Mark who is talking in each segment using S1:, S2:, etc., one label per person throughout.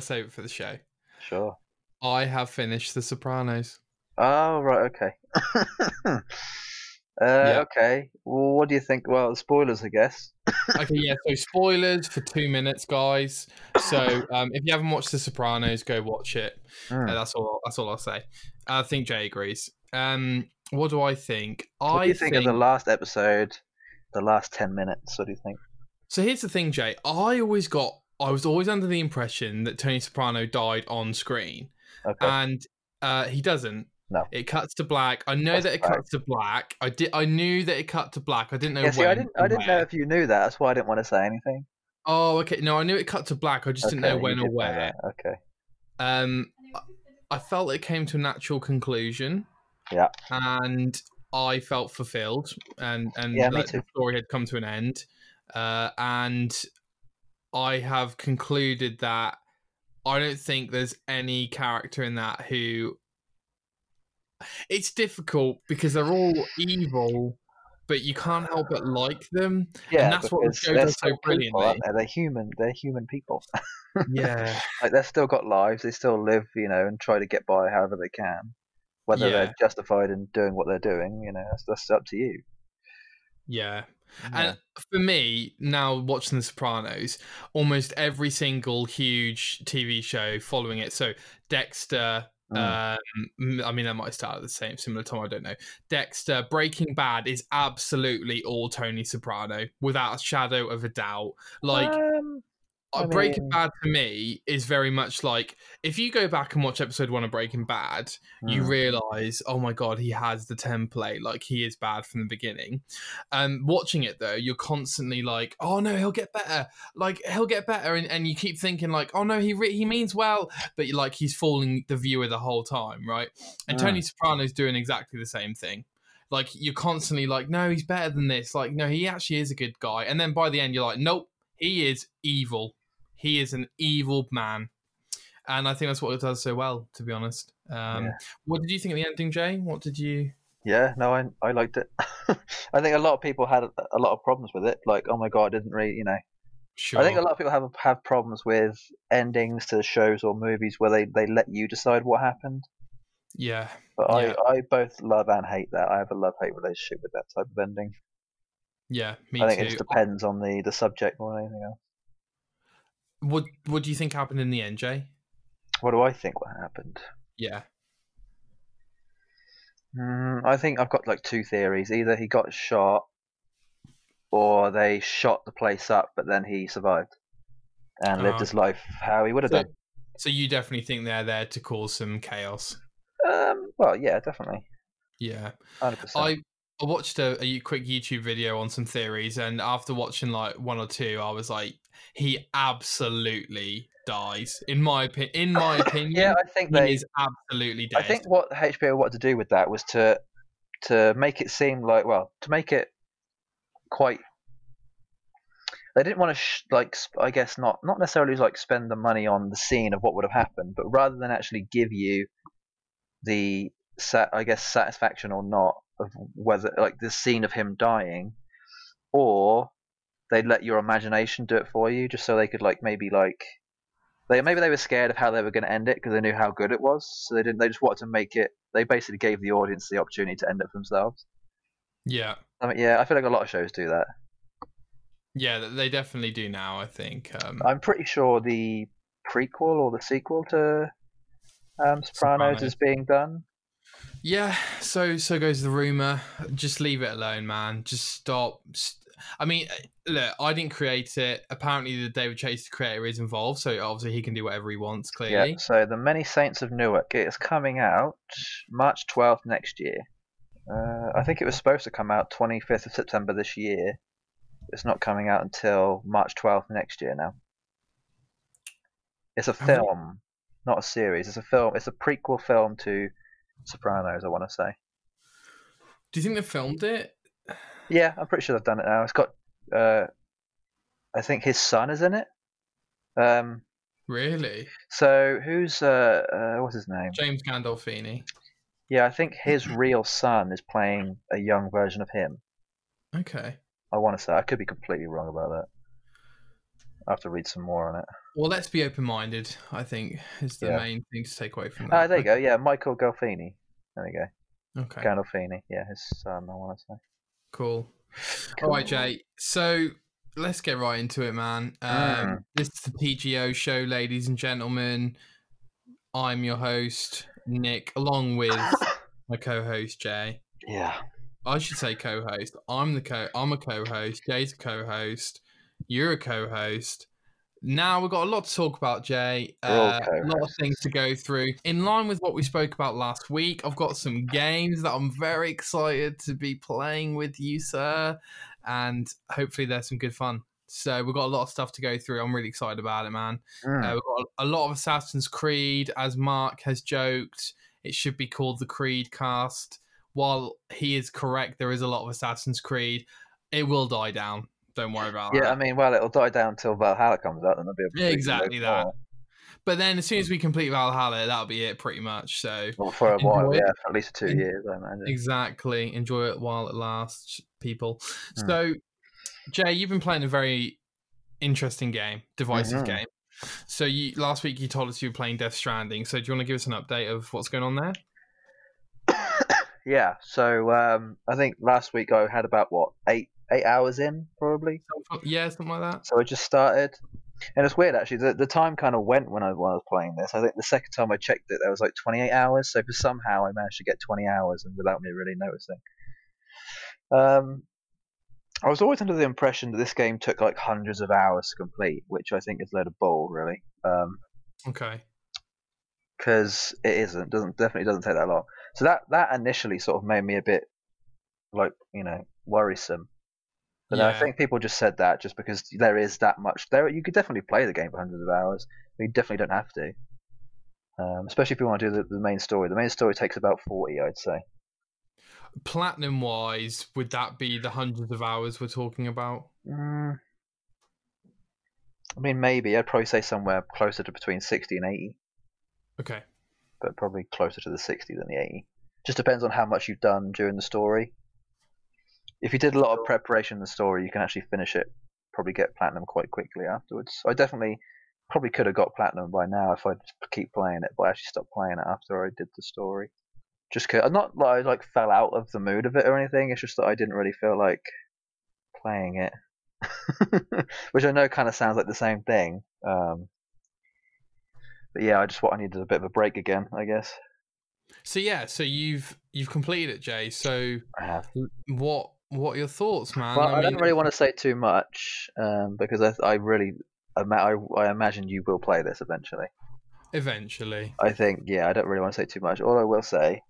S1: save it for the show.
S2: Sure.
S1: I have finished The Sopranos.
S2: Oh right, okay. uh,
S1: Yeah.
S2: Okay. Well, what do you think? Well, spoilers, I guess.
S1: Okay, yeah. So spoilers for two minutes, guys. So um, if you haven't watched The Sopranos, go watch it.
S2: Hmm.
S1: Uh, that's all. That's all I'll say. I think Jay agrees. Um, what do I think?
S2: What
S1: I
S2: do you think, of the last episode? The last ten minutes. What do you think?
S1: So here's the thing, Jay. I always got. I was always under the impression that Tony Soprano died on screen,
S2: Okay.
S1: and uh, he doesn't.
S2: No.
S1: It cuts to black. I know
S2: That's
S1: that it
S2: right.
S1: cuts to black. I did. I knew that it cut to black. I didn't know.
S2: yeah. See,
S1: when
S2: I didn't. I
S1: and
S2: didn't know
S1: where.
S2: if you knew that. That's why I didn't want to say anything.
S1: Oh, okay. No, I knew it cut to black. I just didn't
S2: Okay,
S1: know
S2: you
S1: when
S2: did
S1: or
S2: know
S1: where.
S2: that, Okay.
S1: Um, I- I felt it came to a natural conclusion.
S2: Yeah.
S1: And I felt fulfilled, and and
S2: Yeah, me
S1: that
S2: too.
S1: the story had come to an end. Uh, and I have concluded that I don't think there's any character in that who. It's difficult because they're all evil, but you can't help but like them.
S2: Yeah.
S1: that's what the
S2: because
S1: show
S2: they're
S1: does so
S2: still people,
S1: brilliantly.
S2: aren't they? They're human. They're human people.
S1: Yeah.
S2: like they've still got lives. They still live, you know, and try to get by however they can. Whether
S1: Yeah.
S2: they're justified in doing what they're doing, you know, that's, that's up to you.
S1: yeah.
S2: Yeah.
S1: And for me, now watching The Sopranos, almost every single huge TV show following it. So Dexter,
S2: Mm.
S1: um, m- I mean, that might start at the same similar time. I don't know. Dexter, Breaking Bad is absolutely all Tony Soprano, without a shadow of a doubt. Like
S2: Um, I
S1: uh Breaking
S2: mean-
S1: Bad to me is very much like if you go back and watch episode one of Breaking Bad, you
S2: mm.
S1: realize, oh my god, he has the template. Like he is bad from the beginning. Um, watching it though, you're constantly like, oh no, he'll get better. Like he'll get better, and, and you keep thinking like, oh no, he re- he means well, but you're like he's fooling the viewer the whole time, right? And
S2: Mm.
S1: Tony Soprano's doing exactly the same thing. Like you're constantly like, no, he's better than this. Like no, he actually is a good guy. And then by the end, you're like, nope, he is evil. He is an evil man. And I think that's what it does so well, to be honest. Um,
S2: Yeah.
S1: what did you think of the ending, Jay? What did you?
S2: Yeah, no, I I liked it. I think a lot of people had a lot of problems with it. Like, oh my god, I didn't really, you know.
S1: Sure.
S2: I think a lot of people have have problems with endings to shows or movies where they they let you decide what happened.
S1: Yeah.
S2: But
S1: Yeah.
S2: I I both love and hate that. I have a love hate relationship with that type of ending.
S1: Yeah. Me
S2: I think it
S1: too.
S2: just depends on the the subject more than anything else.
S1: What What do you think happened in the end, Jay?
S2: What do I think? What happened?
S1: Yeah.
S2: Mm, I think I've got like two theories. Either he got shot, or they shot the place up, but then he survived and lived
S1: Ah.
S2: his life how he would have
S1: So-
S2: done.
S1: So you definitely think they're there to cause some chaos.
S2: Um, well, yeah, definitely,
S1: Yeah.
S2: hundred percent.
S1: I I watched a, a you- quick YouTube video on some theories, and after watching like one or two, I was like, he absolutely dies. In my opinion, in my opinion,
S2: Yeah, I think
S1: he
S2: they.
S1: is absolutely dead.
S2: I think what HBO wanted to do with that was to to make it seem like well, to make it quite. They didn't want to sh- like sp- I guess not not necessarily like spend the money on the scene of what would have happened, but rather than actually give you the sat I guess satisfaction or not of whether like the scene of him dying, or they'd let your imagination do it for you just so they could like maybe like they maybe they were scared of how they were going to end it because they knew how good it was, so they didn't. They just wanted to make it. They basically gave the audience the opportunity to end it for themselves.
S1: Yeah.
S2: I mean, yeah, I feel like a lot of shows do that.
S1: Yeah, th- they definitely do now. I think. Um,
S2: I'm pretty sure the prequel or the sequel to um, Sopranos,
S1: Sopranos.
S2: is being done.
S1: yeah. So so goes the rumor. Just leave it alone, man. Just stop. S- I mean, eh, look, I didn't create it. Apparently, the David Chase creator is involved, so obviously he can do whatever he wants. Clearly.
S2: Yeah. So the Many Saints of Newark it is coming out March 12th next year. Uh, I think it was supposed to come out 25th of September this year. It's not coming out until March 12th next year now. It's a
S1: Have they-
S2: film, not a series. It's a film. It's a prequel film to Sopranos. I want to say.
S1: Do you think they filmed it?
S2: Yeah, I'm pretty sure they've done it now. It's got. Uh, I think his son is in it. Um.
S1: Really?
S2: So who's uh, uh what's his name?
S1: James Gandolfini.
S2: Yeah, I think his real son is playing a young version of him.
S1: Okay.
S2: I want to say I could be completely wrong about that. I have to read some more on it.
S1: Well, let's be open-minded. I think is the
S2: Yeah.
S1: main thing to take away from that.
S2: Ah, there you go. Yeah, Michael Galfini. There we go.
S1: Okay,
S2: Gandolfini. Yeah, his son. I want to say.
S1: cool.
S2: Cool.
S1: All right, Jay. So let's get right into it, man. Um,
S2: Mm.
S1: This is the PGO show, ladies and gentlemen. I'm your host, Nick, along with my co-host Jay.
S2: Yeah.
S1: I should say co-host. I'm the co. I'm a co-host. Jay's a co-host. You're a co-host. Now we've got a lot to talk about, Jay.
S2: We're all
S1: Uh, a lot of things to go through. In line with what we spoke about last week, I've got some games that I'm very excited to be playing with you, sir, and hopefully they're some good fun. So we've got a lot of stuff to go through. I'm really excited about it, man.
S2: Mm.
S1: Uh, we've got a lot of Assassin's Creed, as Mark has joked. It should be called the Creed cast. While he is correct, there is a lot of Assassin's Creed. It will die down. Don't worry about
S2: yeah,
S1: that.
S2: I mean, well, it'll die down till Valhalla comes out, and there'll be a
S1: Yeah,
S2: big
S1: exactly
S2: load
S1: that.
S2: more.
S1: But then as soon as we complete Valhalla, that'll be it pretty much. So
S2: Well, for a
S1: Enjoy
S2: while,
S1: it.
S2: yeah, for at least two
S1: En-
S2: years, I imagine.
S1: exactly. Enjoy it while it lasts, people.
S2: Hmm.
S1: So Jay, you've been playing a very interesting game, divisive
S2: Mhm.
S1: game. So you last week you told us you were playing Death Stranding. So do you want to give us an update of what's going on there?
S2: yeah. So um, I think last week I had about what eight eight hours in probably.
S1: Yeah, something like that.
S2: So I just started, and it's weird actually. The, the time kind of went when I, when I was playing this. I think the second time I checked it, there was like 28 hours. So for somehow I managed to get 20 hours, and without me really noticing. Um, I was always under the impression that this game took like hundreds of hours to complete, which I think is a load of bull, really. Um,
S1: Okay.
S2: because it isn't doesn't definitely doesn't take that long. So that that initially sort of made me a bit like you know worrisome. But then I
S1: Yeah.
S2: think people just said that just because there is that much there. You could definitely play the game for hundreds of hours. But you definitely don't have to. Um, especially if you want to do the, the main story. The main story takes about forty, I'd say.
S1: Platinum wise, would that be the hundreds of hours we're talking about?
S2: Mm. I mean, maybe I'd probably say somewhere closer to between sixty and eighty,
S1: Okay.
S2: but probably closer to the sixty than the eighty. Just depends on how much you've done during the story. if you did a lot of preparation in the story, you can actually finish it, probably get platinum quite quickly afterwards. I definitely probably could have got platinum by now if I would keep playing it, but I actually stopped playing it after I did the story. Just cause, not that I like fell out of the mood of it or anything. It's just that I didn't really feel like playing it, which I know kind of sounds like the same thing. Um, but yeah, I just what I needed a bit of a break again, I guess.
S1: So yeah, so you've you've completed it, Jay. So
S2: I have.
S1: what what are your thoughts, man?
S2: Well, I, don't really want to say too much um, because I, I really, ima- I, I imagine you will play this eventually.
S1: Eventually.
S2: I think, yeah, I don't really want to say too much. All I will say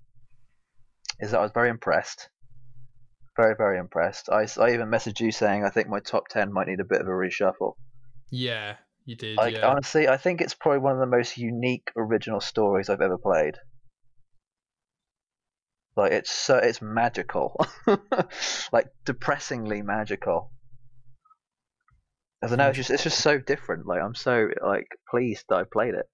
S2: is that I was very impressed, very, very impressed. I, s- I even messaged you saying I think my top ten might need a bit of a reshuffle.
S1: Yeah, you did.
S2: Like
S1: yeah.
S2: honestly, I think it's probably one of the most unique original stories I've ever played. Like it's so it's magical, like depressingly magical. I don't know. It's just it's just so different. Like I'm so like pleased that I played it.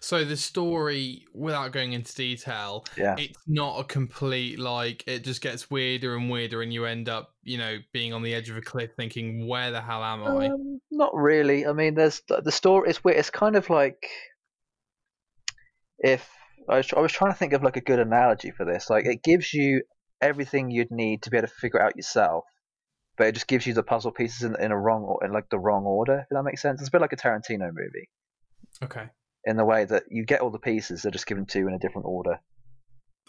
S1: So the story, without going into detail,
S2: Yeah.
S1: it's not a complete like it just gets weirder and weirder and you end up, you know, being on the edge of a cliff thinking, Where the hell am I?
S2: Um, not really. I mean, there's the the story. It's weird. It's kind of like if I was, I was trying to think of like a good analogy for this. Like it gives you everything you'd need to be able to figure it out yourself, but it just gives you the puzzle pieces in, in a wrong or- in like the wrong order. If that makes sense, it's a bit like a Tarantino movie
S1: okay.
S2: in the way that you get all the pieces, they're just given to you in a different order,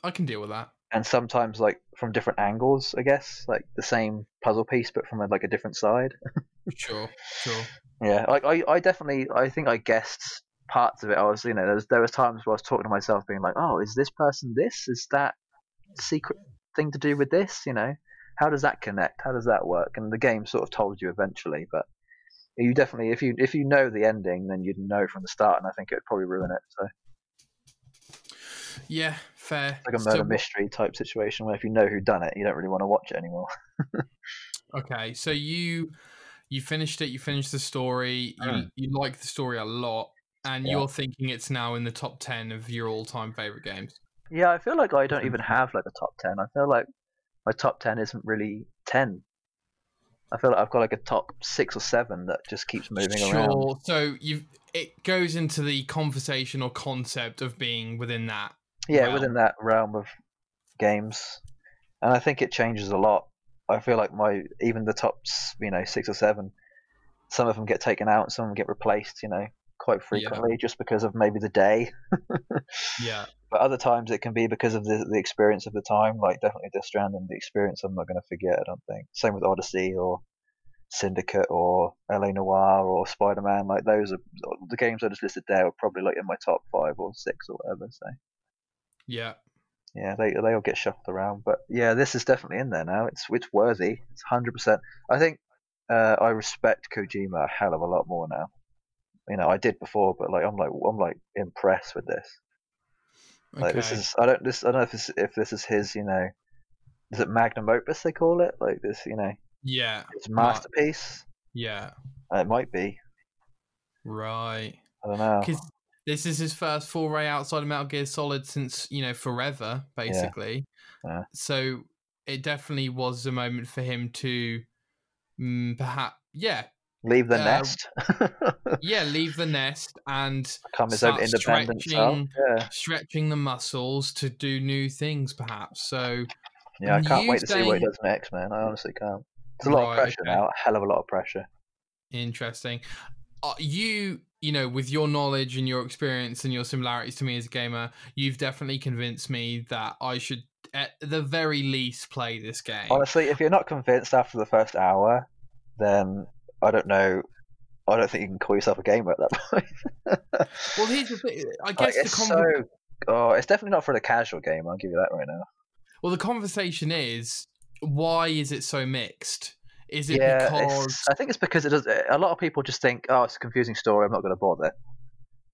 S1: I can deal with that.
S2: and sometimes like from different angles. I guess like the same puzzle piece, but from like a different side.
S1: Sure, sure.
S2: Yeah, like I, I definitely, I think I guessed parts of it. I was, you know, there was, there was times where I was talking to myself, being like, "Oh, is this person this? Is that secret thing to do with this? You know, how does that connect? How does that work?" And the game sort of told you eventually, but you definitely, if you if you know the ending, then you'd know from the start, and I think it would probably ruin it. So
S1: Yeah, fair.
S2: it's like a
S1: So
S2: murder
S1: what-
S2: mystery type situation where if you know who done it, you don't really want to watch it anymore.
S1: Okay, so you you finished it. You finished the story. You
S2: Mm.
S1: you like the story a lot, and
S2: Yeah.
S1: you're thinking it's now in the top ten of your all time favorite games.
S2: Yeah, I feel like I
S1: Mm-hmm.
S2: don't even have like a top ten. I feel like my top ten isn't really ten. I feel like I've got like a top six or seven that just keeps moving
S1: sure.
S2: around.
S1: So you it goes into the conversation or concept of being within that.
S2: Yeah,
S1: Wow.
S2: within that realm of games, and I think it changes a lot. I feel like my even the top, s- you know, six or seven, some of them get taken out, some of them get replaced. You know, quite frequently just because of maybe the day.
S1: Yeah.
S2: But other times it can be because of the, the experience of the time. Like definitely Death Stranding, the experience I'm not going to forget. I don't think. Same with Odyssey or Syndicate or LA Noir or Spider Man. Like those are the games I just listed there are probably like in my top five or six or whatever. So
S1: Yeah.
S2: yeah, they they all get shuffled around. But yeah, this is definitely in there now. It's it's worthy. It's hundred percent. I think uh, I respect Kojima a hell of a lot more now. You know, I did before, but like I'm like I'm like impressed with this.
S1: Okay.
S2: Like this is I don't this I don't know if this, if this is his you know is it magnum opus they call it like this you know
S1: yeah.
S2: his
S1: Right.
S2: masterpiece
S1: Yeah.
S2: Uh, it might be
S1: Right.
S2: I don't know
S1: Because this is his first foray outside of Metal Gear Solid since, you know, forever, basically.
S2: Yeah.
S1: So it definitely was a moment for him to mm, perhaps, yeah,
S2: leave the
S1: uh,
S2: nest
S1: yeah, leave the nest and
S2: become his own
S1: start
S2: independent self
S1: stretching-
S2: yeah
S1: stretching the muscles to do new things, perhaps. So,
S2: yeah I
S1: and
S2: can't
S1: you
S2: wait to see what he
S1: saying-
S2: does next man I honestly can't there's a lot
S1: Right,
S2: of pressure
S1: okay.
S2: now a hell of a lot of pressure
S1: Interesting. Uh, you, you know, with your knowledge and your experience and your similarities to me as a gamer, you've definitely convinced me that I should, at the very least, play this game.
S2: honestly if you're not convinced after the first hour then I don't know I don't think you can call yourself a gamer at that point
S1: Well, here's the thing. I
S2: Like,
S1: guess the
S2: it's
S1: conver-
S2: so oh it's definitely not for the casual game I'll give you that right now.
S1: well, the conversation is why is it so mixed? Is it
S2: yeah,
S1: because
S2: it's- I think it's because it does. A lot of people just think, "Oh, it's a confusing story. I'm not going to bother."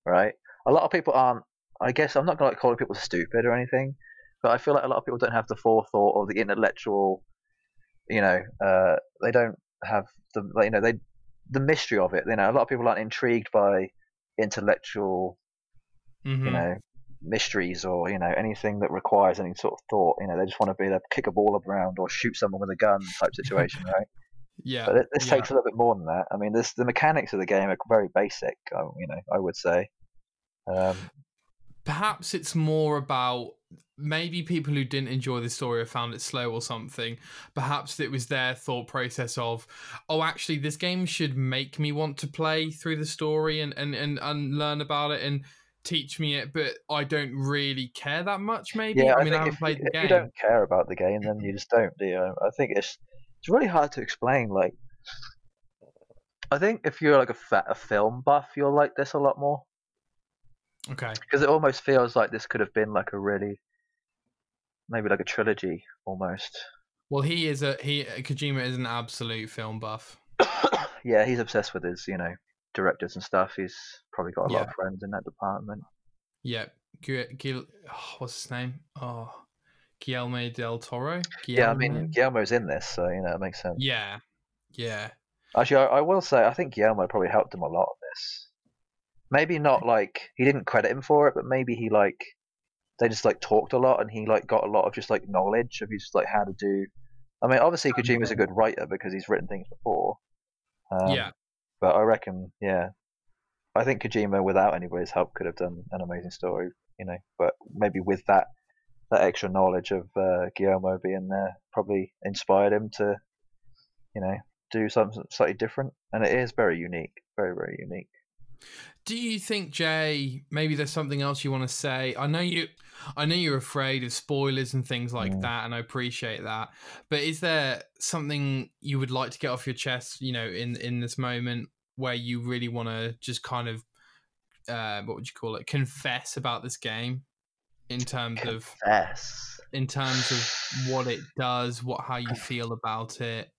S2: Right? A lot of people aren't. I guess I'm not going to call people stupid or anything, but I feel like a lot of people don't have the forethought or the intellectual. You know, uh, they don't have the like, you know they the mystery of it. You know, a lot of people aren't intrigued by intellectual
S1: Mhm.
S2: you know mysteries or you know anything that requires any sort of thought. You know, they just want to be there, kick a ball around or shoot someone with a gun type situation, right?
S1: yeah,
S2: But it, this
S1: yeah.
S2: takes a little bit more than that. I mean, this the mechanics of the game are very basic. I, you know, I would say. Um,
S1: perhaps it's more about maybe people who didn't enjoy the story or found it slow or something perhaps it was their thought process of oh actually this game should make me want to play through the story and and and, and learn about it and teach me it but i don't really care that much maybe
S2: yeah,
S1: i
S2: I,
S1: mean i haven't
S2: think if,
S1: played
S2: you,
S1: the
S2: if
S1: game
S2: you don't care about the game, then you just don't, do you? I think it's it's really hard to explain. Like, I think if you're like a fa a film buff, you'll like this a lot more
S1: okay
S2: because it almost feels like this could have been like a really maybe like a trilogy almost.
S1: well he is a he kojima is an absolute film buff
S2: yeah, he's obsessed with his you know directors and stuff. He's probably got a lot
S1: Yeah.
S2: of friends in that department.
S1: yeah Gu- Gil, oh, what's his name oh guillermo del toro
S2: Yeah, I mean
S1: Guillermo?
S2: Guillermo's in this, so you know it makes sense.
S1: yeah yeah
S2: Actually, I, I will say I think Guillermo probably helped him a lot on this. Maybe not like he didn't credit him for it, but maybe he like they just like talked a lot, and he like got a lot of just like knowledge of just like how to do. I mean, obviously Kojima's a good writer because he's written things before. Um,
S1: yeah
S2: But I reckon, yeah, I think Kojima without anybody's help could have done an amazing story, you know. But maybe with that that extra knowledge of uh, Guillermo being there, probably inspired him to, you know, do something slightly different. And it is very unique, very very unique.
S1: Do you think, Jay? Maybe there's something else you want to say. I know you, I know you're afraid of spoilers and things like
S2: Mm.
S1: that, and I appreciate that. But is there something you would like to get off your chest? You know, in in this moment where you really want to just kind of, uh, what would you call it? Confess about this game in terms of
S2: Yes.
S1: in terms of what it does, what how you feel about it.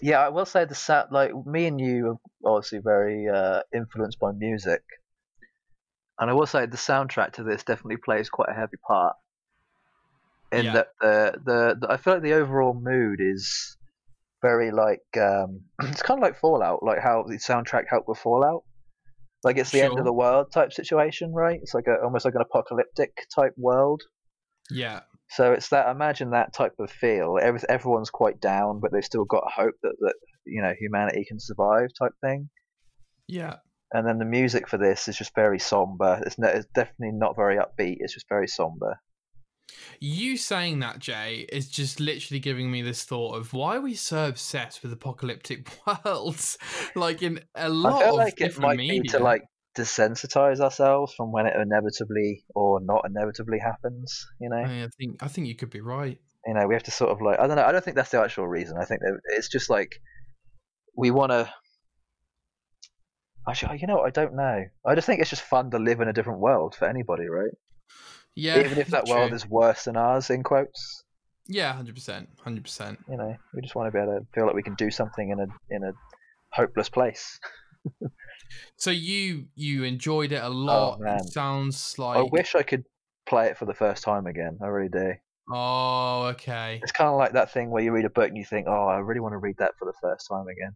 S2: Yeah, I will say the sat like me and you are obviously very uh, influenced by music, and I will say the soundtrack to this definitely plays quite a heavy part. In
S1: Yeah.
S2: that the, the the I feel like the overall mood is very like um, it's kind of like Fallout, like how the soundtrack helped with Fallout, like it's the end
S1: Sure.
S2: of the world type situation, right? It's like a, almost like an apocalyptic type world.
S1: Yeah,
S2: So it's that imagine that type of feel. Every, everyone's quite down, but they've still got hope that, that you know humanity can survive type thing.
S1: Yeah.
S2: And then the music for this is just very somber. It's, no, it's definitely not very upbeat. It's just very somber.
S1: You saying that, Jay, is just literally giving me this thought of why are we so obsessed with apocalyptic worlds? like in a lot
S2: I feel
S1: of
S2: like it
S1: different
S2: might
S1: media.
S2: be to like desensitize ourselves from when it inevitably or not inevitably happens. You know,
S1: I, mean, I think I think you could be right.
S2: you know, we have to sort of like I don't know. I don't think that's the actual reason. I think that it's just like we want to. Actually, you know, what? I don't know. I just think it's just fun to live in a different world for anybody, right?
S1: Yeah.
S2: Even if that
S1: true.
S2: world is worse than ours, in quotes.
S1: Yeah, hundred percent. Hundred percent.
S2: You know, we just want to be able to feel like we can do something in a in a hopeless place.
S1: So you you enjoyed it a lot.
S2: Oh, man.
S1: it sounds like
S2: I wish I could play it for the first time again. I really do.
S1: Oh, okay.
S2: It's kind of like that thing where you read a book and you think, "Oh, I really want to read that for the first time again."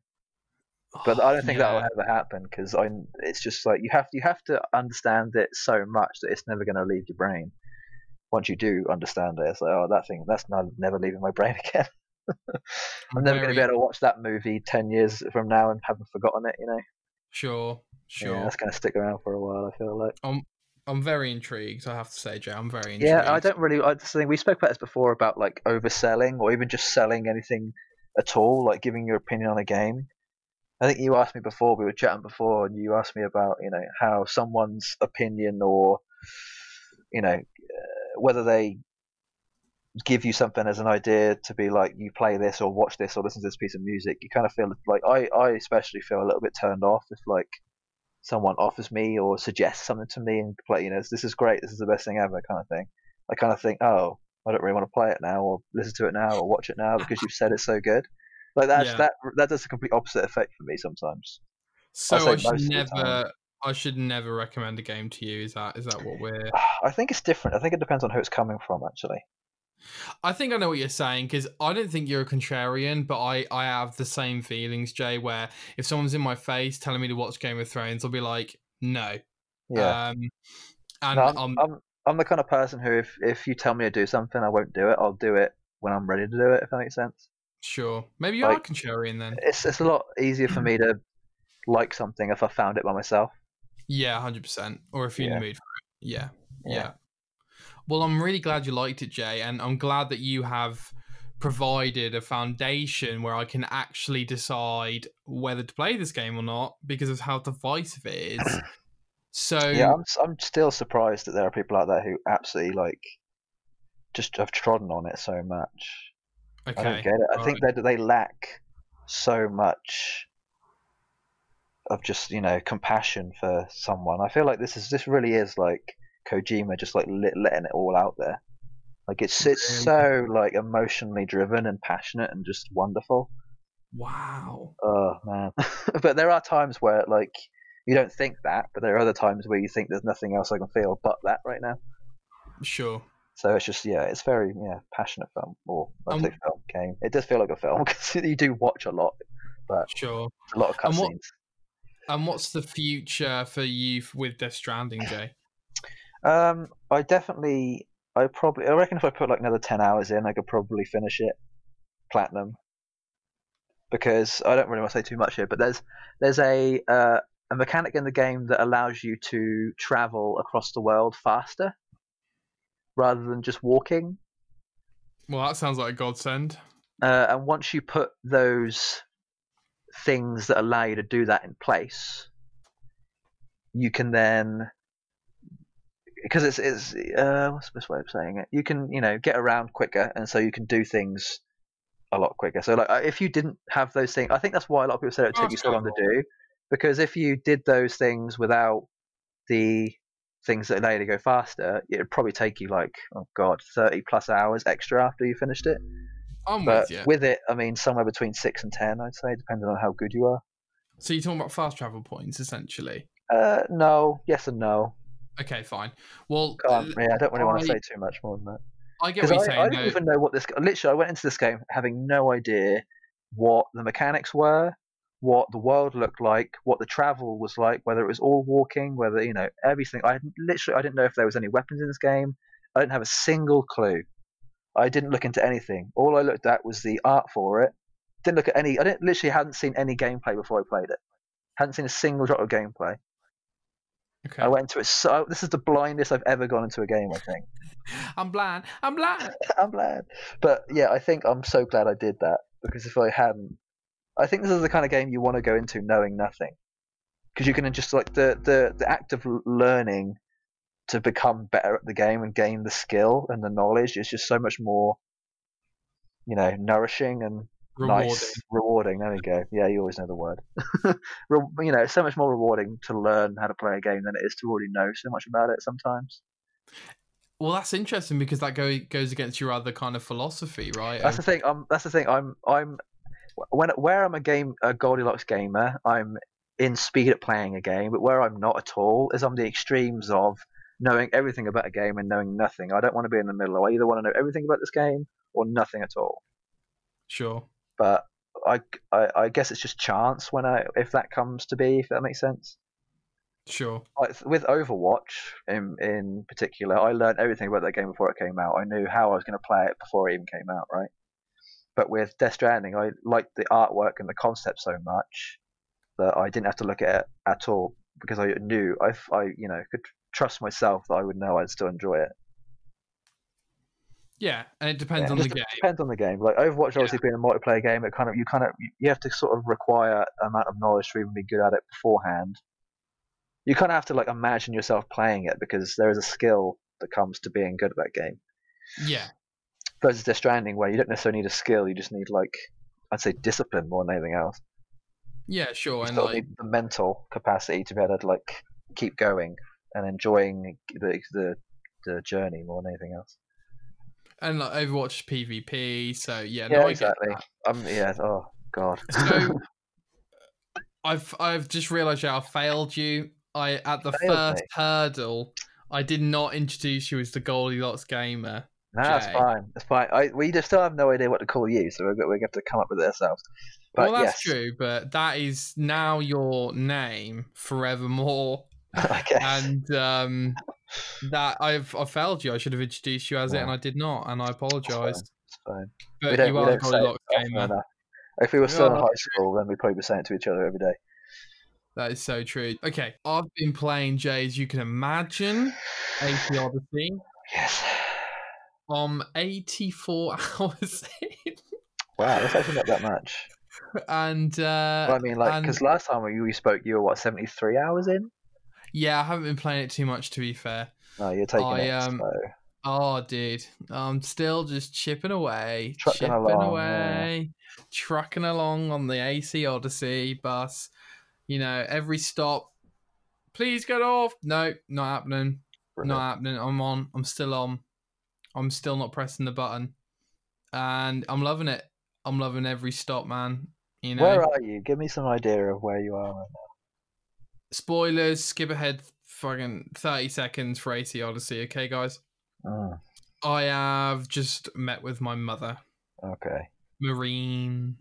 S2: but I don't think
S1: Yeah.
S2: that'll ever happen because I. It's just like you have you have to understand it so much that it's never going to leave your brain. Once you do understand it, it's like oh that thing that's not, never leaving my brain again. I'm never going to be
S1: Very-
S2: able to watch that movie ten years from now and haven't forgotten it. You know,
S1: Sure, sure.
S2: yeah, that's going to stick around for a while. I feel like.
S1: I'm very intrigued. I have to say, Jay, I'm very intrigued.
S2: Yeah, I don't really. I just think we spoke about this before about like overselling or even just selling anything at all, like giving your opinion on a game. I think you asked me before we were chatting before, and you asked me about you know how someone's opinion or you know uh, whether they give you something as an idea to be like you play this or watch this or listen to this piece of music. You kind of feel like I I especially feel a little bit turned off if like someone offers me or suggests something to me and play, you know, this is great, this is the best thing ever, kind of thing. I kind of think, oh, I don't really want to play it now or listen to it now or watch it now because you've said it's so good. Like that's
S1: Yeah.
S2: that that does a complete opposite effect for me sometimes.
S1: So
S2: I'll say
S1: I should
S2: most of the time.
S1: never. I should never recommend a game to you. Is that is that what we're?
S2: I think it's different. I think it depends on who it's coming from actually.
S1: I think I know what you're saying because I don't think you're a contrarian, but I I have the same feelings, Jay. Where if someone's in my face telling me to watch Game of Thrones, I'll be like, no.
S2: Yeah.
S1: Um, and
S2: No,
S1: I'm,
S2: I'm, I'm I'm the kind of person who if if you tell me to do something, I won't do it. I'll do it when I'm ready to do it. If that makes sense.
S1: sure. Maybe you are
S2: like-
S1: contrarian then.
S2: It's it's a lot easier for me to like something if I found it by myself.
S1: Yeah, hundred percent. Or if you're in
S2: Yeah.
S1: the mood for it. Yeah, yeah.
S2: Yeah.
S1: Well, I'm really glad you liked it, Jay, and I'm glad that you have provided a foundation where I can actually decide whether to play this game or not because of how divisive it is. So
S2: Yeah, I'm, s- I'm still surprised that there are people out there who absolutely like just have trodden on it so much. I don't
S1: okay,
S2: get it. I
S1: all
S2: think that they lack so much of just you know compassion for someone. I feel like this is this really is like Kojima just like lit, letting it all out there. Like it's it's so like emotionally driven and passionate and just wonderful.
S1: wow,
S2: Oh man! but there are times where like you don't think that, but there are other times where you think there's nothing else I can feel but that right now.
S1: sure.
S2: So it's just yeah, it's very yeah passionate film or I
S1: Um,
S2: think film game. It does feel like a film because you do watch a lot,
S1: Sure.
S2: a lot of
S1: And what-
S2: cutscenes.
S1: And what's the future for you f- with Death Stranding, Jay?
S2: Um, I definitely, I probably, I reckon if I put like another ten hours in, I could probably finish it platinum. Because I don't really want to say too much here, but there's there's a uh, a mechanic in the game that allows you to travel across the world faster rather than just walking.
S1: Well, that sounds like a godsend.
S2: Uh, and once you put those things that allow you to do that in place, you can then because it's it's uh, what's the best way of saying it? You can you know get around quicker, and so you can do things a lot quicker. So like uh, if you didn't have those things, I think that's why a lot of people said it
S1: Oh,
S2: took you so long to
S1: sure.
S2: do because if you did those things without the things that allow you to go faster, it'd probably take you like oh god, thirty plus hours extra after you finished it.
S1: I'm
S2: But
S1: with you.
S2: with it, I mean, somewhere between six and ten, I'd say, depending on how good you are.
S1: So you're talking about fast travel points, essentially.
S2: Uh, no, yes and no.
S1: Okay, fine. Well,
S2: Can't, yeah, I don't really want
S1: Uh, I-
S2: to say too much more than that
S1: I get
S2: because
S1: what you're
S2: I,
S1: saying.
S2: I didn't
S1: though.
S2: even know what this. Literally, I went into this game having no idea what the mechanics were, what the world looked like, what the travel was like, whether it was all walking, whether you know everything. I had- literally, I didn't know if there was any weapons in this game. I didn't have a single clue. I didn't look into anything. All I looked at was the art for it didn't look at any. I didn't literally hadn't seen any gameplay before I played it. Hadn't seen a single drop of gameplay.
S1: Okay.
S2: I went into it so. This is the blindest I've ever gone into a game. I think
S1: I'm blind. I'm blind.
S2: I'm glad, but yeah, I think I'm so glad I did that because if I hadn't, I think this is the kind of game you want to go into knowing nothing, because you can just like the the the act of l- learning to become better at the game and gain the skill and the knowledge is just so much more, you know, nourishing and
S1: Rewarding.
S2: Nice, rewarding. There we go. Yeah, you always know the word. Re- you know, it's so much more rewarding to learn how to play a game than it is to already know so much about it. Sometimes
S1: Well, that's interesting because that go, goes against your other kind of philosophy, right?
S2: that's the thing. I'm that's the thing. I'm I'm when where I'm a game a Goldilocks gamer, I'm in speed at playing a game. But where I'm not at all is I'm the extremes of knowing everything about a game and knowing nothing. I don't want to be in the middle. I either want to know everything about this game or nothing at all.
S1: sure.
S2: But I, I, I guess it's just chance when I if that comes to be if that makes sense.
S1: Sure.
S2: like with Overwatch in in particular, I learned everything about that game before it came out. I knew how I was going to play it before it even came out, right? But with Death Stranding, I liked the artwork and the concept so much that I didn't have to look at it at all because I knew I, I you know could trust myself that I would know I'd still enjoy it.
S1: Yeah, and it depends
S2: Yeah,
S1: on
S2: it
S1: the
S2: just
S1: game.
S2: Depends on the game. Like Overwatch, obviously being a multiplayer game, it kind of you kind of you have to sort of require amount of knowledge to even be good at it beforehand. You kind of have to like imagine yourself playing it because there is a skill that comes to being good at that game.
S1: Yeah,
S2: Versus Death Stranding, where you don't necessarily need a skill, you just need like I'd say discipline more than anything else.
S1: yeah, sure.
S2: You
S1: And
S2: still
S1: like,
S2: need the mental capacity to be able to like keep going and enjoying the the, the journey more than anything else.
S1: and like Overwatch PvP. So yeah,
S2: Yeah,
S1: no, I
S2: exactly.
S1: Get that.
S2: Um, yeah. Oh god.
S1: So I've I've just realised I failed you. I at the
S2: Failed
S1: first
S2: me.
S1: hurdle, I did not introduce you as the Goldilocks gamer.
S2: No, that's
S1: Jay.
S2: fine. That's fine. I, we just still have no idea what to call you, so we're, go- we're going to have to come up with it ourselves. But
S1: well, that's
S2: yes,
S1: true, but that is now your name forevermore,
S2: I guess.
S1: and um, that I've I failed you. I should have introduced you as it,
S2: Yeah.
S1: and I did not, and I apologise.
S2: it's fine. We
S1: But
S2: don't-
S1: you
S2: we
S1: are the
S2: don't say it
S1: Goldilocks
S2: often
S1: gamer.
S2: enough. If we were still
S1: are
S2: in high
S1: not
S2: school, then we'd probably be saying it to each other every day.
S1: That is so true. Okay, I've been playing Jay, as you can imagine, AC Odyssey.
S2: Yes.
S1: I'm 84 hours in,
S2: Wow, that's actually not that much.
S1: and uh,
S2: Well, I mean, like,
S1: and-
S2: because last time we, we spoke, you were what seventy three hours in.
S1: yeah, I haven't been playing it too much, to be fair.
S2: No, you're taking
S1: I,
S2: it.
S1: um,
S2: so.
S1: Oh, dude, I'm still just chipping away,
S2: Trucking
S1: chipping
S2: along,
S1: away, trucking along on the AC Odyssey bus. You know, every stop, please get off. No, not happening.
S2: Brilliant.
S1: Not happening. I'm on. I'm still on. I'm still not pressing the button, and I'm loving it. I'm loving every stop, man. You know,
S2: Where are you? Give me some idea of where you are.
S1: spoilers. Skip ahead, fucking thirty seconds for AC Odyssey. Okay, guys.
S2: Mm,
S1: I have just met with my mother,
S2: okay.
S1: Marine.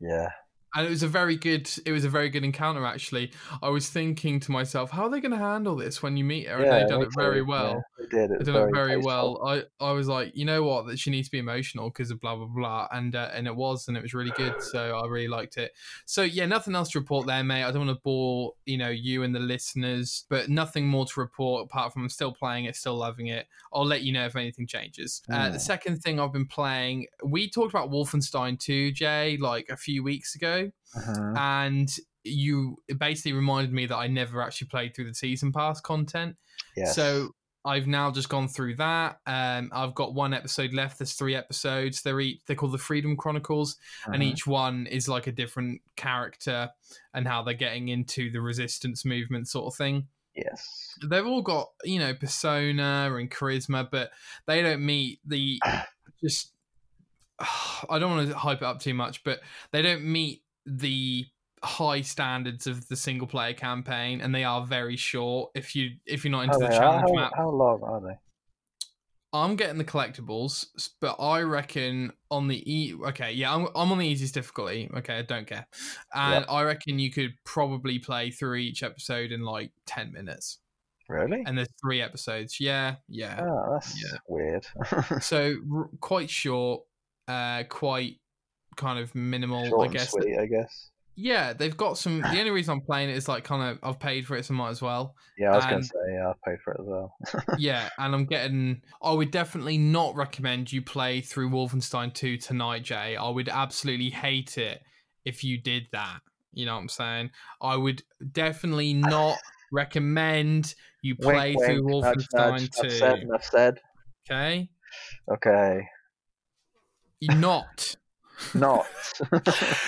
S2: Yeah.
S1: and it was a very good it was a very good encounter actually i was thinking to myself how are they going to handle this when you meet her
S2: yeah.
S1: and they done
S2: me
S1: it very
S2: too.
S1: well
S2: Yeah, they did. It
S1: they
S2: was
S1: done it very
S2: tasteful.
S1: well i i was like you know what that she needs to be emotional because of blah blah blah and uh, and it was and it was really good so i really liked it so yeah nothing else to report there mate i don't want to bore you know you and the listeners but nothing more to report apart from i'm still playing it still loving it i'll let you know if anything changes uh,
S2: Hmm.
S1: the second thing i've been playing we talked about wolfenstein 2 jay like a few weeks ago
S2: Mhm.
S1: and you it basically reminded me that I never actually played through the season pass content.
S2: Yes.
S1: So I've now just gone through that. Um, I've got one episode left. There's three episodes. They're each, they're called the Freedom Chronicles, and
S2: Mhm.
S1: each one is like a different character and how they're getting into the resistance movement sort of thing
S2: Yes.
S1: they've all got you know persona and charisma, but they don't meet the just. I don't want to hype it up too much, but they don't meet the high standards of the single player campaign, and they are very short. If you if you're not into
S2: Oh,
S1: the
S2: they are?
S1: challenge
S2: how,
S1: map,
S2: how long are they?
S1: I'm getting the collectibles, but I reckon on the e okay, yeah, I'm, I'm on the easiest difficulty. Okay, I don't care, and I reckon you could probably play through each episode in like ten minutes.
S2: Really?
S1: and there's three episodes. Yeah, yeah.
S2: Oh, that's
S1: Yeah.
S2: weird.
S1: so r- uh, quite short, uh, quite kind of minimal,
S2: Short
S1: I
S2: and
S1: guess.
S2: sweet, I guess.
S1: Yeah, they've got some. The only reason I'm playing it is like kind of I've paid for it, so might as well.
S2: Yeah, I was going
S1: and-
S2: to say, yeah, I'll pay for it as well.
S1: yeah, and I'm getting. I would definitely not recommend you play through Wolfenstein 2 tonight, Jay. I would absolutely hate it if you did that. You know what I'm saying? I would definitely not recommend you play
S2: Wink, wink,
S1: through
S2: nudge,
S1: Wolfenstein
S2: nudge, enough said,
S1: 2.
S2: enough said.
S1: Okay,
S2: Okay,
S1: You're not.
S2: not.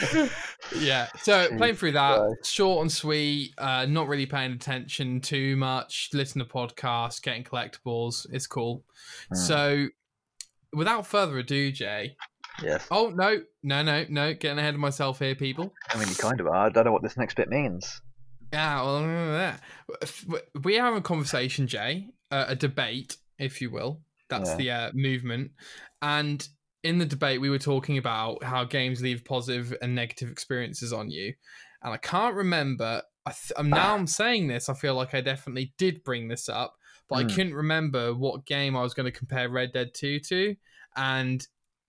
S1: yeah. So playing through that,
S2: Christ.
S1: short and sweet. Uh, not really paying attention too much. Listening to podcasts, getting collectibles. It's cool.
S2: Hmm,
S1: So, without further ado, Jay.
S2: yes,
S1: Oh no, no, no, no! Getting ahead of myself here, people.
S2: I mean, you kind of are. I don't know what this next bit means.
S1: Yeah, well, yeah. we are having a conversation, Jay, uh, a debate, if you will. That's
S2: Yeah.
S1: the uh, movement. And in the debate, we were talking about how games leave positive and negative experiences on you. And I can't remember. I th- I'm now I'm saying this. I feel like I definitely did bring this up, but
S2: Hmm.
S1: I couldn't remember what game I was going to compare Red Dead Two to. And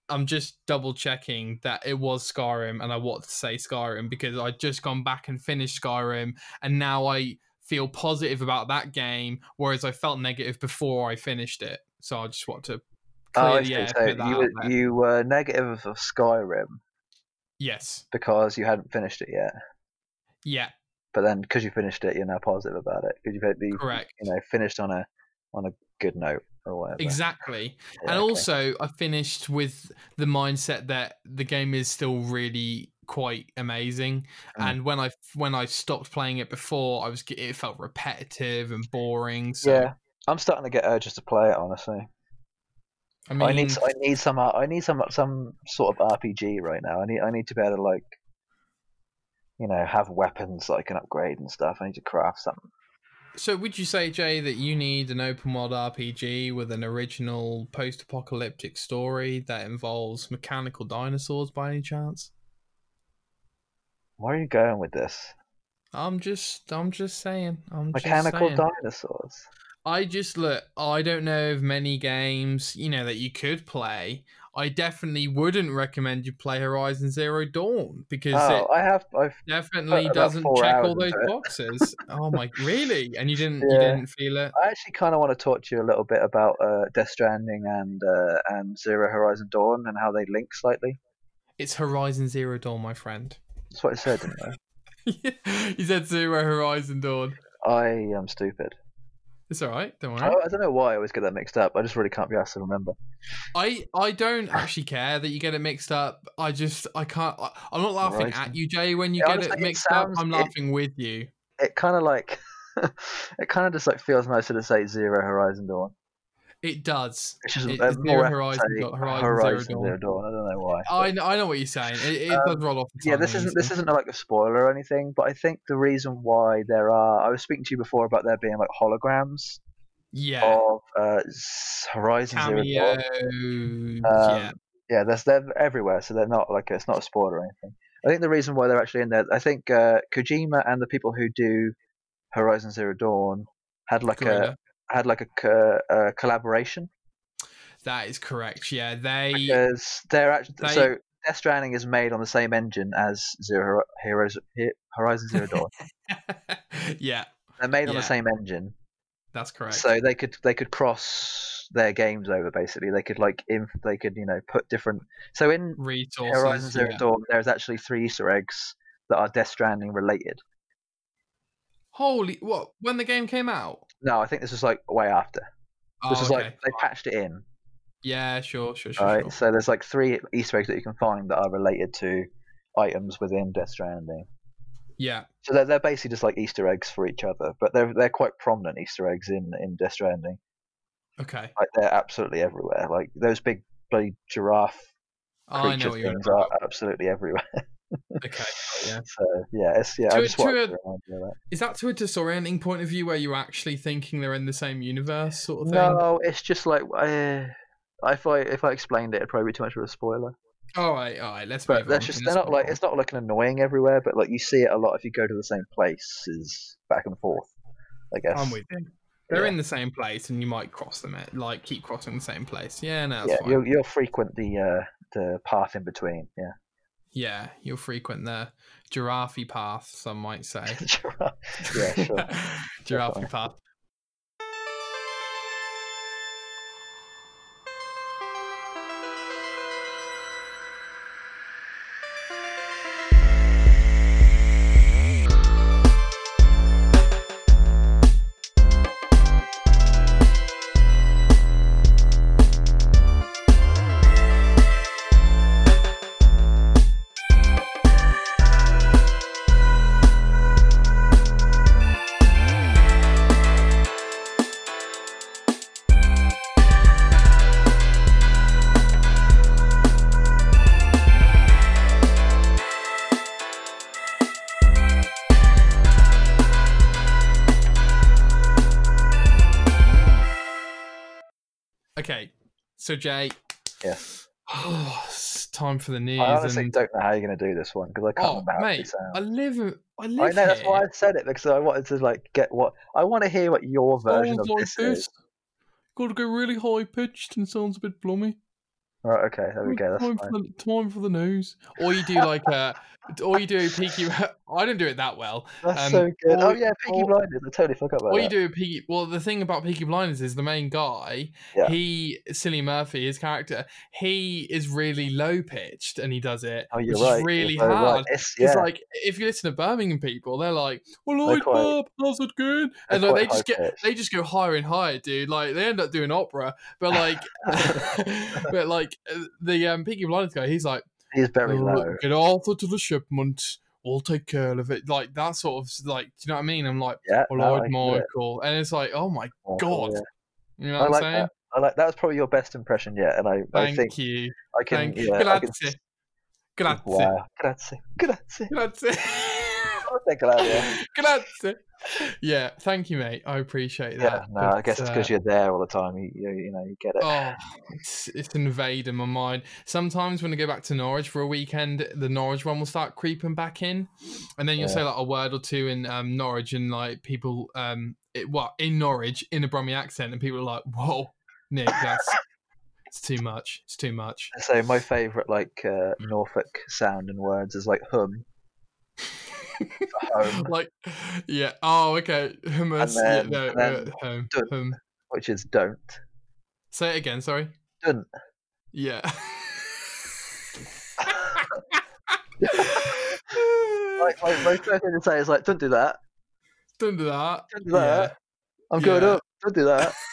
S1: I'm just double checking that it was Skyrim, and I want to say Skyrim because I'd just gone back and finished Skyrim, and now I feel positive about that game, whereas I felt negative before I finished it. So I just want to clear
S2: Oh, I
S1: the
S2: see.
S1: air.
S2: So
S1: put that
S2: you
S1: out
S2: were,
S1: there.
S2: you were negative of Skyrim
S1: yes,
S2: because you hadn't finished it yet,
S1: yeah,
S2: but then because you finished it, you're now positive about it because you, you
S1: correct,
S2: you know finished on a on a good note or whatever.
S1: exactly.
S2: Yeah,
S1: and
S2: okay.
S1: also I finished with the mindset that the game is still really quite amazing.
S2: Mm.
S1: And when I when I stopped playing it before, I was get- it felt repetitive and boring. So
S2: yeah, I'm starting to get urges to play it. Honestly,
S1: I
S2: I,
S1: mean,
S2: need I need some uh, I need some some sort of RPG right now. I need I need to be able to like you know have weapons that I can upgrade and stuff. I need to craft something.
S1: so would you say Jay that you need an open world RPG with an original post apocalyptic story that involves mechanical dinosaurs by any chance?
S2: Where are you going with this?
S1: I'm just I'm just saying. I'm
S2: Mechanical
S1: just saying.
S2: dinosaurs.
S1: I just look, I don't know of many games, you know, that you could play. I definitely wouldn't recommend you play Horizon Zero Dawn because
S2: Oh,
S1: it
S2: I have I've
S1: definitely
S2: about
S1: doesn't
S2: four
S1: check
S2: hours
S1: all those
S2: into it.
S1: boxes. oh my, really? And you didn't, you
S2: Yeah.
S1: didn't feel it?
S2: I actually kind of want to talk to you a little bit about uh, Death Stranding and uh, and Zero Horizon Dawn and how they link slightly.
S1: It's Horizon Zero Dawn, my friend.
S2: That's what I said, didn't I?
S1: you said Zero Horizon Dawn.
S2: I am stupid.
S1: It's all right. Don't
S2: I,
S1: worry.
S2: I don't know why I always get that mixed up. I just really can't be asked to remember.
S1: I I don't actually care that you get it mixed up. I just I can't. I, I'm not laughing
S2: Horizon.
S1: at you, Jay. When you
S2: Yeah,
S1: get
S2: honestly,
S1: it
S2: it
S1: mixed
S2: sounds-
S1: up, I'm
S2: it-
S1: laughing with you.
S2: It kind of like it kind of just like feels nicer to say Zero Horizon Dawn.
S1: It does.
S2: It's just
S1: It-
S2: uh,
S1: it's
S2: more
S1: Zero
S2: effort to
S1: Horizon
S2: say
S1: Dawn- Horizon Zero
S2: Horizon Zero,
S1: Dawn.
S2: Dawn. I don't know why.
S1: I know, I know what you're saying. It, it
S2: Um,
S1: does roll off. The
S2: yeah,
S1: tongue
S2: this isn't this
S1: easily.
S2: isn't like a spoiler or anything, but I think the reason why there are I was speaking to you before about there being like holograms
S1: Yeah.
S2: of uh, s- Horizon Zero
S1: Cameo.
S2: Dawn.
S1: yeah.
S2: Um, Yeah, that's they're everywhere, so they're not like it's not a spoiler or anything. I think the reason why they're actually in there, I think uh, Kojima and the people who do Horizon Zero Dawn had like
S1: Gorilla.
S2: a had like a, co- a collaboration
S1: That is correct. Yeah. They.
S2: because they're actually
S1: They-
S2: so Death Stranding is made on the same engine as Zero Hor- Heroes He- Horizon Zero Dawn.
S1: yeah.
S2: they're made on
S1: Yeah.
S2: the same engine,
S1: That's correct.
S2: so they could they could cross their games over basically. They could like inf- they could you know put different. So in
S1: Resources.
S2: Horizon Zero
S1: yeah.
S2: Dawn, there's actually three Easter eggs that are Death Stranding related.
S1: Holy! What? When the game came out?
S2: No, I think this was like way after. This
S1: oh,
S2: was
S1: okay.
S2: like they patched it in.
S1: yeah. Sure. Sure. Sure.
S2: All right,
S1: sure.
S2: so there's like three Easter eggs that you can find that are related to items within Death Stranding.
S1: Yeah.
S2: So they're, they're basically just like Easter eggs for each other, but they're they're quite prominent Easter eggs in in Death Stranding.
S1: Okay.
S2: Like they're absolutely everywhere. Like those big bloody giraffe
S1: Oh, I
S2: creature
S1: know what you're.
S2: things are absolutely everywhere.
S1: Okay. Yeah.
S2: So yeah, it's yeah.
S1: To
S2: I
S1: a-
S2: just wanted
S1: to a-
S2: to remind you of that.
S1: Is that to a disorienting point of view where you're actually thinking they're in the same universe, sort of thing?
S2: No, it's just like uh, if I if I explained it, it'd probably be too much of a spoiler.
S1: All right, all right. Let's
S2: But
S1: move
S2: that's
S1: on.
S2: just
S1: Let's
S2: they're not
S1: move
S2: like
S1: on.
S2: it's not like an annoying everywhere, but like you see it a lot if you go to the same places back and forth. I guess.
S1: I'm with you. They're
S2: Yeah.
S1: in the same place, and you might cross them at like keep crossing the same place. Yeah, no, that's
S2: yeah,
S1: fine.
S2: you'll you'll frequent the uh the path in between. Yeah.
S1: Yeah, you'll frequent the giraffe path, some might say.
S2: yeah, sure.
S1: giraffe path. Okay, so Jay.
S2: Yes.
S1: it's time for the news.
S2: I honestly
S1: and-
S2: don't know how you're going to do this one because I can't
S1: oh,
S2: remember how
S1: mate,
S2: it sounds.
S1: I live. I live
S2: I know that's
S1: here.
S2: why I said it because I wanted to like get what I want to hear what your
S1: Oh,
S2: version of this is.
S1: Got to go really high pitched and sounds a bit blummy.
S2: Right, okay, there we go. That's
S1: time,
S2: fine.
S1: For the, time for the news. Or you do like a, or you do a Peaky. I don't do it that well.
S2: That's
S1: um,
S2: so good.
S1: all-
S2: oh yeah, Peaky
S1: all-
S2: Blinders. I totally forgot about
S1: What you
S2: that.
S1: do with Peaky? Well, the thing about Peaky Blinders is the main guy.
S2: Yeah.
S1: He, Silly Murphy, his character. He is really low pitched, and he does it.
S2: Oh,
S1: which
S2: you're
S1: is
S2: right.
S1: really
S2: you're so right.
S1: hard.
S2: It's, yeah,
S1: It's like if you listen to Birmingham people, they're like, "Well,
S2: They're
S1: I
S2: quite-
S1: Bob, how's it good?"
S2: they're
S1: And like, they
S2: quite
S1: just get
S2: high-pitched.
S1: they just go higher and higher, dude. Like they end up doing opera, but like, but like uh, the um, Peaky Blinders guy, he's like,
S2: he's very
S1: "Oh,
S2: low.
S1: "Get Arthur to the shipment. We'll take care of it." Like that sort of like, do you know what I mean? I'm like,
S2: Yeah,
S1: "Well,
S2: no, I
S1: oh, Lord
S2: get it.
S1: Michael," and it's like, "Oh my
S2: Oh,
S1: god,"
S2: yeah.
S1: you know
S2: I
S1: what
S2: like
S1: I'm saying?
S2: that. I like that was probably your best impression yet, and I, I
S1: Thank
S2: think
S1: you,
S2: I can.
S1: thank you.
S2: Yeah, I can,
S1: Grazie, grazie,
S2: wow, grazie, grazie.
S1: grazie.
S2: I'll take that. Yeah,
S1: Grazie. Yeah, thank you, mate. I appreciate that.
S2: yeah no, I guess it's
S1: uh,
S2: because you're there all the time. You, you, you know, you get it.
S1: Oh, it's, it's invading my mind. Sometimes when I go back to Norwich for a weekend, the Norwich one will start creeping back in, and then you'll
S2: Yeah.
S1: say like a word or two in um, Norwich, and like people, um, it, what in Norwich in a Brummie accent, and people are like, "Whoa, Nick, that's it's too much. It's too much."
S2: So my favourite like uh, Norfolk sound and words is like hum. home,
S1: like, yeah. Oh, okay. Hummus.
S2: then-
S1: yeah, no,
S2: Um, and then-
S1: uh, hum,
S2: Dun.
S1: hum.
S2: which is don't.
S1: Say it again. Sorry.
S2: Dun.
S1: Yeah.
S2: Like, like my first thing to say is like, don't do that.
S1: Don't do that.
S2: Don't do that. I'm going
S1: Yeah.
S2: up. Don't do
S1: Yeah.
S2: that.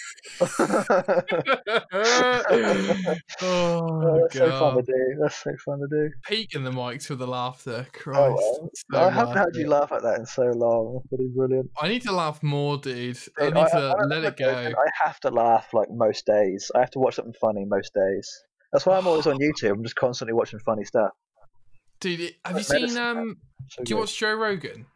S2: Oh,
S1: oh,
S2: that's so fun to
S1: God.
S2: do. That's so fun to do.
S1: Peeking the mics with the laughter.
S2: Oh,
S1: Christ.
S2: well.
S1: so
S2: I haven't had
S1: worth
S2: you
S1: it.
S2: laugh at that in so long. That's pretty brilliant.
S1: I need to laugh more, dude.
S2: I-
S1: I need
S2: I-
S1: to
S2: I-
S1: let it
S2: I-
S1: go.
S2: I have to laugh like most days. I have to watch something funny most days. That's why I'm always on YouTube. I'm just constantly watching funny stuff.
S1: Dude, it- have you
S2: medicine,
S1: seen.
S2: man.
S1: um?
S2: So
S1: Do you
S2: good.
S1: watch Joe Rogan?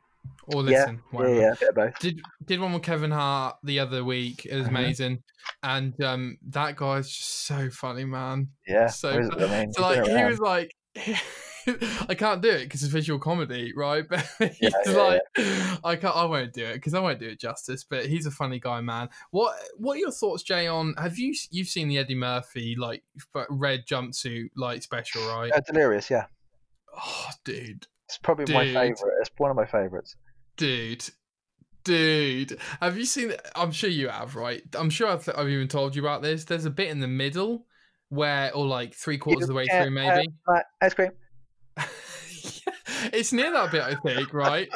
S1: Or
S2: Yeah,
S1: listen?
S2: Yeah,
S1: whatever.
S2: yeah, a bit of both.
S1: did did one with Kevin Hart the other week. It was
S2: Mhm.
S1: amazing, and um, that guy's just so funny, man.
S2: Yeah.
S1: So
S2: what is it, I mean,
S1: So
S2: He's
S1: like
S2: been
S1: he
S2: around.
S1: was like, I can't do it because it's visual comedy, right? But he's
S2: yeah,
S1: like, I can't, I won't do it because I won't do it justice. But he's a funny guy, man. What What are your thoughts, Jay? On have you you've seen the Eddie Murphy like f- red jumpsuit like special, right?
S2: Uh, Delirious, yeah.
S1: Oh, dude,
S2: It's probably my
S1: Dude.
S2: favorite. It's one of my favorites.
S1: dude dude have you seen i'm sure you have right i'm sure I've, I've even told you about this there's a bit in the middle where or like three quarters of the way
S2: Yeah,
S1: through maybe
S2: Uh, ice cream.
S1: it's near that bit i think right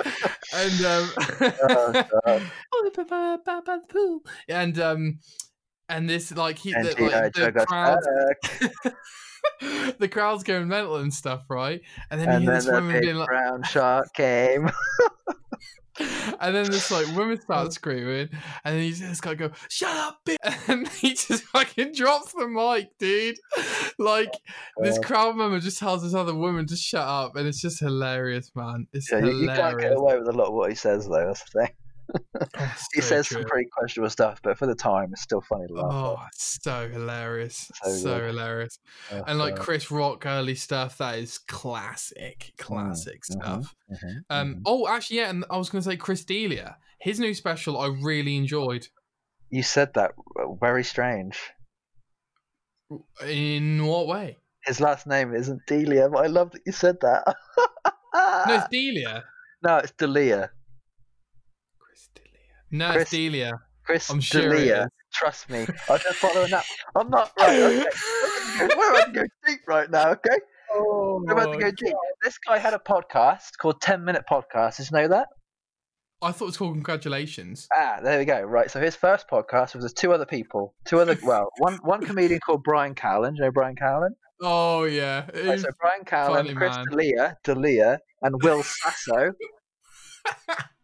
S1: and um
S2: Oh, God.
S1: Oh, ba- ba- ba- ba- poo. and um and this like he
S2: And uh,
S1: the,
S2: G.I.
S1: like,
S2: Joe
S1: the
S2: goes
S1: crowd
S2: back,
S1: the crowd's going mental and stuff right and then
S2: and
S1: you hear
S2: then
S1: this
S2: the
S1: woman
S2: big
S1: being like
S2: brown shark came.
S1: And then this like woman starts screaming, and then he's this guy go, "Shut up!" Bitch! And he just fucking drops the mic, dude. Like this
S2: God.
S1: crowd member just tells this other woman to shut up, and it's just hilarious, man. It's
S2: yeah, you, you can't get
S1: hilarious.
S2: away with a lot of what he says, though. That's the thing.
S1: Oh, it's
S2: He
S1: so
S2: says
S1: true.
S2: some pretty questionable stuff, but for the time, it's still funny to laugh. at.
S1: Oh, it's so hilarious.
S2: So
S1: So,
S2: good.
S1: hilarious.
S2: Oh,
S1: And like
S2: God.
S1: Chris Rock early stuff, that is classic, classic
S2: mhm.
S1: stuff.
S2: Mhm,
S1: Um.
S2: mhm.
S1: Oh, actually, yeah. And I was gonna say Chris Delia. His new special, I really enjoyed.
S2: you said that uh, very strange.
S1: In what way?
S2: His last name isn't Delia, but I love that you said that. Uh,
S1: No, it's Delia.
S2: no, it's Delia.
S1: Chris Delia. No,
S2: Chris-
S1: it's Delia.
S2: Chris
S1: I'm sure it
S2: Delia.
S1: is.
S2: Trust me. I'm just following that. I'm not right. Okay. We're about to go deep right now, okay? We're about to go deep. This guy had a podcast called 10 Minute Podcast. Did you know that?
S1: Oh, I thought it was called Congratulations.
S2: Ah, there we go. Right, so his first podcast was with two other people, two other well, one one comedian called Brian Callen. Do you know Brian Callen?
S1: Oh yeah.
S2: Right, so Brian
S1: funny
S2: Callen, Chris
S1: man.
S2: D'Elia, D'Elia, and Will Sasso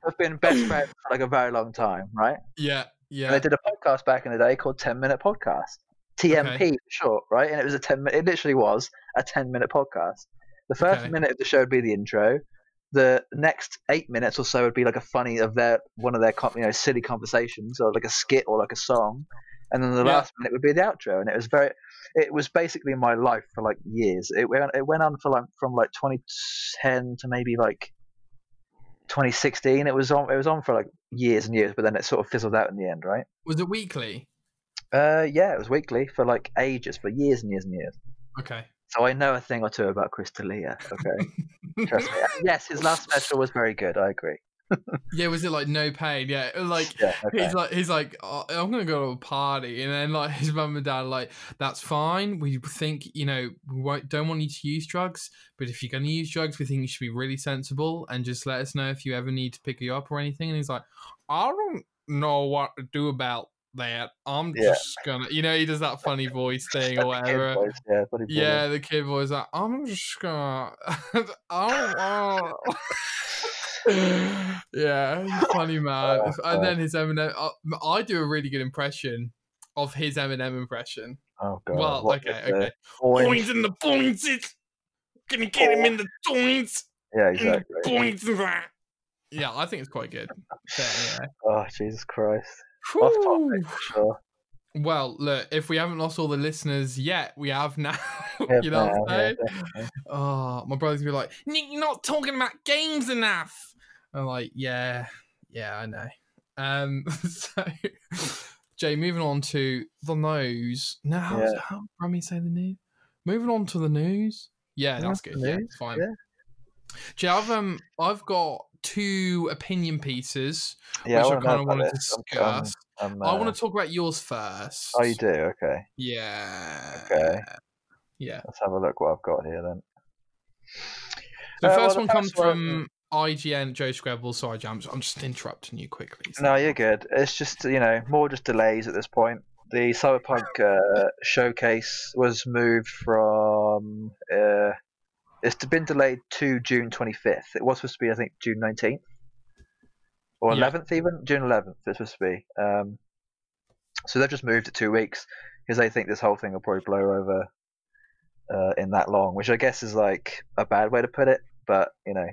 S2: have been best friends for like a very long time, right?
S1: yeah, yeah.
S2: And they did a podcast back in the day called Ten Minute Podcast, TMP
S1: Okay.
S2: for short, right? And it was a ten minute. It literally was a ten minute podcast. The first
S1: Okay.
S2: minute of the show would be the intro. The next eight minutes or so would be like a funny of their one of their com- you know silly conversations or like a skit or like a song, and then the
S1: Yeah.
S2: last minute would be the outro. And it was very, it was basically my life for like years. It went it went on for like from like 2010 to maybe like 2016. It was on it was on for like years and years, but then it sort of fizzled out in the end, right?
S1: Was it weekly?
S2: Uh, yeah, it was weekly for like ages, for years and years and years.
S1: Okay.
S2: So I know a thing or two about Chris D'Elia. Okay, trust me. And Yes, his last special was very good. I agree.
S1: yeah, was it like no pain? Yeah, like
S2: Yeah. Okay.
S1: He's like, he's like, "Oh, I'm gonna go to a party, and then like his mum and dad are like, that's fine. We think you know we won't, don't want you to use drugs, but if you're gonna use drugs, we think you should be really sensible and just let us know if you ever need to pick you up or anything. And he's like, I don't know what to do about that. I'm
S2: Yeah.
S1: just gonna, you know, he does that funny voice thing or
S2: The kid
S1: whatever.
S2: voice, yeah, bloody brilliant.
S1: Yeah, the kid was like, I'm just gonna. I don't know. yeah, he's funny man.
S2: Oh,
S1: and
S2: God.
S1: then his Eminem. I, I do a really good impression of his Eminem impression.
S2: Oh god.
S1: well,
S2: what
S1: okay,
S2: was the
S1: okay.
S2: orange-
S1: Points in the points. It's gonna get
S2: Oh.
S1: him in the points.
S2: Yeah,
S1: in the
S2: exactly.
S1: Points. Yeah, I think it's quite good. But anyway.
S2: Oh Jesus Christ. Off topic, for sure.
S1: Well, look, if we haven't lost all the listeners yet, we have now.
S2: Yeah,
S1: you know what I'm
S2: man, yeah,
S1: saying?
S2: definitely.
S1: Oh, my brother's gonna be like, Nick, you're not talking about games enough. I'm like, yeah, yeah, I know. Um, so, Jay, moving on to the news. No, how,
S2: Yeah.
S1: how can we say the news? Moving on to the news. Yeah,
S2: Yeah,
S1: that's
S2: the
S1: good. Yeah,
S2: news,
S1: fine.
S2: yeah.
S1: Jay, I've um, I've got two opinion pieces
S2: Yeah,
S1: which I,
S2: I
S1: kind of
S2: want
S1: want
S2: to
S1: to discuss. I want to talk about yours first.
S2: uh, Oh, you do? Okay.
S1: Yeah.
S2: Okay.
S1: Yeah.
S2: Let's have a look what I've got here then.
S1: The
S2: Uh, well,
S1: first
S2: the
S1: one
S2: first
S1: comes
S2: one-
S1: from IGN Joe Scrabble. Sorry, Jams. I'm just interrupting you quickly. so-
S2: No, you're good. It's just you know more just delays at this point. The Cyberpunk uh, showcase was moved from uh, it's been delayed to June 25th. It was supposed to be I think June 19th or
S1: Yeah.
S2: 11th even June 11th. It's supposed to be. Um, so they've just moved it two weeks because they think this whole thing will probably blow over uh, in that long, which I guess is like a bad way to put it. But you know,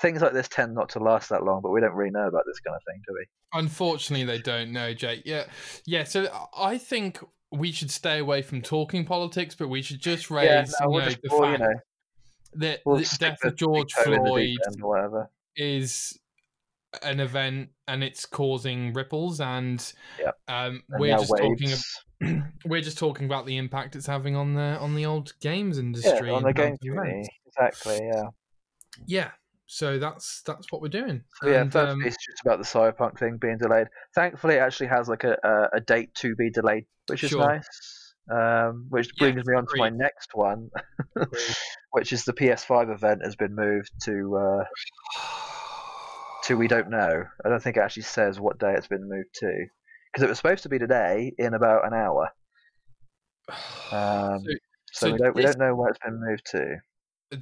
S2: things like this tend not to last that long. But we don't really know about this kind of thing, do we?
S1: Unfortunately, they don't know, Jake. Yeah. Yeah. So I think we should stay away from talking politics, but we should just raise
S2: no,
S1: you
S2: we'll
S1: know,
S2: just-
S1: the
S2: we'll, you
S1: fact
S2: know,
S1: that
S2: we'll
S1: the
S2: stick
S1: death
S2: the
S1: of George
S2: toe in the deep
S1: Floyd
S2: end or whatever.
S1: is an event and it's causing ripples and
S2: Yeah.
S1: um,
S2: And
S1: we're
S2: now
S1: just talking
S2: waves.
S1: we're just talking about the impact it's having on the on the old games
S2: yeah,
S1: industry
S2: on the
S1: and
S2: game
S1: the events.
S2: community. Exactly, yeah.
S1: yeah so that's that's what we're doing
S2: So yeah,
S1: And,
S2: first
S1: um,
S2: piece is just about the cyberpunk thing being delayed. Thankfully, it actually has like a, a, a date to be delayed, which is
S1: Sure.
S2: nice. Um, which
S1: Yeah,
S2: brings me on to my next one, which is the PS5 event has been moved to uh, to we don't know. I don't think it actually says what day it's been moved to because it was supposed to be today in about an hour. Um,
S1: So-
S2: so,
S1: so
S2: we don't we
S1: this-
S2: don't know where it's been moved to.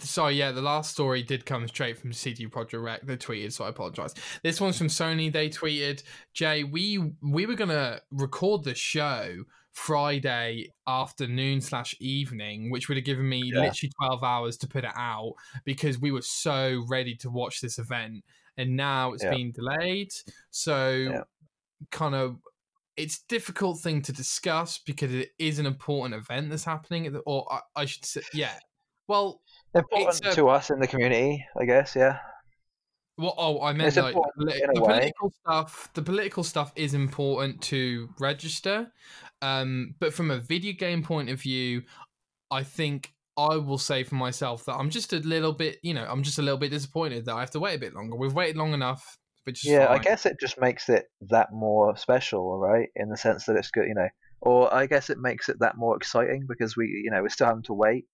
S1: sorry yeah the last story did come straight from cd project Red. they tweeted so i apologize this one's from sony they tweeted jay we we were gonna record the show friday afternoon slash evening which would have given me
S2: Yeah.
S1: literally 12 hours to put it out because we were so ready to watch this event and now it's
S2: Yeah.
S1: been delayed so
S2: Yeah.
S1: kind of it's a difficult thing to discuss because it is an important event that's happening at the- or I, I should say yeah well
S2: Important
S1: a-
S2: to us in the community, I guess. Yeah.
S1: Well, oh, I meant
S2: It's
S1: like
S2: important
S1: polit-
S2: in a
S1: the
S2: way.
S1: political stuff. The political stuff is important to register, um, but from a video game point of view, I think I will say for myself that I'm just a little bit, you know, I'm just a little bit disappointed that I have to wait a bit longer. We've waited long enough, which is
S2: yeah, I
S1: fine.
S2: guess it just makes it that more special, right? In the sense that it's good, you know, or I guess it makes it that more exciting because we, you know, we're still having to wait.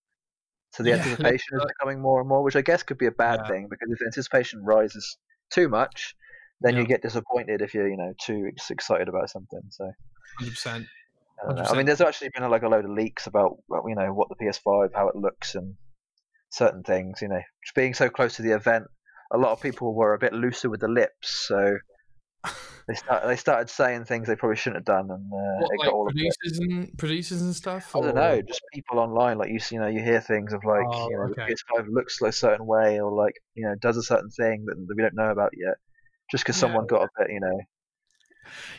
S2: So the
S1: Yeah,
S2: anticipation is
S1: uh,
S2: becoming more and more, which I guess could be a bad
S1: Yeah.
S2: thing because if anticipation rises too much, then
S1: Yeah.
S2: you get disappointed if you're, you know, too ex- excited about something. So
S1: 100%.
S2: I, don't know. I
S1: 100%.
S2: mean, there's actually been like a load of leaks about, well, you know, what the PS5, how it looks, and certain things. You know, Just being so close to the event, a lot of people were a bit looser with the lips, so they start they started saying things they probably shouldn't have done, and uh,
S1: What,
S2: it got
S1: like
S2: all a bit.
S1: producers and producers and stuff?
S2: I don't
S1: or-
S2: know, just people online, like you, see- you know, you hear things of like,
S1: Oh,
S2: you know, the
S1: okay.
S2: PS5 looks like a certain way, or like, you know, does a certain thing that we don't know about yet, just because
S1: Yeah.
S2: someone got a bit, you know,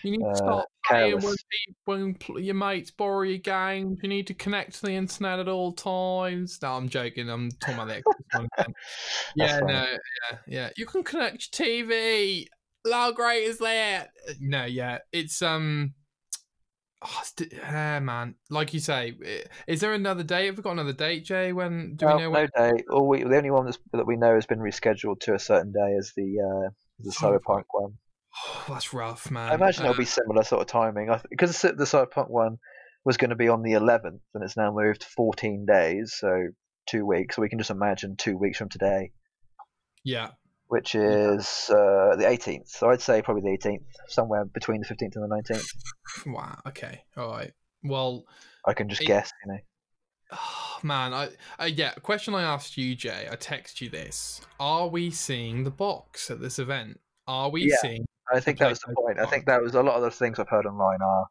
S1: You need to
S2: uh,
S1: start playing when,
S2: careless.
S1: people, when pl- your mates borrow your games. You need to connect to the internet at all times. No, I'm joking. I'm talking about that. one again.
S2: That's
S1: yeah,
S2: funny.
S1: no, yeah, yeah. You can connect your TV. How great is that? No, yeah, it's um. Oh, it's di- ah, man, like you say, i- is there another date? Have we got another date, Jay? When do
S2: no,
S1: we know?
S2: no
S1: when?
S2: day. All we, the only one that's, that we know has been rescheduled to a certain day is the uh, the Cyberpunk
S1: Cyberpunk.
S2: one.
S1: Oh, that's rough, man.
S2: I imagine
S1: Uh,
S2: it'll be similar sort of timing because the Cyberpunk one was going to be on the 11th and it's now moved 14 days, so two weeks. So we can just imagine two weeks from today,
S1: Uh, yeah,
S2: which is uh, the 18th. So I'd say probably the 18th, somewhere between the 15th and the 19th.
S1: wow. Okay, all right. Well,
S2: I can just
S1: It-
S2: guess, you know.
S1: Oh, man, I, I yeah. Question I asked you, Jay. I text you this. Are we seeing the box at this event? Are we
S2: Yeah.
S1: seeing?
S2: I think that was the point. I think that was a lot of the things I've heard online are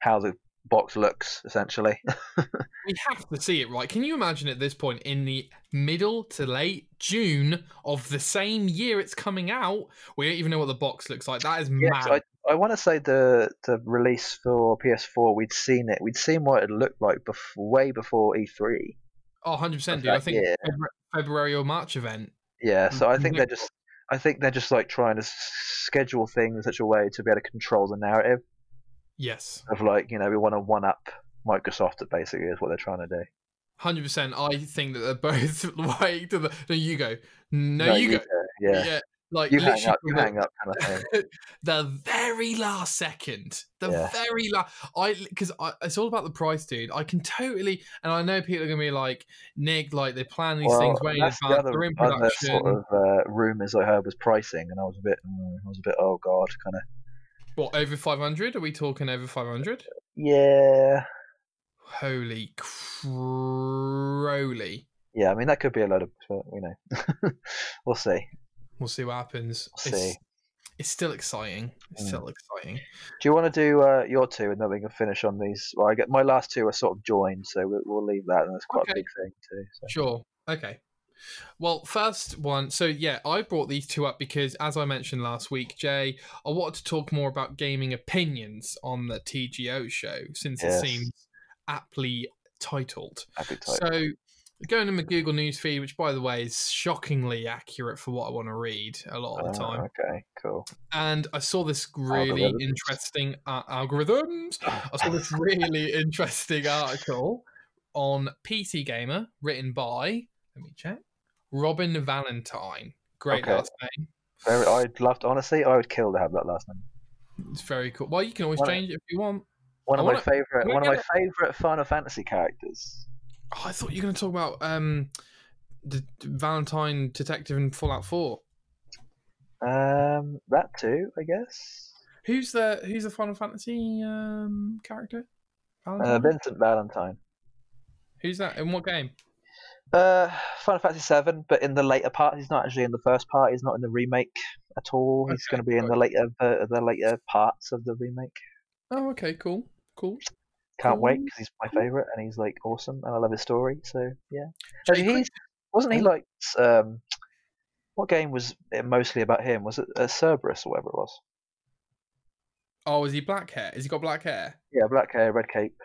S2: how the box looks essentially.
S1: We have to see it, right? Can you imagine at this point in the middle to late June of the same year it's coming out? We don't even know what the box looks like. That is
S2: Yes,
S1: mad.
S2: I, I want to say the the release for PS4, we'd seen it, we'd seen what it looked like bef- way before E3.
S1: oh, 100 percent, dude.
S2: that
S1: I think
S2: year.
S1: February, February or March event.
S2: Yeah, so I think
S1: Mhm.
S2: they're just, I think they're just like trying to s- schedule things in such a way to be able to control the narrative
S1: Yes.
S2: of like, you know, we want to one up Microsoft. Basically, is what they're trying to do.
S1: Hundred percent. I think that they're both like to the. No, you go. No, you, go.
S2: Yeah,
S1: Like
S2: you hang
S1: literally
S2: up, you
S1: from the-
S2: hang up, kind of thing.
S1: the very last second the
S2: Yeah.
S1: very last i because it's all about the price dude i can totally and i know people are gonna be like nick like they plan these
S2: well,
S1: things way in
S2: that's
S1: advance
S2: the other,
S1: they're in
S2: other
S1: production
S2: sort of uh, rumors I heard was pricing, and I was a bit, mm, I was a bit, oh god, kind of.
S1: what over 500 are we talking over 500
S2: Yeah,
S1: holy crowley
S2: yeah. I mean, that could be a load of, but, you know, we'll see.
S1: we'll see what happens
S2: We'll
S1: it's,
S2: see.
S1: it's still exciting it's
S2: Mm.
S1: still exciting
S2: Do you want to do uh, your two, and then we can finish on these? Well, I get my last two are sort of joined, so we'll, we'll leave that, and that's quite a
S1: Okay.
S2: big thing too. So.
S1: Sure. Okay. Well, first one. So yeah, I brought these two up because, as I mentioned last week, Jay, I wanted to talk more about gaming opinions on the TGO show since
S2: Yes.
S1: it seems aptly titled.
S2: Happy type.
S1: So going to my Google News feed, which by the way is shockingly accurate for what I want to read a lot of the
S2: Ah,
S1: time,
S2: Okay, cool.
S1: and I saw this really
S2: Algorithms.
S1: interesting uh, algorithms. I saw this really interesting article on PC Gamer written by, let me check, Robin Valentine. Great
S2: Okay.
S1: last name.
S2: Very, I'd love to, honestly, I would kill to have that last name.
S1: It's very cool. Well, you can always
S2: Why not?
S1: change it if you want.
S2: One
S1: I
S2: of my
S1: wanna-
S2: favorite,
S1: we
S2: one of my
S1: gotta-
S2: favorite Final Fantasy characters.
S1: Oh, I thought you were going to talk about um, the Valentine detective in Fallout 4.
S2: Um, that too, I guess.
S1: Who's the who's the Final Fantasy um, character?
S2: Uh,
S1: Valentine?
S2: Vincent Valentine.
S1: who's that? In what game?
S2: Uh, Final Fantasy Seven, but in the later part, he's not actually in the first part. He's not in the remake at all. He's
S1: Okay,
S2: going to be in the later, ver- the later parts of the remake.
S1: Oh, okay, cool, cool.
S2: Can't wait
S1: Cool.
S2: because he's my
S1: Mm.
S2: favorite and he's like awesome and I love his story. So yeah,
S1: Jay,
S2: Actually,
S1: quick-
S2: he's, wasn't he
S1: I
S2: like s- um, what game was it mostly about him? Was it uh, Cerberus or whatever it was?
S1: Oh, is he black hair? Has he got black hair?
S2: Yeah, black hair, red cape.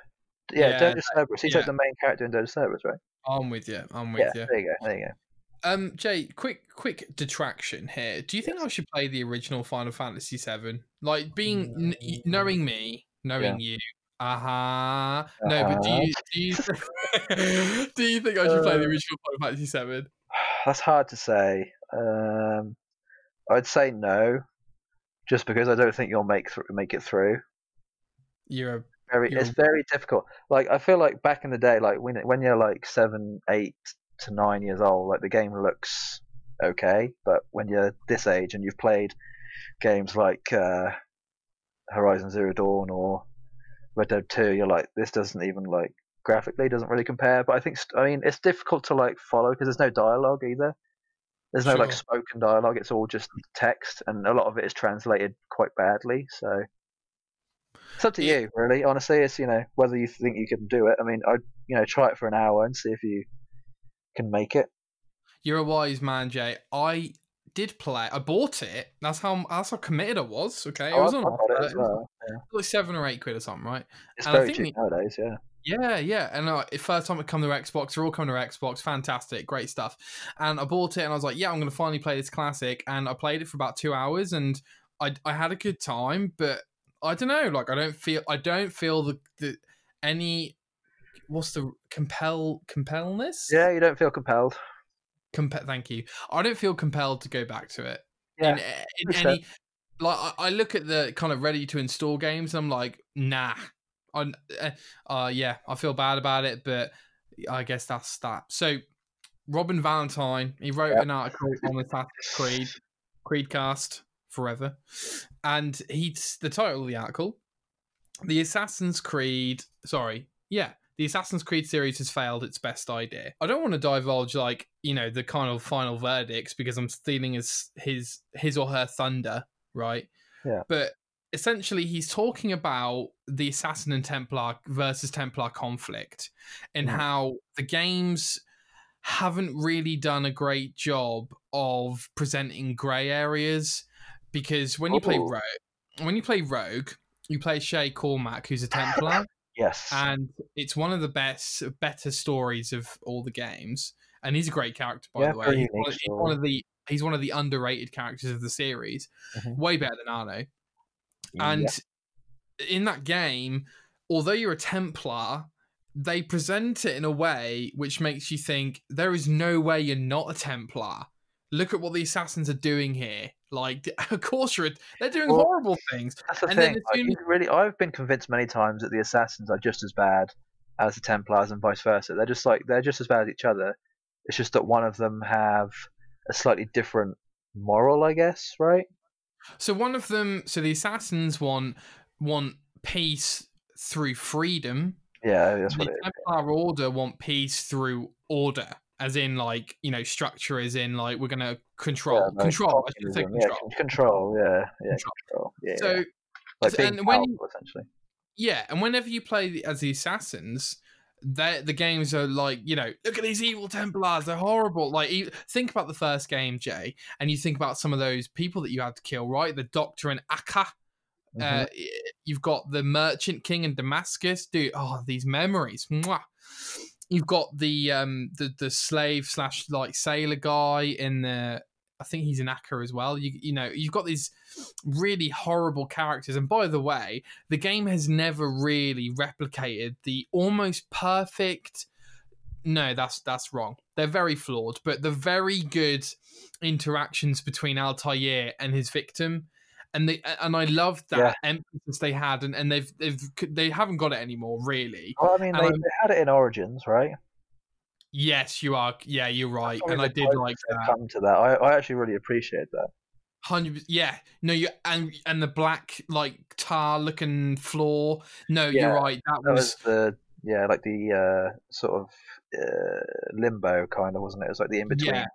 S2: Yeah,
S1: Yeah,
S2: Dota Cerberus. He's
S1: yeah.
S2: like the main character in Dota Cerberus, right?
S1: I'm with you. I'm with
S2: Yeah,
S1: you.
S2: there you go, there you go.
S1: Um, Jay, quick, quick detraction here. Do you think
S2: Yes.
S1: I should
S2: Mm.
S1: play the original Final Fantasy VII? Like being kn- y- knowing me, knowing you, Uh huh. No, but do you do you, th- do you think I should play the
S2: Uh-huh. Uh.
S1: original Final Fantasy Seven?
S2: That's hard to say. Um, I'd say no, just because I don't think you'll make thr make it through.
S1: You're a
S2: Very,
S1: You're-
S2: it's very difficult. Like I feel like back in the day, like when when you're like seven, eight to nine years old, like the game looks okay, but when you're this age and you've played games like uh, Horizon Zero Dawn or Red Dead Two, you're like, this doesn't even like graphically doesn't really compare. But I think st- I mean it's difficult to like follow because there's no dialogue either. There's no like
S1: Sure.
S2: spoken dialogue. It's all just text, and a lot of it is translated quite badly. So it's up to
S1: Yeah.
S2: you, really. Honestly, it's you know whether you think you can do it. I mean, I you know try it for an hour and see if you can make it.
S1: you're a wise man, Jay. I did play. I bought it. That's how that's how committed I was. Okay, it
S2: Oh,
S1: was
S2: I've
S1: on
S2: got it
S1: offer.
S2: as
S1: It was
S2: well. Yeah.
S1: like seven or eight quid or something, right?
S2: It's
S1: And I
S2: very
S1: think
S2: cheap nowadays. Yeah.
S1: Yeah, yeah. And uh, it- first time it come to Xbox, they're all coming to Xbox. Fantastic, great stuff. And I bought it, and I was like, yeah, I'm going to finally play this classic. And I played it for about two hours, and I I had a good time, but I don't know, like I don't feel I don't feel the, the any what's the compel compelness
S2: Yeah, you don't feel compelled.
S1: Compe- thank you. I don't feel compelled to go back to it.
S2: Yeah,
S1: in, in
S2: understand.
S1: any like I, I look at the kind of ready to install games, and I'm like, nah. I, uh, uh, yeah, I feel bad about it, but I guess that's that. So, Robin Valentine, he wrote
S2: Yep.
S1: an article on the Assassin's Creed, Creedcast forever, and he's the title of the article: "The Assassin's Creed." Sorry, yeah, the Assassin's Creed series has failed its best idea. I don't want to divulge like you know the kind of final verdicts because I'm stealing his his his or her thunder, right?
S2: Yeah.
S1: But essentially, he's talking about the Assassin and Templar versus Templar conflict and
S2: Mhm.
S1: how the games haven't really done a great job of presenting grey areas because when you play
S2: Ooh.
S1: Rogue, when you play Rogue, you play Shay Cormac, who's a Templar
S2: Yes.
S1: and it's one of the best better stories of all the games and he's a great character by
S2: Yeah,
S1: the way
S2: very
S1: he's one,
S2: unique
S1: he's one of the he's one of the underrated characters of the series
S2: Mhm.
S1: way better than arno
S2: Yeah.
S1: and in that game although you're a templar they present it in a way which makes you think there is no way you're not a templar look at what the assassins are doing here like of course you're a, they're doing
S2: Well,
S1: horrible things
S2: That's the
S1: And then
S2: thing.
S1: as
S2: like,
S1: soon
S2: you really, I've been convinced many times that the assassins are just as bad as the Templars and vice versa. They're just like they're just as bad as each other. It's just that one of them have a slightly different moral, I guess. Right?
S1: So one of them, so the assassins want want peace through freedom.
S2: Yeah, that's
S1: the
S2: what it is.
S1: Templar Order want peace through order, as in like you know structure, as in like we're gonna control,
S2: Yeah, like
S1: control. I should say
S2: communism, yeah,
S1: control.
S2: con- control. Yeah, yeah,
S1: Control.
S2: control. Yeah,
S1: So
S2: yeah. like
S1: so-
S2: being
S1: and when you-
S2: powerful, essentially.
S1: Yeah, and whenever you play the, as the assassins, the the games are like you know, look at these evil Templars, they're horrible. Like e- think about the first game, Jay, and you think about some of those people that you had to kill, right? The Doctor and Akka.
S2: Mhm.
S1: Uh, y- you've got the Merchant King in Damascus, dude. Oh, these memories. Mwah. You've got the um the the slave slash like sailor guy in the. I think he's in Akka as well. You you know you've got these really horrible characters. And by the way, the game has never really replicated the almost perfect. No, that's that's wrong. They're very flawed, but the very good interactions between Altair and his victim and they and I love that
S2: Yeah.
S1: emphasis they had, and, and they've they've they haven't got it anymore, really.
S2: Mm-hmm. Well, I mean, they,
S1: um,
S2: they had it in Origins, right?
S1: Yes, you are. Yeah, you're right,
S2: Probably
S1: and
S2: the
S1: I did
S2: closest
S1: like
S2: they've
S1: that.
S2: Come to that, I, I actually really appreciate that.
S1: Hundred. Yeah, no, you and and the black like tar looking floor. No,
S2: Yeah,
S1: you're right. That,
S2: That
S1: was,
S2: was the yeah, like the uh, sort of uh, limbo kind of wasn't it? It was like the in between
S1: Yeah.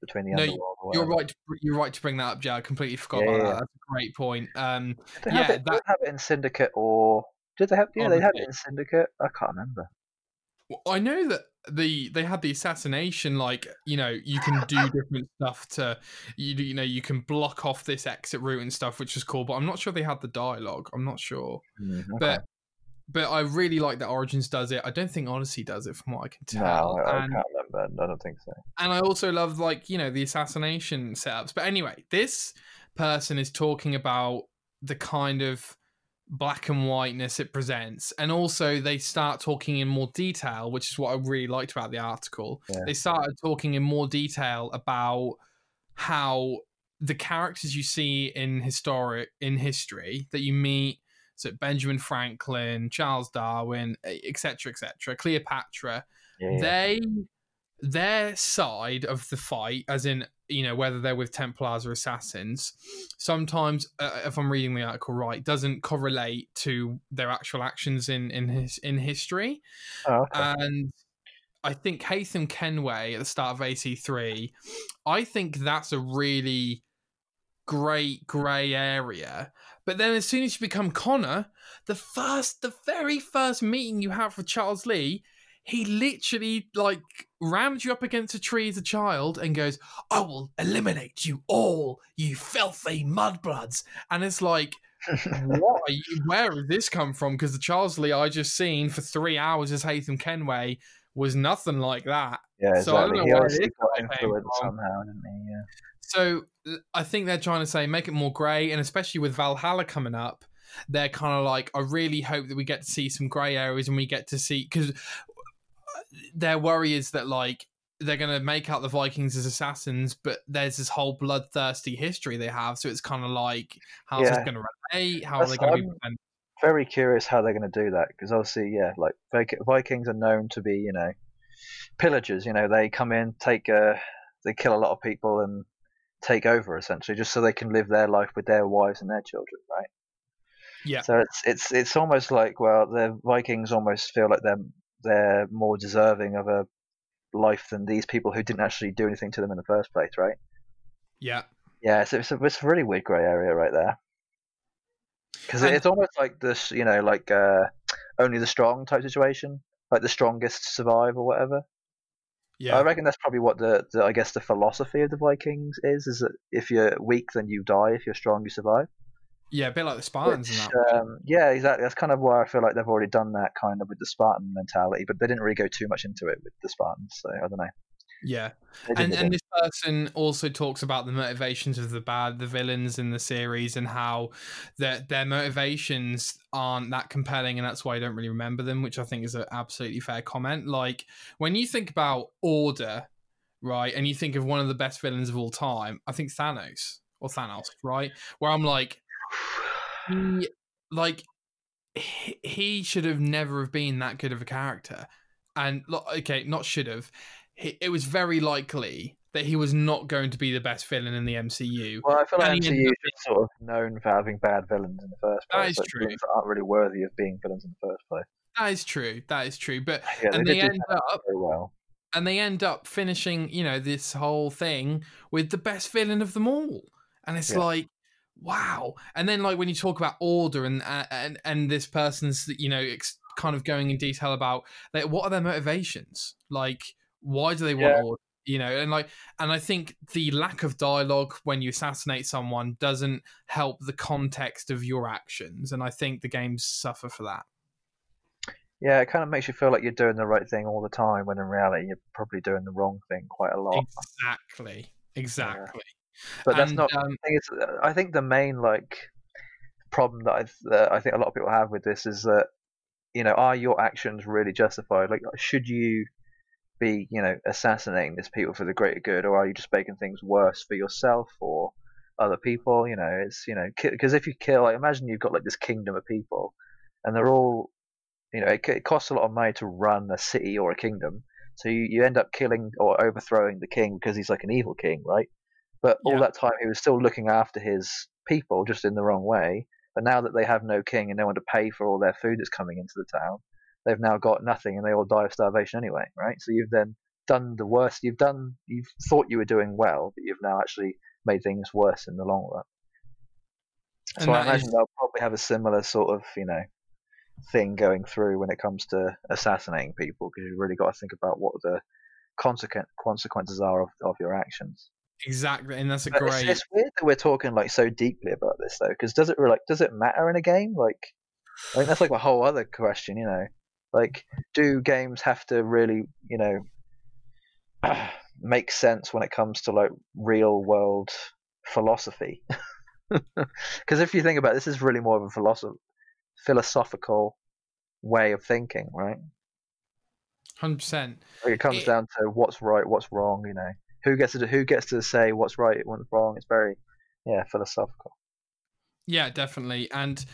S2: between the
S1: No,
S2: underworld. Or
S1: you're
S2: whatever.
S1: right. To, br- you're right to bring that up, Jay. I completely forgot
S2: Yeah,
S1: about
S2: yeah,
S1: that.
S2: yeah.
S1: That's a great point. Um,
S2: Did they have
S1: Yeah,
S2: it?
S1: that-
S2: Did they have it in Syndicate or did they have? Yeah, they had it
S1: Odyssey.
S2: in Syndicate. I can't remember.
S1: Well, I know that the they had the assassination like you know you can do different stuff to you you know you can block off this exit route and stuff which was cool but I'm not sure they had the dialogue I'm not sure
S2: Mm, okay.
S1: but but I really like that Origins does it I don't think Odyssey does it from what I can tell
S2: no, I, I
S1: uh, and
S2: can't remember. I don't think so.
S1: and I also love like you know the assassination setups. But anyway, this person is talking about the kind of black and whiteness it presents and also they start talking in more detail which is what i really liked about the article
S2: Yeah.
S1: they started talking in more detail about how the characters you see in historic in history that you meet so benjamin franklin charles darwin e, etc etc cleopatra
S2: Yeah, yeah.
S1: they their side of the fight as in you know whether they're with templars or assassins sometimes uh, if i'm reading the article right doesn't correlate to their actual actions in in his in history
S2: Oh, okay.
S1: and I think Haytham Kenway at the start of AC3, I think that's a really great grey area. But then as soon as you become Connor, the first, the very first meeting you have with Charles Lee, he literally like rams you up against a tree as a child and goes, I will eliminate you all, you filthy mudbloods. And it's like, what are you, where has this come from? Because the Charles Lee I just seen for three hours as Haytham Kenway was nothing like that.
S2: yeah, exactly.
S1: so I don't know
S2: he
S1: where
S2: obviously
S1: this
S2: got
S1: guy came
S2: influence
S1: from.
S2: somehow, didn't he? Yeah.
S1: So l- I think they're trying to say make it more grey, and especially with Valhalla coming up, they're kind of like, I really hope that we get to see some grey areas and we get to see because their worry is that like they're going to make out the Vikings as assassins, but there's this whole bloodthirsty history they have, so it's kind of like how's
S2: Yeah.
S1: this going to relate? How are
S2: That's-
S1: they going to be?
S2: I'm-
S1: presented?
S2: Very curious how they're going to do that because obviously, yeah, like Vik- Vikings are known to be, you know, pillagers. You know, they come in, take, uh, they kill a lot of people and take over essentially, just so they can live their life with their wives and their children, right?
S1: Yeah.
S2: So it's it's it's almost like well, the Vikings almost feel like they're they're more deserving of a life than these people who didn't actually do anything to them in the first place, right?
S1: Yeah.
S2: Yeah, so it's a, it's a really weird grey area right there because
S1: And-
S2: it's almost like this, you know, like uh, only the strong type situation, like the strongest survive or whatever.
S1: Yeah.
S2: I reckon that's probably what the, the I guess the philosophy of the Vikings is: is that if you're weak, then you die; if you're strong, you survive.
S1: Yeah, a bit like the Spartans
S2: Which,
S1: and that.
S2: um, yeah, exactly. That's kind of why I feel like they've already done that kind of with the Spartan mentality, but they didn't really go too much into it with the Spartans. So I don't know.
S1: Yeah.
S2: They didn't
S1: And
S2: really-
S1: and this person also talks about the motivations of the bad, the villains in the series and how that their motivations aren't that compelling and that's why I don't really remember them, which I think is an absolutely fair comment. Like when you think about order, right, and you think of one of the best villains of all time, I think Thanos or Thanos, right? Where I'm like he, like he- he should have never have been that good of a character and lo- okay not should have He- it was very likely that he was not going to be the best villain in the mcu
S2: well, I feel like
S1: and he
S2: MCU
S1: ended
S2: is
S1: up
S2: sort of known for having bad villains in the first
S1: That
S2: place.
S1: is
S2: but
S1: true.
S2: Villains that aren't really worthy of being villains in the first place.
S1: that is true that is true but
S2: Yeah,
S1: and
S2: they
S1: they
S2: did
S1: end
S2: do that
S1: up
S2: very well.
S1: and they end up finishing you know this whole thing with the best villain of them all and it's
S2: Yeah.
S1: like wow and then like when you talk about order and uh, and and this person's you know ex- kind of going in detail about like what are their motivations like why do they want
S2: Yeah.
S1: order you know and like and i think the lack of dialogue when you assassinate someone doesn't help the context of your actions and i think the games suffer for that
S2: Yeah, it kind of makes you feel like you're doing the right thing all the time, when in reality you're probably doing the wrong thing quite a lot.
S1: exactly exactly
S2: Oh, But that's
S1: And,
S2: not
S1: um,
S2: thing is, uh, I think the main like problem that I've, uh, I think a lot of people have with this is that you know are your actions really justified? Like, should you be you know assassinating these people for the greater good, or are you just making things worse for yourself or other people? You know, it's you know because if you kill, like imagine you've got like this kingdom of people, and they're all you know it, c- it costs a lot of money to run a city or a kingdom. So you, you end up killing or overthrowing the king because he's like an evil king, right? But all
S1: Yeah.
S2: that time he was still looking after his people, just in the wrong way. But now that they have no king and no one to pay for all their food that's coming into the town, they've now got nothing and they all die of starvation anyway, right? So you've then done the worst. You've done. You've thought you were doing well, but you've now actually made things worse in the long run.
S1: and
S2: so I
S1: that is-
S2: imagine they'll probably have a similar sort of you know thing going through when it comes to assassinating people because you've really got to think about what the consequent consequences are of, of your actions.
S1: Exactly, and that's a
S2: But
S1: great.
S2: It's, it's weird that we're talking like so deeply about this though, because does it really, like does it matter in a game? Like, I think that's like a whole other question, you know. Like, do games have to really, you know, make sense when it comes to like real world philosophy? Because if you think about it, this is really more of a philosophy philosophical way of thinking, right?
S1: Hundred percent.
S2: Like it comes
S1: It-
S2: down to what's right, what's wrong. You know, who gets to who gets to say what's right, what's wrong. It's very, yeah, philosophical.
S1: Yeah, definitely. And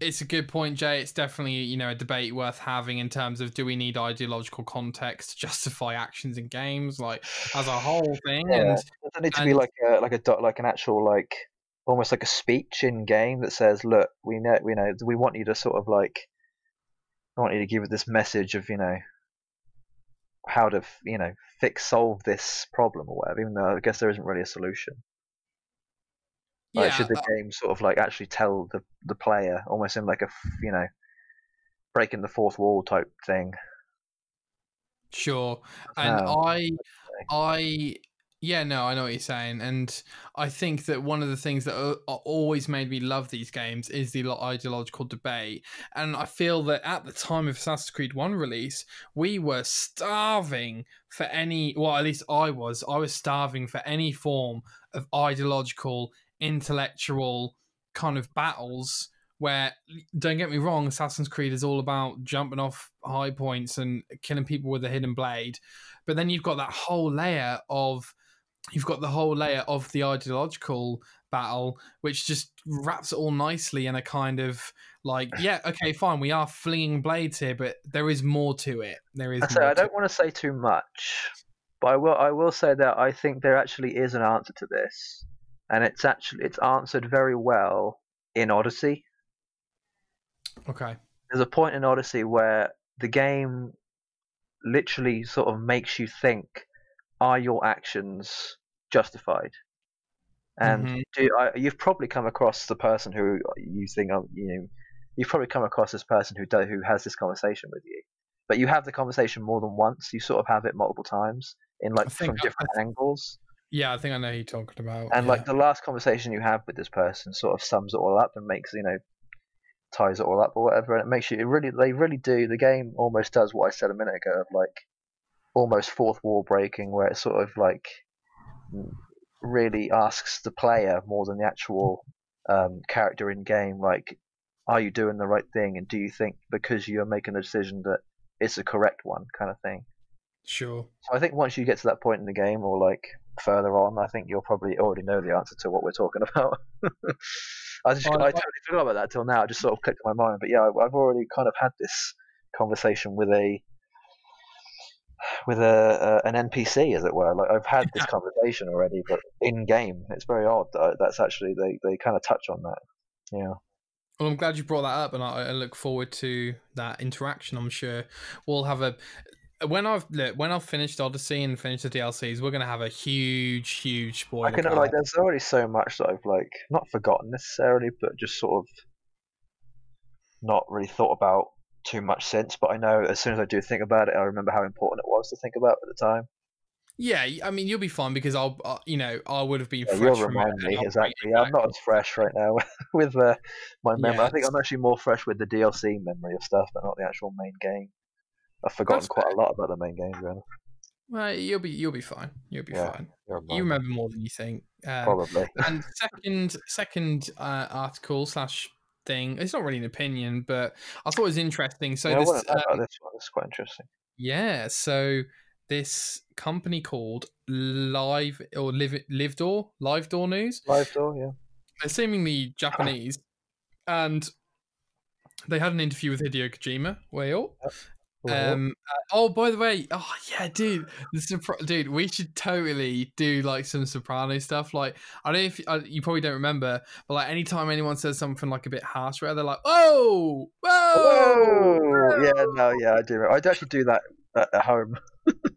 S1: it's a good point, Jay. It's definitely, you know, a debate worth having in terms of do we need ideological context to justify actions in games, like as a whole thing.
S2: Yeah.
S1: And
S2: Does it need to be
S1: And-
S2: like a like a doc- like an actual like almost like a speech in game that says, "Look, we know we know we want you to sort of like, I want you to give it this message of you know how to f- you know fix solve this problem or whatever." Even though I guess there isn't really a solution.
S1: yeah,
S2: Like, should the game sort of like actually tell the the player almost in like a f- you know breaking the fourth wall type thing?
S1: sure. And
S2: Oh.
S1: I, I, yeah, no, I know what you're saying. And I think that one of the things that uh, a- a- always made me love these games is the lo- ideological debate. And I feel that at the time of Assassin's Creed 1 release, we were starving for any, well, at least I was, I was starving for any form of ideological, intellectual kind of battles. Where, don't get me wrong, Assassin's Creed is all about jumping off high points and killing people with a hidden blade but then you've got that whole layer of you've got the whole layer of the ideological battle which just wraps it all nicely in a kind of like yeah okay fine we are flinging blades here but there is more to it there is
S2: I say
S1: more
S2: I
S1: to
S2: don't want to say too much, but I will. I will say that I think there actually is an answer to this, and it's actually it's answered very well in Odyssey.
S1: it. okay
S2: There's a point in Odyssey where the game literally sort of makes you think: Are your actions justified? And
S1: Mhm.
S2: do I, you've probably come across the person who you think um, you know, you've probably come across this person who do, who has this conversation with you, but you have the conversation more than once. You sort of have it multiple times in
S1: I
S2: like
S1: think
S2: from
S1: I-
S2: different angles.
S1: yeah i think i know who you're talking about
S2: And
S1: yeah.
S2: like the last conversation you have with this person sort of sums it all up and makes you know ties it all up or whatever, and it makes you it really they really do the game almost does what I said a minute ago of like almost fourth wall breaking where it sort of like really asks the player more than the actual um, character in game like are you doing the right thing and do you think because you're making a decision that it's the correct one kind of thing
S1: sure
S2: so i think once you get to that point in the game or like further on i think you'll probably already know the answer to what we're talking about i just
S1: I-
S2: i
S1: I-
S2: totally forgot about that till now it just sort of clicked in my mind but yeah I- i've already kind of had this conversation with a with a, a an NPC, as it were. Like I've had this conversation already, but in game, it's very odd. That that's actually they, they kind of touch on that. Yeah,
S1: Well, I'm glad you brought that up, and I, I look forward to that interaction. I'm sure we'll have a when I've look, when I've finished Odyssey and finished the DLCs, we're gonna have a huge, huge spoiler.
S2: I can
S1: cast.
S2: like. There's already so much that I've like not forgotten necessarily, but just sort of not really thought about too much since. But I know as soon as I do think about it, I remember how important it was to think about at the time.
S1: Yeah, I mean you'll be fine because I'll, uh, you know, I would have been
S2: Yeah,
S1: fresh
S2: you'll
S1: from it
S2: remind
S1: and
S2: me
S1: I'll bring
S2: exactly.
S1: it
S2: Yeah,
S1: back.
S2: I'm not as fresh right now with uh, my memory. I
S1: Yeah,
S2: think I'm actually more fresh with the DLC memory of stuff, but not the actual main game. I've forgotten
S1: That's
S2: quite a lot about the main game. Really.
S1: Well, you'll be you'll be fine. You'll be
S2: Yeah,
S1: fine.
S2: You'll
S1: You remember more than you think. Um,
S2: probably.
S1: and second second uh, article slash thing. It's not really an opinion, but I thought it was interesting. So
S2: yeah, I
S1: this
S2: want to know
S1: um,
S2: about this one. It's quite interesting.
S1: Yeah, so this company called Live or Live Livedor, Livedor News.
S2: Live door, yeah.
S1: They're seemingly Japanese, and they had an interview with Hideo Kojima. Well, um, uh, oh, by the way, oh yeah, dude, the Sopra- dude, we should totally do like some Soprano stuff. Like, I don't know if uh, you probably don't remember, but like anytime anyone says something like a bit harsh, where they're like, "Oh, whoa,
S2: Whoa! Oh, Yeah, no, yeah, I do. remember. I do actually do that at, at home.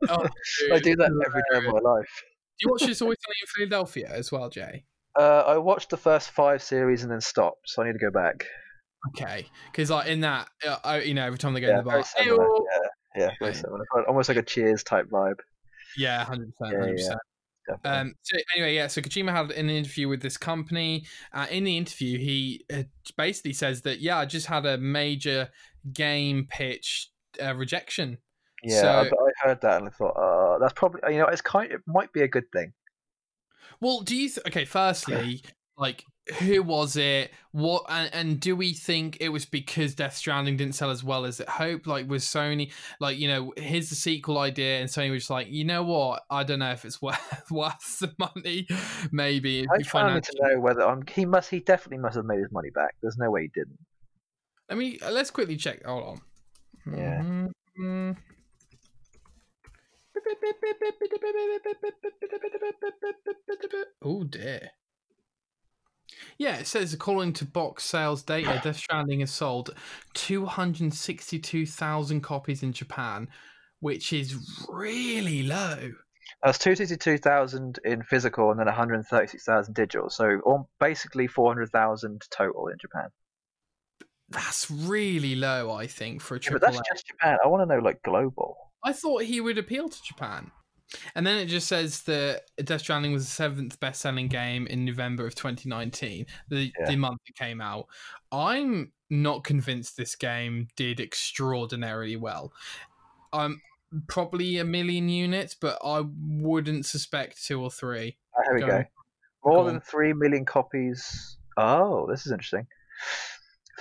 S1: Oh,
S2: I
S1: dude,
S2: do
S1: this
S2: that
S1: is
S2: every day
S1: hilarious.
S2: of my life.
S1: Do you watch this always Sunny in Philadelphia as well, Jay?
S2: Uh, I watched the first five series and then stopped, so I need to go back.
S1: Okay, because like in that, uh, I, you know, every time they go in
S2: Yeah,
S1: the bar,
S2: very similar.
S1: "Ayo!"
S2: Yeah, yeah, very
S1: Okay.
S2: similar. Almost like a Cheers type vibe.
S1: yeah, hundred percent,
S2: Yeah,
S1: hundred
S2: yeah.
S1: percent.
S2: Definitely.
S1: Um, so anyway, yeah. So Kojima had an interview with this company. Uh, in the interview, he uh, basically says that yeah, I just had a major game pitch uh, rejection.
S2: Yeah, I,
S1: So-
S2: I heard that and I thought, uh, that's probably you know, it's kind. It might be a good thing.
S1: Well, do you th- okay? Firstly, like who was it what and, and do we think it was because death stranding didn't sell as well as it hoped like was sony like you know here's the sequel idea and sony was just like you know what i don't know if it's worth worth the money maybe it'd
S2: I
S1: be
S2: trying to
S1: financial-
S2: know whether I'm, he must. He definitely must have made his money back. There's no way he didn't.
S1: let me uh, let's quickly check hold on
S2: Yeah.
S1: Mhm. Oh dear. Yeah, it says according to box sales data, Death Stranding has sold 262,000 copies in Japan, which is really low.
S2: That's two sixty two thousand in physical and then one hundred thirty six thousand digital. So all, basically four hundred thousand total in Japan.
S1: That's really low, I think, for a
S2: but
S1: triple
S2: that's just Japan. I want to know like global.
S1: I thought he would appeal to Japan. And then it just says that Death Stranding was the seventh best selling game in November of 2019, the,
S2: Yeah.
S1: the month it came out. I'm not convinced this game did extraordinarily well. Um, probably a million units, but I wouldn't suspect two or three.
S2: Oh, here we
S1: Go
S2: go.
S1: on.
S2: More
S1: Go
S2: than
S1: on.
S2: three million copies. Oh, this is interesting.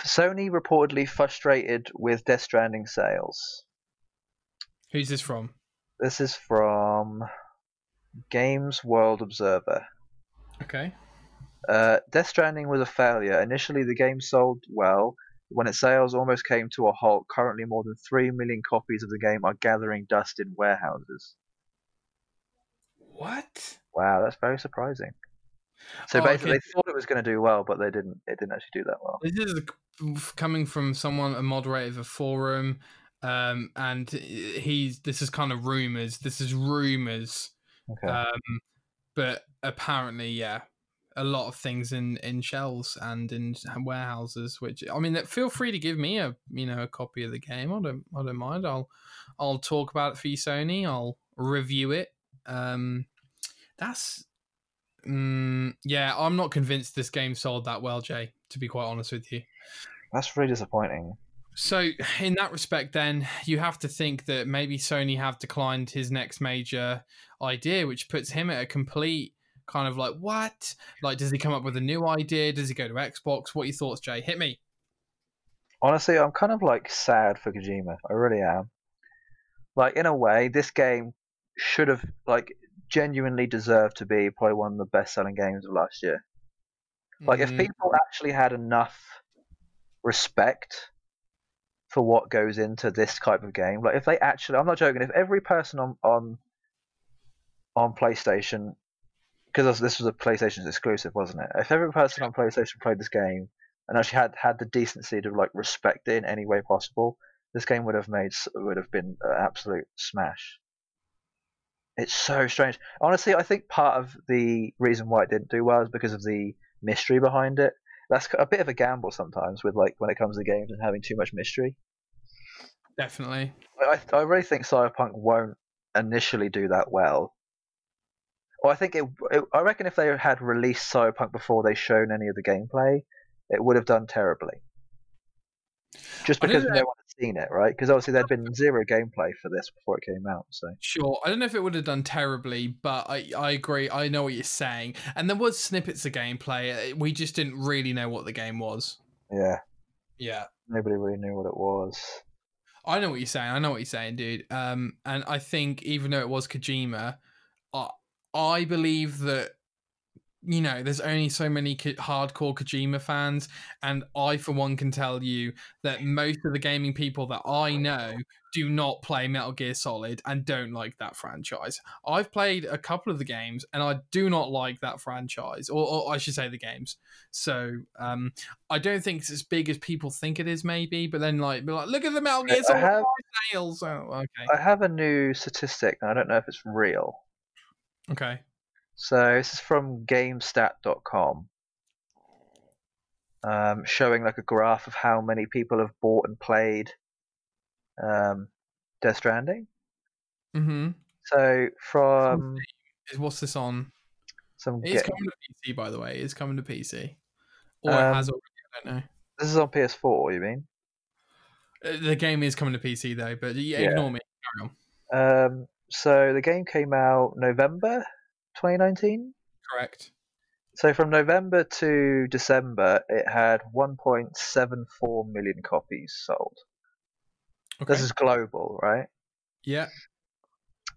S2: Sony reportedly frustrated with Death Stranding sales.
S1: Who's this from?
S2: This is from Games World Observer.
S1: Okay.
S2: Uh, Death Stranding was a failure. Initially, the game sold well. When its sales almost came to a halt, currently more than 3 million copies of the game are gathering dust in warehouses.
S1: What?
S2: Wow, that's very surprising. So
S1: Oh,
S2: basically,
S1: okay.
S2: they thought it was going to do well, but they didn't. It didn't actually do that well.
S1: This is a- coming from someone, a moderator of a forum, um, and he's. This is kind of rumors. This is rumors,
S2: Okay.
S1: um, but apparently, yeah, a lot of things in in shelves and in warehouses. Which I mean, feel free to give me a you know a copy of the game. I don't I don't mind. I'll I'll talk about it for you, Sony. I'll review it. Um, that's mm, yeah. I'm not convinced this game sold that well, Jay. To be quite honest with you.
S2: That's really disappointing.
S1: So, in that respect, then you have to think that maybe Sony have declined his next major idea, which puts him at a complete kind of like what? Like, does he come up with a new idea? Does he go to Xbox? What are your thoughts, Jay? Hit me.
S2: Honestly, I'm kind of like sad for Kojima. I really am. Like in a way, this game should have like genuinely deserved to be probably one of the best-selling games of last year. Like if
S1: Mm,
S2: people actually had enough respect for what goes into this type of game, like if they actually, I'm not joking, if every person on on on PlayStation, because this was a PlayStation exclusive, wasn't it? If every person on PlayStation played this game and actually had had the decency to like respect it in any way possible, this game would have made s- would have been an absolute smash. It's so strange. Honestly, I think part of the reason why it didn't do well is because of the mystery behind it. That's a bit of a gamble sometimes with like when it comes to games and having too much mystery.
S1: definitely.
S2: I I really think Cyberpunk won't initially do that well. Well, I think it, it. I reckon if they had released Cyberpunk before they shown any of the gameplay, it would have done terribly. Just
S1: I
S2: because no
S1: didn't-
S2: one had seen it, right? Because obviously there'd been zero gameplay for this before it came out. So
S1: Sure. I don't know if it would have done terribly, but I, I agree. I know what you're saying. And there was snippets of gameplay. uh, We just didn't really know what the game was.
S2: yeah,
S1: Yeah.
S2: nobody really knew what it was.
S1: I know what you're saying. I know what you're saying, dude. Um, and I think even though it was Kojima, I, I believe that you know there's only so many Ko- hardcore Kojima fans, and I for one can tell you that most of the gaming people that I know do not play Metal Gear Solid and don't like that franchise. I've played a couple of the games, and I do not like that franchise, or, or I should say the games. So um, I don't think it's as big as people think it is, maybe. But then, like, be like look at the Metal Gear
S2: I
S1: Solid
S2: have
S1: sales. Oh, okay,
S2: I have a new statistic, and I don't know if it's real.
S1: okay.
S2: So this is from GameStat.com, um, showing like a graph of how many people have bought and played um, Death Stranding.
S1: Mm-hmm.
S2: So from
S1: What's this on?
S2: some
S1: It's
S2: ga-
S1: coming to PC, by the way. It's coming to PC, or it
S2: Um,
S1: has already. I don't know.
S2: this is on PS4. You mean?
S1: Uh, The game is coming to PC though, but yeah,
S2: Yeah.
S1: ignore me.
S2: Um, so the game came out November 2019.
S1: Correct.
S2: So from November to December, it had 1.74 million copies sold.
S1: Okay.
S2: This is global, right?
S1: yeah.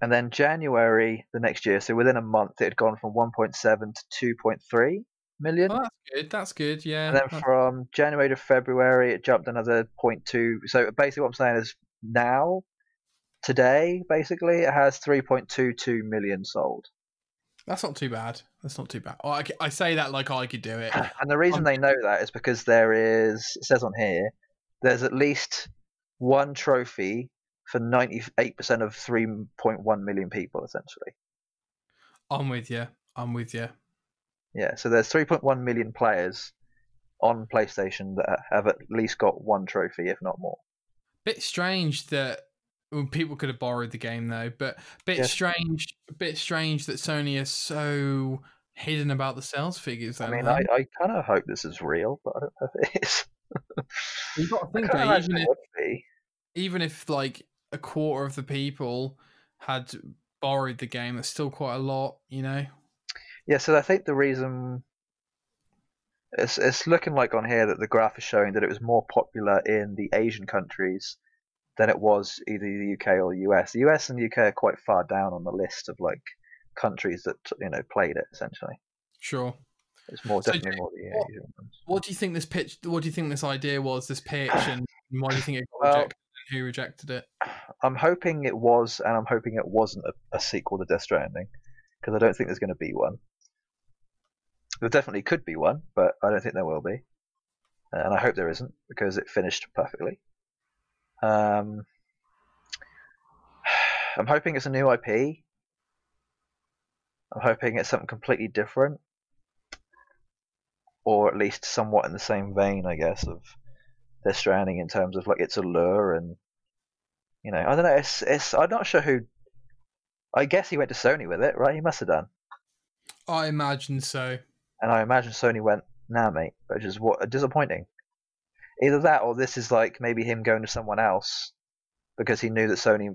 S2: And then January the next year, so within a month, it had gone from 1.7 to 2.3 million.
S1: Well, that's good. That's good. Oh, Yeah.
S2: And then
S1: That-
S2: from January to February, it jumped another 0.2. So basically, what I'm saying is now, today, basically, it has 3.22 million sold.
S1: that's not too bad. That's not too bad. Oh, I, c- I say that like I could do it.
S2: And the reason they know that is because there is, it says on here, there's at least one trophy for 98% of 3.1 million people, essentially.
S1: I'm with you. I'm with you.
S2: Yeah, so there's 3.1 million players on PlayStation that have at least got one trophy, if not more.
S1: Bit strange that well, people could have borrowed the game though, but bit
S2: Yes.
S1: strange. Bit strange that Sony is so hidden about the sales figures. Though,
S2: I mean,
S1: huh?
S2: I, I kind of hope this is real, but I don't know if it is.
S1: You've got to
S2: I
S1: think
S2: can't
S1: though, even
S2: imagine
S1: if
S2: it would be.
S1: even if like a quarter of the people had borrowed the game, that's still quite a lot, you know.
S2: Yeah, so I think the reason it's it's looking like on here that the graph is showing that it was more popular in the Asian countries than it was either the UK or the US. The US and the UK are quite far down on the list of like countries that you know played it. Essentially,
S1: Sure.
S2: it's more
S1: So do
S2: definitely
S1: you-
S2: more the
S1: what-
S2: Asian ones.
S1: What do you think this pitch? What do you think this idea was? This pitch, and why do you think it got
S2: Well-
S1: rejected? And who rejected it?
S2: I'm hoping it was, and I'm hoping it wasn't a, a sequel to Death Stranding, because I don't think there's going to be one. There definitely could be one, but I don't think there will be, Uh, and I hope there isn't because it finished perfectly. Um, I'm hoping it's a new IP. I'm hoping it's something completely different, or at least somewhat in the same vein, I guess, of Death Stranding in terms of like its allure and you know, I don't know. It's, it's I'm not sure who. I guess he went to Sony with it, right? He must have done.
S1: I imagine so.
S2: And I imagine Sony went, "Nah, mate," which is what disappointing. Either that, or this is like maybe him going to someone else because he knew that Sony.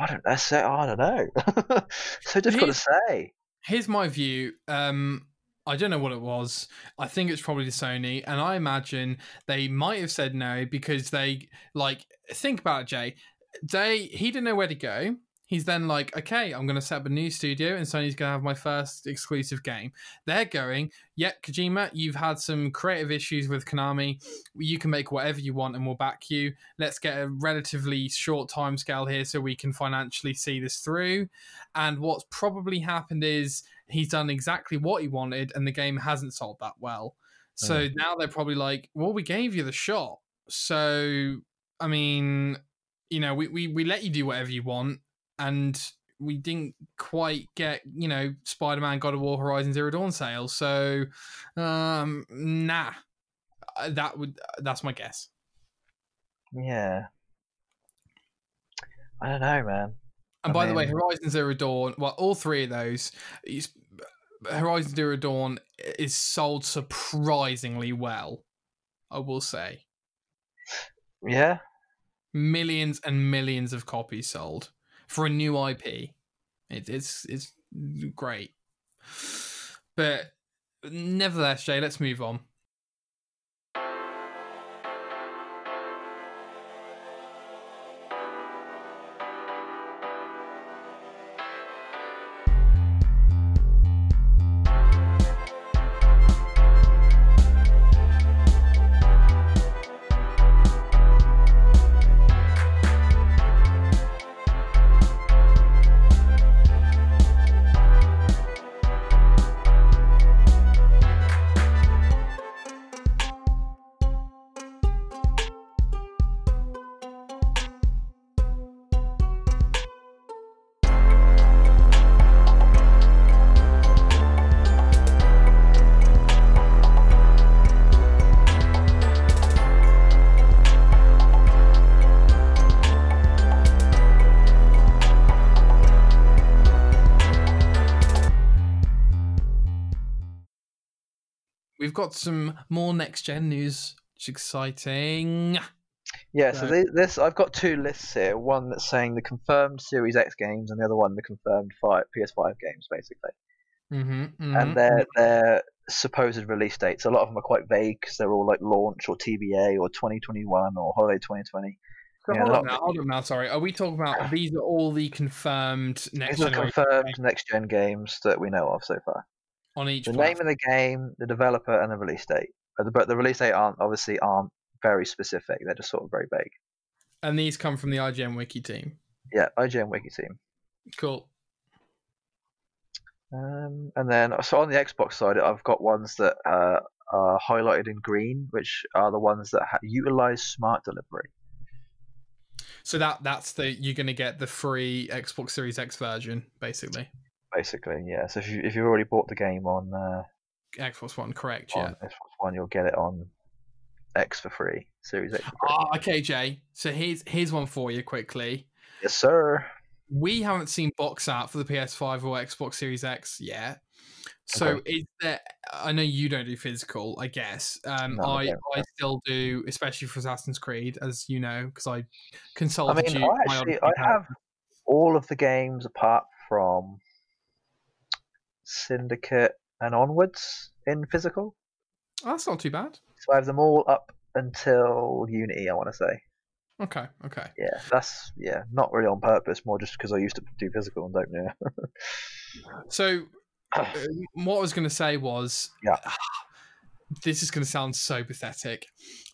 S2: I don't. That's so, I don't know. so difficult to say.
S1: Here's my view. Um, I don't know what it was. I think it's probably Sony, and I imagine they might have said no because they like think about it, Jay. They he didn't know where to go. He's then like, okay, I'm going to set up a new studio, and Sony's going to have my first exclusive game. They're going, yeah, Kojima, you've had some creative issues with Konami. You can make whatever you want, and we'll back you. Let's get a relatively short time scale here so we can financially see this through. And what's probably happened is he's done exactly what he wanted, and the game hasn't sold that well. So now they're probably like, well, we gave you the shot. So, I mean, you know, we, we, we let you do whatever you want, and we didn't quite get, you know, Spider Man, God of War, Horizon Zero Dawn sales. So, um, nah. Uh, That would that's my guess.
S2: Yeah. I don't know, man.
S1: And
S2: I
S1: by the way,
S2: mean-
S1: Horizon Zero Dawn, well, all three of those, is- Horizon Zero Dawn is sold surprisingly well. I will say,
S2: Yeah.
S1: millions and millions of copies sold for a new IP. It, it's it's great, but nevertheless, Jay, let's move on. We've got some more next gen news. It's exciting.
S2: Yeah, so
S1: So-
S2: thi- this I've got two lists here. One that's saying the confirmed Series X games, and the other one the confirmed five, PS5 games, basically.
S1: Mm-hmm,
S2: and their their supposed release dates. A lot of them are quite vague because they're all like launch or TBA or 2021 or holiday 2020.
S1: So
S2: yeah,
S1: hold,
S2: they're
S1: on
S2: not-
S1: now, hold on now, sorry. Are we talking about these are all the confirmed next
S2: Ah. These are
S1: generation
S2: confirmed next gen games that we know of so far.
S1: on each
S2: The
S1: platform?
S2: name of the game, the developer, and the release date. But the, but the release date aren't obviously aren't very specific. They're just sort of very vague.
S1: And these come from the IGN Wiki team.
S2: Yeah, IGN Wiki team.
S1: Cool.
S2: Um, and then so on the Xbox side, I've got ones that uh, are highlighted in green, which are the ones that ha- utilize smart delivery.
S1: So that that's the you're going to get the free Xbox Series X version, basically.
S2: Basically, yeah. So if you if you've already bought the game on uh,
S1: Xbox One, correct?
S2: on
S1: Yeah.
S2: Xbox One, you'll get it on X for free, Series X. For free.
S1: Ah, okay, Jay. So here's here's one for you quickly.
S2: Yes, sir.
S1: we haven't seen box art for the PS5 or Xbox Series X yet. So is there? I know you don't do physical, I guess. Um,
S2: No, I
S1: I
S2: don't,
S1: I still do, especially for Assassin's Creed, as you know, because I
S2: I
S1: consulted
S2: mean,
S1: you.
S2: I
S1: my
S2: actually
S1: Odyssey
S2: I
S1: character.
S2: have all of the games apart from Syndicate and onwards in physical.
S1: Oh, that's not too bad.
S2: So I have them all up until Unity. I want to say,
S1: Okay, okay.
S2: yeah, that's yeah, not really on purpose, more just because I used to do physical and don't know.
S1: So uh, what I was going to say was,
S2: Yeah.
S1: this is going to sound so pathetic.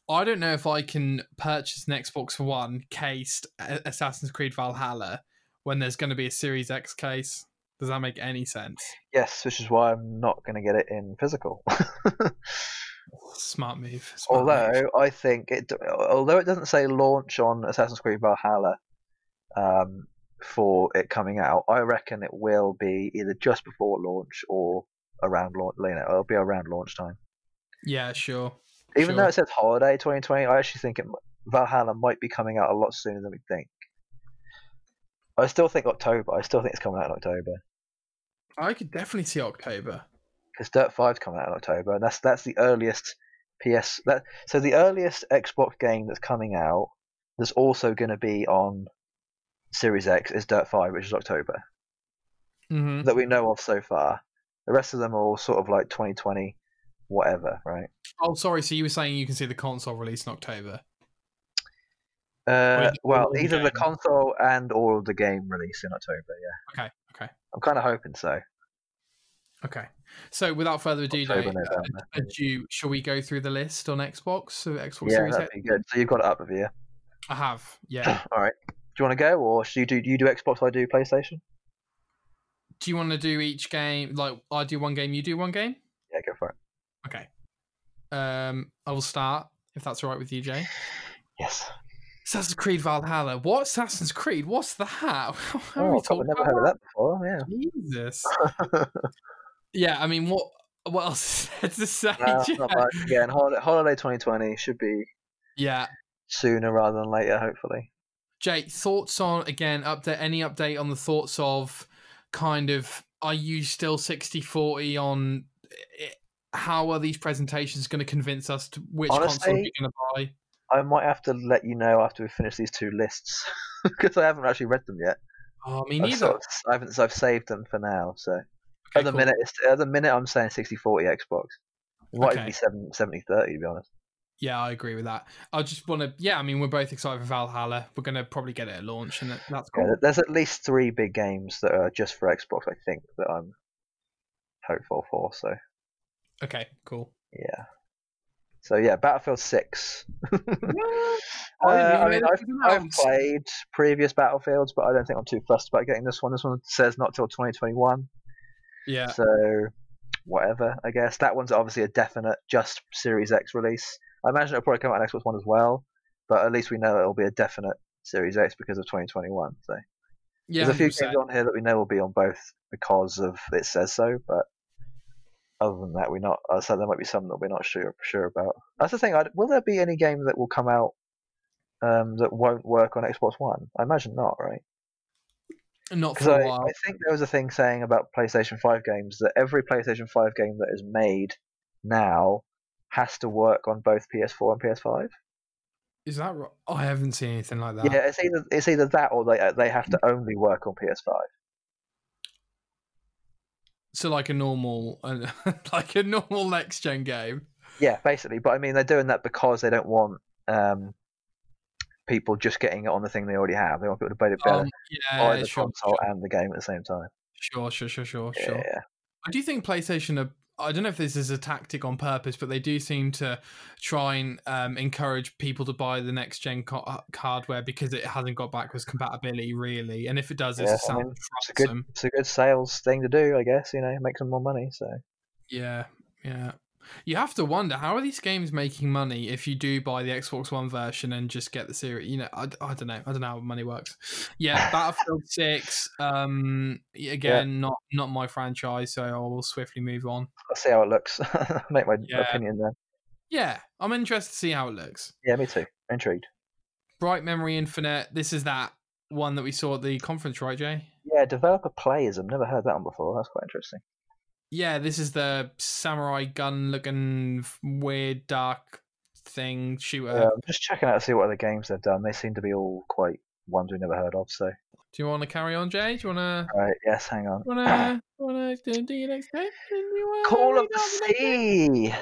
S1: I don't know if I can purchase an Xbox One cased A- Assassin's Creed Valhalla when there's going to be a Series X case. Does that make any sense?
S2: yes, which is why I'm not going to get it in physical.
S1: Smart move. smart move.
S2: although I think it, although it doesn't say launch on Assassin's Creed Valhalla um, for it coming out, I reckon it will be either just before launch or around launch. You know, it'll be around launch time.
S1: yeah, sure.
S2: Even though
S1: Sure.
S2: it says holiday 2020, I actually think it, mi- Valhalla might be coming out a lot sooner than we think. I still think October. I still think it's coming out in October
S1: I could definitely see October.
S2: because Dirt Five's coming out in October, and that's that's the earliest PS. That so the earliest Xbox game that's coming out that's also going to be on Series X is Dirt Five, which is October
S1: hmm
S2: that we know of so far. The rest of them are all sort of like 2020, whatever, right?
S1: Oh, sorry. So you were saying you can see the console release in October?
S2: Uh,
S1: Or
S2: well,
S1: the
S2: either the
S1: game.
S2: console and or the game release in October. Yeah,
S1: Okay, okay,
S2: I'm kind of hoping so.
S1: okay. So without further ado,
S2: October,
S1: Jay, uh,
S2: November.
S1: uh, do you, shall we go through the list on Xbox of Xbox
S2: Yeah,
S1: Series X?
S2: that'd be good. So you've got it up with you.
S1: I have. Yeah.
S2: All right. Do you want to go, or should you do you do Xbox? I do PlayStation.
S1: do you want to do each game? Like I do one game, you do one game.
S2: Yeah, go for it.
S1: Okay. Um, I will start if that's all right with you, Jay.
S2: Yes.
S1: Assassin's Creed Valhalla. What Assassin's Creed? What's that? How are
S2: Oh,
S1: we
S2: I've probably
S1: talking
S2: never
S1: about
S2: heard of that before. Yeah.
S1: Jesus. yeah, I mean, what what else is there to say?
S2: No, it's not
S1: Jay?
S2: much. Again, holiday, holiday 2020 should be
S1: yeah,
S2: sooner rather than later, hopefully.
S1: Jay, thoughts on again update any update on the thoughts of kind of are you still 60-40 on eh, how are these presentations going to convince us to which console
S2: Honestly,
S1: you're going to buy?
S2: I might have to let you know after we finish these two lists because I haven't actually read them yet.
S1: Oh, me
S2: I've
S1: neither.
S2: sort of- I haven't. I've saved them for now. So
S1: Okay,
S2: at the
S1: cool.
S2: minute, it's, at the minute, I'm saying 60-40 Xbox. It might even
S1: Okay.
S2: be 7, 70-30 to be honest.
S1: Yeah, I agree with that. I just want to. Yeah, I mean, we're both excited for Valhalla. We're going to probably get it at launch, and that, that's
S2: Yeah,
S1: cool.
S2: there- there's at least three big games that are just for Xbox. I think that I'm hopeful for. So
S1: Okay, cool.
S2: yeah. So yeah, Battlefield Six.
S1: I didn't
S2: Uh,
S1: even
S2: I
S1: know
S2: mean,
S1: this
S2: I've,
S1: was
S2: I've
S1: announced.
S2: played previous Battlefields, but I don't think I'm too fussed about getting this one. This one says not till 2021,
S1: Yeah,
S2: so whatever, I guess. That one's obviously a definite just Series X release. I imagine it'll probably come out on Xbox One as well, but at least we know it'll be a definite Series X because of 2021. So
S1: yeah.
S2: there's a few
S1: 100%.
S2: games on here that we know will be on both because of it says so, but other than that, we're not. Uh, so there might be some that we're not sure sure about. That's the thing. I, will there be any game that will come out um, that won't work on Xbox One? I imagine not, right?
S1: Not
S2: Because
S1: for
S2: I,
S1: a while.
S2: I think there was a thing saying about PlayStation Five games that every PlayStation Five game that is made now has to work on both PS4 and PS5.
S1: Is that right? I haven't seen anything like that.
S2: Yeah, it's either it's uh, either that or they they have to only work on PS5.
S1: so like a normal, uh, like a normal next gen game.
S2: Yeah, basically. But I mean, they're doing that because they don't want um, people just getting it on the thing they already have. They want people to play it better
S1: Um,
S2: by
S1: yeah,
S2: the
S1: sure,
S2: console and the game at the same time.
S1: sure, sure, sure, sure,
S2: Yeah,
S1: sure.
S2: yeah.
S1: I do think PlayStation are. I don't know if this is a tactic on purpose, but they do seem to try and um, encourage people to buy the next gen co- hardware because it hasn't got backwards compatibility, really. And if it does, it's a
S2: Yeah, I
S1: sound
S2: mean, it's a good-
S1: troublesome.
S2: It's a good sales thing to do, I guess. You know, make some more money. So
S1: Yeah, yeah. You have to wonder how are these games making money if you do buy the Xbox One version and just get the series. You know, I, I don't know. I don't know how money works. Yeah, Battlefield Six. Um, again, not not my franchise, so I will swiftly move on.
S2: I'll see how it looks. make my
S1: Yeah.
S2: opinion then.
S1: Yeah, I'm interested to see how it looks.
S2: Yeah, me too. Intrigued.
S1: Bright Memory Infinite. This is that one that we saw at the conference, right, Jay?
S2: Yeah, developer playism. Never heard that one before. That's quite interesting.
S1: Yeah, this is the samurai gun looking f- weird dark thing shooter.
S2: Yeah, I'm Um, just checking out to see what other games they've done. They seem to be all quite ones we never heard of. So
S1: Do you want to carry on, Jay? Do you want to
S2: right, yes, hang on.
S1: wanna wanna do, do your next game? Do you wanna
S2: Call of
S1: read
S2: the
S1: out next game?
S2: Sea.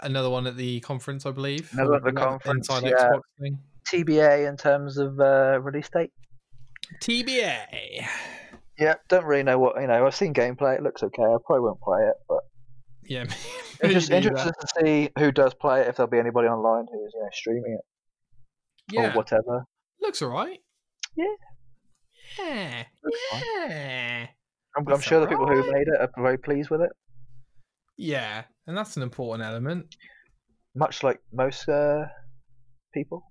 S1: Another one at the conference, I believe.
S2: Another one at the
S1: Another
S2: conference,
S1: Inside
S2: yeah.
S1: Xbox thing.
S2: TBA in terms of uh, release date.
S1: TBA.
S2: Yeah, don't really know what you know. I've seen gameplay. It looks okay. I probably won't play it, but
S1: Yeah.
S2: it's just
S1: maybe, uh,
S2: interested to see who does play it. If there'll be anybody online who's you know streaming it
S1: Yeah.
S2: or whatever.
S1: Looks alright.
S2: Yeah.
S1: Yeah.
S2: Looks fine.
S1: Yeah.
S2: I'm, I'm
S1: That's
S2: sure the people who
S1: alright.
S2: made it are very pleased with it.
S1: Yeah, and that's an important element.
S2: Much like most uh, people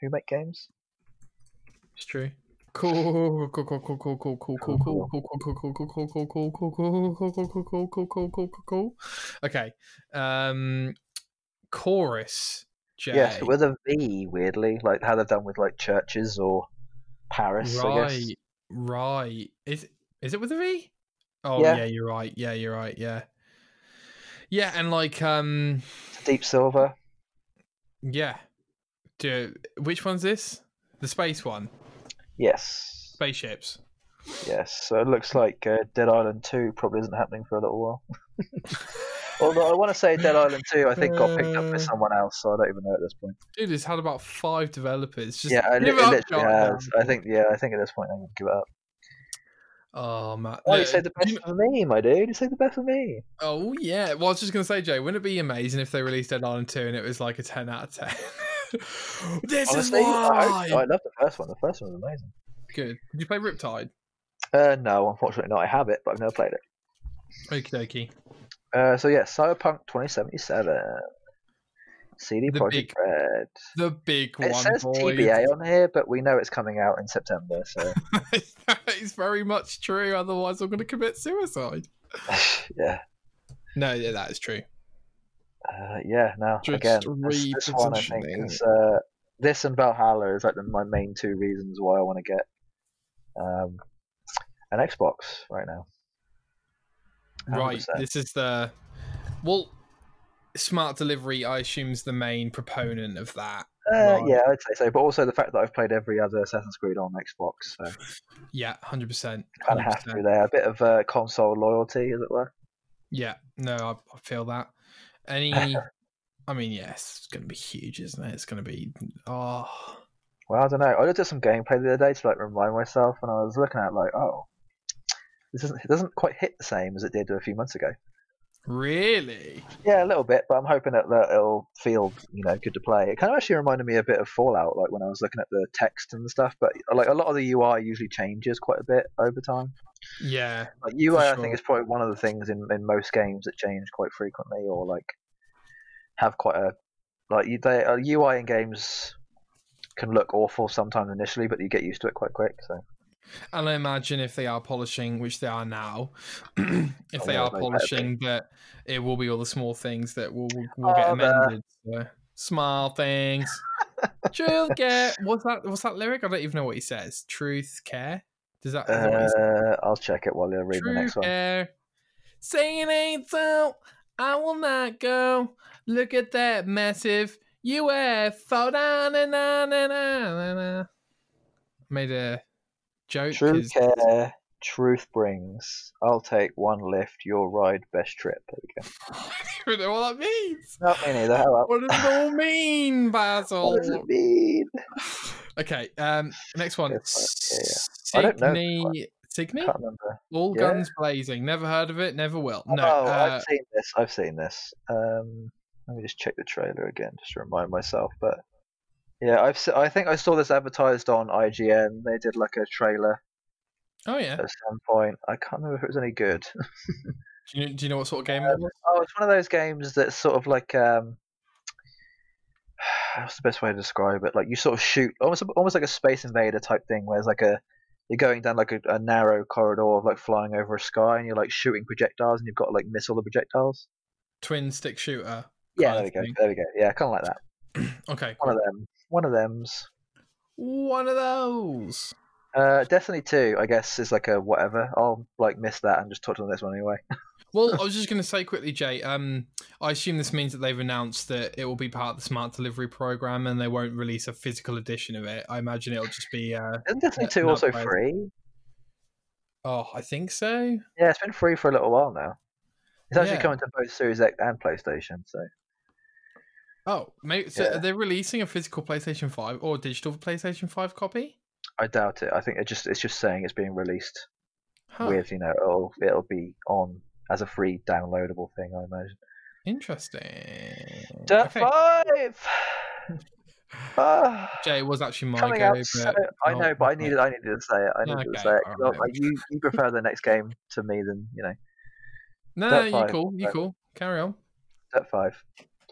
S2: who make games.
S1: It's true. Cool, cool, cool, cool, cool, cool, cool, cool, cool, cool, cool, cool, cool, cool, cool, cool, cool, cool, cool, cool, cool, cool, cool, cool, cool, cool, cool. Okay. Um, chorus. Jay.
S2: Yes, with a V, weirdly, like how they've done with like churches or Paris. I guess.
S1: Right, right. Is is it with a V? Oh
S2: Yeah.
S1: yeah, you're right. Yeah, you're right. Yeah. Yeah, and like um,
S2: Deep Silver.
S1: yeah. Do which one's this? The space one.
S2: Yes.
S1: Spaceships.
S2: Yes. So it looks like uh, Dead Island 2 probably isn't happening for a little while. Although I want to say Dead Island 2, I think got picked up by
S1: Uh,
S2: someone else, so I don't even know at this point.
S1: Dude, it's had about five developers. Just
S2: yeah, I, li-
S1: give
S2: it
S1: up,
S2: literally
S1: John.
S2: has. I think, yeah, I think at this point I'm going to give it up.
S1: Oh, Matt.
S2: Oh, you
S1: look,
S2: saved the
S1: do
S2: best
S1: you-
S2: for me, my dude. You saved the best for me.
S1: oh, yeah. Well, I was just going to say, Jay, wouldn't it be amazing if they released Dead Island 2 and it was like a 10 out of 10? this
S2: Honestly,
S1: is
S2: I,
S1: why!
S2: I love the first one. The first one was amazing.
S1: Good. Did you play Riptide?
S2: Uh, no, unfortunately not. I have it, but I've never played it.
S1: Okie dokie.
S2: Uh, so yeah, Cyberpunk 2077. CD
S1: The
S2: Projekt
S1: big
S2: Red.
S1: The big
S2: It
S1: one,
S2: says
S1: boys.
S2: TBA on here, but we know it's coming out in September, so
S1: that is very much true. Otherwise, I'm going to commit suicide.
S2: yeah.
S1: No, yeah, that is true.
S2: Uh, yeah, no.
S1: Just
S2: again, this, this one I think
S1: repositioning.
S2: is uh, this and Valhalla is like the, my main two reasons why I want to get um, an Xbox right now.
S1: Right.
S2: 100%.
S1: This is the. Well, smart delivery, I assume, is the main proponent of that.
S2: Uh,
S1: Right.
S2: Yeah, I'd say so. But also the fact that I've played every other Assassin's Creed on Xbox, so
S1: Yeah, hundred percent.
S2: kind of have to there. A bit of uh, console loyalty, as it were.
S1: Yeah, no, I, I feel that. Any, I mean, yes, it's going to be huge, isn't it? It's going to be oh,
S2: Well, I don't know. I looked at some gameplay the other day to like remind myself, and I was looking at it like, oh, this doesn't it doesn't quite hit the same as it did a few months ago.
S1: really?
S2: Yeah, a little bit, but I'm hoping that, that it'll feel, you know, good to play. It kind of actually reminded me a bit of Fallout, like when I was looking at the text and stuff. But like a lot of the UI usually changes quite a bit over time.
S1: Yeah,
S2: Like UI, I
S1: sure.
S2: think is probably one of the things in, in most games that change quite frequently, or like have quite a like you, they uh, UI in games can look awful sometimes initially, but you get used to it quite quick. So
S1: and I imagine if they are polishing, which they are now, if
S2: Oh,
S1: they
S2: yeah,
S1: are
S2: they better be.
S1: polishing, that it will be all the small things that will will, will get
S2: Oh, the-
S1: amended. So. Small things. Truth care. What's that? What's that lyric? I don't even know what he says. Truth care. Does that? Is that what he
S2: uh, I'll check it while you're reading
S1: True
S2: the next one.
S1: air. Say it ain't so. I will not go. Look at that massive UFO. Da, na, na, na, na, na, na. Made a joke.
S2: True
S1: 'cause
S2: care. Truth brings. I'll take one lift. Your ride. Best trip. There we go.
S1: I don't even know what that means.
S2: Not me neither. How about?
S1: What does it all mean, Basil?
S2: What does it mean?
S1: Okay, um, next one.
S2: Yeah,
S1: Sydney,
S2: yeah. I don't know this
S1: Sydney,
S2: Can't remember.
S1: all
S2: Yeah.
S1: guns blazing. Never heard of it. Never will. No.
S2: oh,
S1: uh,
S2: I've seen this. I've seen this. Um, let me just check the trailer again, just to remind myself. But yeah, I've se- I think I saw this advertised on IGN. They did like a trailer
S1: oh yeah.
S2: at some point. I can't remember if it was any good.
S1: Do you, do you know what sort of game it was?
S2: Oh, it's one of those games that's sort of like um, what's the best way to describe it? Like you sort of shoot almost almost like a Space Invader type thing, where it's like a you're going down like a, a narrow corridor of like flying over a sky, and you're like shooting projectiles, and you've got to like miss all the projectiles.
S1: Twin stick shooter.
S2: Yeah,
S1: kind of
S2: there we go.
S1: thing.
S2: There we go. Yeah, kind of like that.
S1: Okay.
S2: One of them. One of them's.
S1: One of those.
S2: Uh, Destiny Two, I guess, is like a whatever. I'll like miss that and just talk to the next one anyway.
S1: Well, I was just going to say quickly, Jay. Um, I assume this means that they've announced that it will be part of the smart delivery program, and they won't release a physical edition of it. I imagine it'll just be. Uh,
S2: Isn't Destiny
S1: Yeah,
S2: Two
S1: no,
S2: also
S1: right.
S2: free?
S1: oh, I think so.
S2: Yeah, it's been free for a little while now. It's actually
S1: Yeah.
S2: coming to both Series X and PlayStation. So
S1: Oh, maybe so.
S2: Yeah.
S1: Are they releasing a physical PlayStation Five or digital PlayStation Five copy?
S2: I doubt it. I think it just it's just saying it's being released.
S1: Huh,
S2: Weirdly, no, it'll it'll be on as a free downloadable thing. I imagine.
S1: Interesting.
S2: Dirt
S1: Okay.
S2: Five. Ah.
S1: Jay it was actually my
S2: coming
S1: go,
S2: out.
S1: but
S2: so, I know,
S1: not
S2: but I
S1: great.
S2: needed, I needed to say it. I needed
S1: Okay,
S2: to say it. 'cause
S1: alright.
S2: I- I- you, you prefer the next game to me than you know
S1: No, no,
S2: Dirt
S1: you
S2: Five,
S1: cool, you
S2: but-
S1: cool. Carry on.
S2: Dirt Five,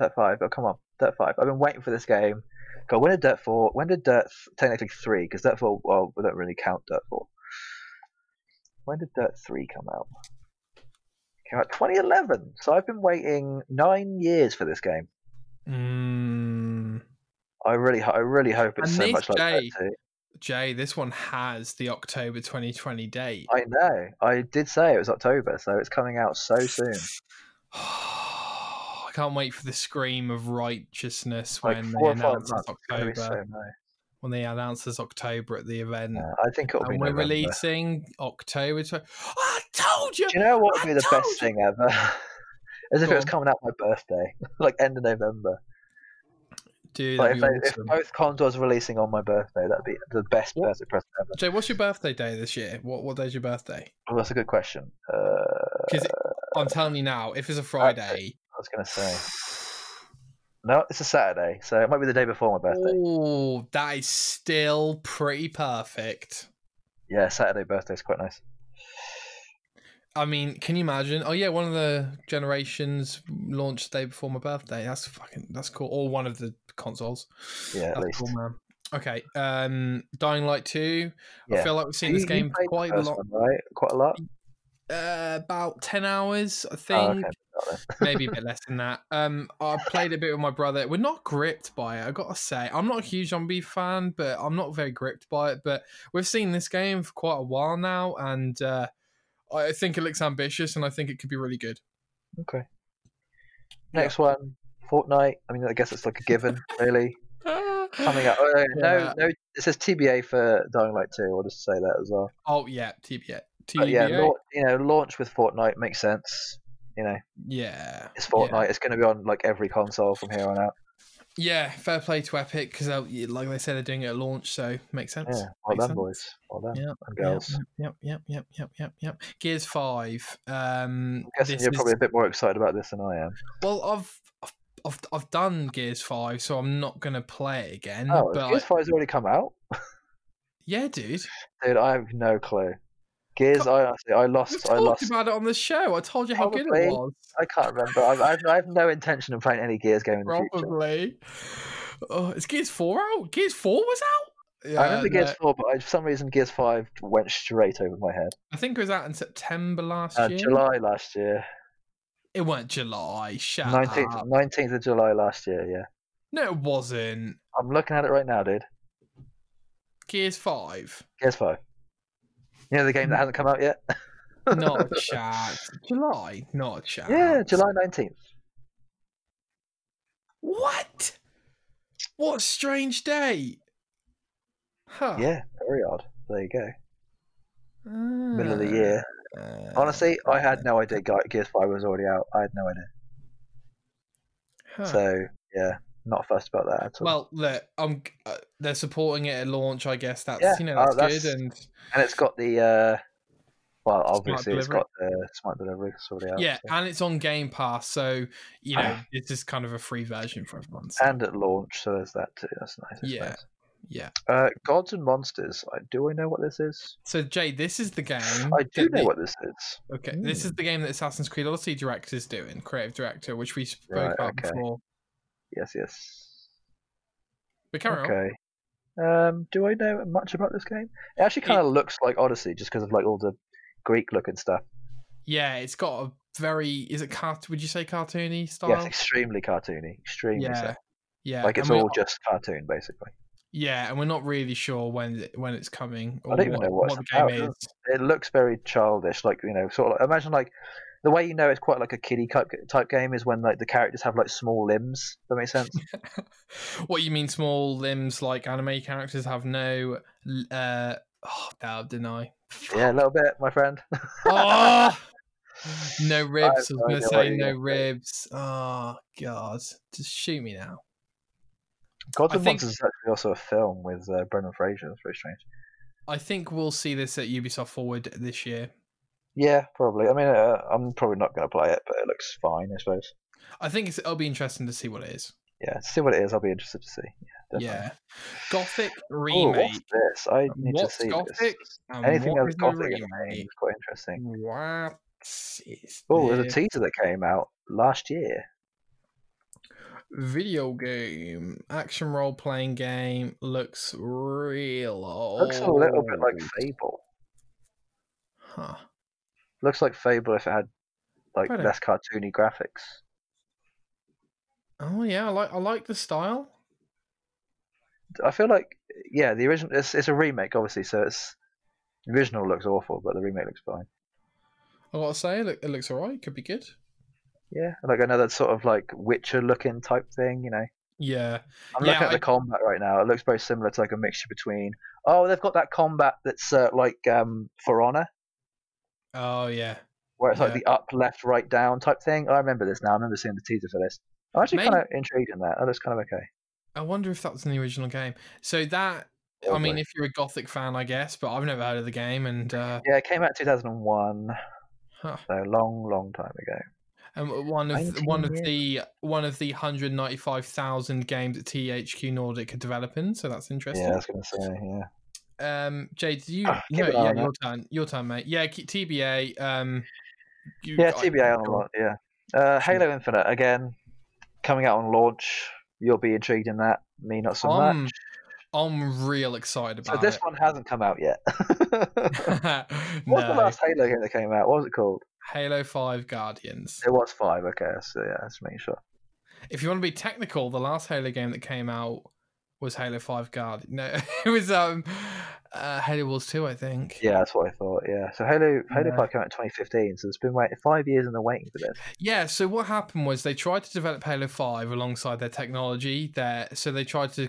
S2: Dirt Five. Oh come on, Dirt Five. I've been waiting for this game. God, when did Dirt Four? When did Dirt th- technically three? Because Dirt Four, well, we don't really count Dirt Four. When did Dirt Three come out? Came out 2011. So I've been waiting nine years for this game.
S1: Mm,
S2: I really, ho- I really hope it's
S1: And
S2: so
S1: this
S2: much like Dirt
S1: day-
S2: Two.
S1: Jay, this one has the October 2020 date.
S2: I know. I did say it was October, so it's coming out so soon.
S1: I can't wait for the scream of righteousness
S2: Like
S1: when
S2: four
S1: they
S2: or five
S1: announce
S2: months.
S1: it's
S2: It's gonna be so
S1: October.
S2: nice.
S1: When they announce it's October at the event,
S2: Yeah, I think it'll be
S1: and we're
S2: November.
S1: releasing October. tw- I told you.
S2: Do you know what would
S1: I
S2: be the
S1: told
S2: best thing ever? As if
S1: Go
S2: it was
S1: on.
S2: coming out my birthday, like end of November.
S1: Dude,
S2: Like
S1: that'd be
S2: if, they, if
S1: awesome.
S2: both Condors releasing on my birthday, that'd be the best
S1: What-
S2: birthday present ever.
S1: Jay, what's your birthday day this year? What what day's your birthday?
S2: Well, that's a good question. Uh, I
S1: Because
S2: Uh,
S1: I'm telling you now, if it's a Friday,
S2: was gonna say no, it's a Saturday, so it might be the day before my birthday.
S1: oh, that is still pretty perfect.
S2: Yeah, Saturday birthday's quite nice.
S1: I mean, can you imagine? Oh yeah, one of the generations launched the day before my birthday. That's fucking that's cool. Or one of the consoles.
S2: Yeah, at
S1: that's
S2: least.
S1: cool, man. Okay, um, Dying Light Two. I
S2: Yeah.
S1: feel like we've seen this
S2: You- you
S1: game for
S2: played the
S1: quite a
S2: first
S1: lot,
S2: one, right? Quite a lot.
S1: uh, about ten hours, I think.
S2: Oh, okay, not then.
S1: maybe a bit less than that. Um, I played a bit with my brother. We're not gripped by it. I gotta say, I'm not a huge zombie fan, but I'm not very gripped by it. But we've seen this game for quite a while now, and uh, I think it looks ambitious, and I think it could be really good.
S2: Okay. Next one, Fortnite. I mean, I guess it's like a given, really. coming up. Oh, no,
S1: Yeah.
S2: no, no, it says TBA for Dying Light 2. I'll just say that as well.
S1: Oh yeah, TBA. TBA.
S2: But Uh, yeah,
S1: yeah,
S2: lau- you know, launch with Fortnite makes sense. You know,
S1: yeah,
S2: it's Fortnite. It's going to be on like every console from here on out.
S1: Yeah, fair play to Epic because, like they said, they're doing it at launch, so makes sense.
S2: Yeah, well
S1: Makes
S2: done,
S1: sense.
S2: boys. Well done,
S1: Yeah,
S2: and
S1: Yep,
S2: girls.
S1: yep, yep, yep, yep, yep, yep. Gears Five. Um,
S2: I'm guessing
S1: this
S2: you're
S1: is-
S2: probably a bit more excited about this than I am.
S1: Well, I've I've- I've I've done Gears Five, so I'm not gonna play it again.
S2: Oh,
S1: but
S2: Gears
S1: I-
S2: 5's already come out,
S1: yeah, dude,
S2: dude. I have no clue. Gears, I honestly, I
S1: we
S2: lost, I
S1: talked
S2: lost.
S1: about it on the show. I told you how good
S2: Probably.
S1: it was.
S2: I can't remember. I've, I've, I have no intention of playing any Gears game in the future.
S1: Probably. Oh, is Gears Four out? Gears Four was out. Yeah,
S2: I remember Gears
S1: uh, no,
S2: 4, but I, for some reason, Gears 5 went straight over my head.
S1: I think it was out in September last
S2: Uh,
S1: year.
S2: July last year.
S1: It weren't July. Shut
S2: Nineteenth,
S1: up.
S2: nineteenth of July last year. Yeah,
S1: No, it wasn't.
S2: I'm looking at it right now, dude.
S1: Gears Five.
S2: Guess five. You know the game that hasn't come out yet.
S1: Not chat. July. Not chat.
S2: yeah, July nineteenth.
S1: What? What strange date? Huh.
S2: Yeah, very odd. There you go. middle
S1: Hmm.
S2: of the year.
S1: Uh,
S2: Honestly, I had no idea Ge- Gears Five was already out. I had no idea.
S1: Huh.
S2: So yeah, not fussed about that at all.
S1: well, look, I'm, uh, they're supporting it at launch. I guess that's
S2: Yeah,
S1: you know
S2: uh,
S1: that's,
S2: that's-
S1: good, and
S2: and it's got the uh, well, obviously it's
S1: delivery.
S2: got the smart delivery it's already out.
S1: yeah,
S2: so-
S1: and it's on Game Pass, so you know it's just kind of a free version for everyone. So,
S2: Ah. and at launch, so there's that too. That's nice. that's
S1: Yeah.
S2: nice.
S1: yeah.
S2: Uh, Gods and Monsters. I, do I know what this is?
S1: So Jay, this is the game.
S2: I do
S1: that
S2: know
S1: they-
S2: what this is.
S1: Okay, this is the game that Assassin's Creed Odyssey director's doing, creative director, which we spoke
S2: Right,
S1: about
S2: okay.
S1: before.
S2: Yes, yes.
S1: But carry on.
S2: Okay. Um, do I know much about this game? It actually kind of looks like Odyssey, just because of like all the Greek looking stuff.
S1: Yeah, it's got a very is it cart? Would you say cartoony style?
S2: Yes, extremely cartoony, extremely.
S1: yeah,
S2: so.
S1: yeah.
S2: Like
S1: and
S2: it's
S1: we're
S2: all
S1: not-
S2: just cartoon, basically.
S1: yeah, and we're not really sure when it- when it's coming or
S2: I don't even
S1: what,
S2: know what
S1: the
S2: it's
S1: game
S2: about,
S1: is.
S2: It looks very childish, like you know, sort of. Like, imagine like the way you know it's quite like a kiddie type, type game is when like the characters have like small limbs. That makes sense.
S1: What you mean, small limbs like anime characters have no. l- uh Oh, that'll deny.
S2: yeah, a little bit, my friend.
S1: Oh, no
S2: I
S1: ribs. I was
S2: have
S1: gonna
S2: no
S1: say
S2: idea.
S1: no ribs. Oh God, just shoot me now.
S2: Gods
S1: I
S2: and
S1: think-
S2: Monsters is actually also a film with uh, Brendan Fraser. It's very strange.
S1: I think we'll see this at Ubisoft Forward this year.
S2: Yeah, probably. I mean, uh, I'm probably not going to play it, but it looks fine, I suppose.
S1: I think it's, it'll be interesting to see what it is.
S2: Yeah, see what it is. I'll be interested to see. Yeah, definitely.
S1: Yeah, Gothic
S2: Ooh, what's
S1: remake.
S2: this? I need
S1: What's
S2: to see
S1: Gothic?
S2: this.
S1: and
S2: Anything
S1: what
S2: that's
S1: is a
S2: Gothic in the name
S1: remake?
S2: is quite interesting.
S1: What is
S2: Oh, there's a
S1: this
S2: teaser that came out last year.
S1: video game action role playing game? Looks real old.
S2: Looks a little bit like
S1: Oh.
S2: Fable.
S1: Huh.
S2: Looks like Fable if it had like
S1: Right.
S2: less cartoony graphics.
S1: Oh yeah, I like I like the style.
S2: I feel like yeah, the original it's, it's a remake obviously, so it's the original looks awful, but the remake looks fine.
S1: I gotta say, it, look, it looks alright. Could be good.
S2: Yeah, like another sort of like Witcher looking type thing, you know.
S1: Yeah,
S2: I'm
S1: Yeah,
S2: looking at
S1: I-
S2: the combat right now. It looks very similar to like a mixture between. Oh, they've got that combat that's uh, like um, For Honor,
S1: Oh yeah.
S2: where it's like
S1: Yeah.
S2: the up, left, right, down type thing. I remember this now. I remember seeing the teaser for this. I'm actually
S1: Maybe-
S2: kind of intrigued in that. That looks kind of okay.
S1: I wonder if that was in the original game. So that I mean,
S2: Probably.
S1: if you're a Gothic fan, I guess, but I've never heard of the game. And uh,
S2: yeah, it came out in 2001,
S1: huh.
S2: so a long, long time ago.
S1: and one of
S2: 19
S1: one of the one of the 195,000 games that THQ Nordic are developing. So that's
S2: Yeah, I
S1: interesting.
S2: was gonna say. Yeah,
S1: Um, Jay, do you?
S2: Ah, keep
S1: no,
S2: an eye
S1: yeah,
S2: on that.
S1: your turn. Your turn, mate. Yeah, keep- TBA. Um, you-
S2: yeah,
S1: I-
S2: TBA on a lot. Yeah, uh, Halo Infinite again, coming out on launch. You'll be intrigued in that. Me, not so
S1: I'm
S2: much.
S1: I'm real excited
S2: So
S1: about
S2: this
S1: it.
S2: one hasn't come out yet. What's the
S1: no,
S2: last Halo game that came out? What was it called?
S1: Halo Five Guardians.
S2: It was five, okay. So yeah, let's make sure.
S1: if you want to be technical, the last Halo game that came out was Halo Five Guard. No, it was um uh, Halo Wars Two, I think.
S2: Yeah, that's what I thought. Yeah. So Halo Halo
S1: Yeah.
S2: Five came out in 2015, so it's been waiting five years in the waiting for this.
S1: Yeah, So what happened was they tried to develop Halo Five alongside their technology. There, so they tried to,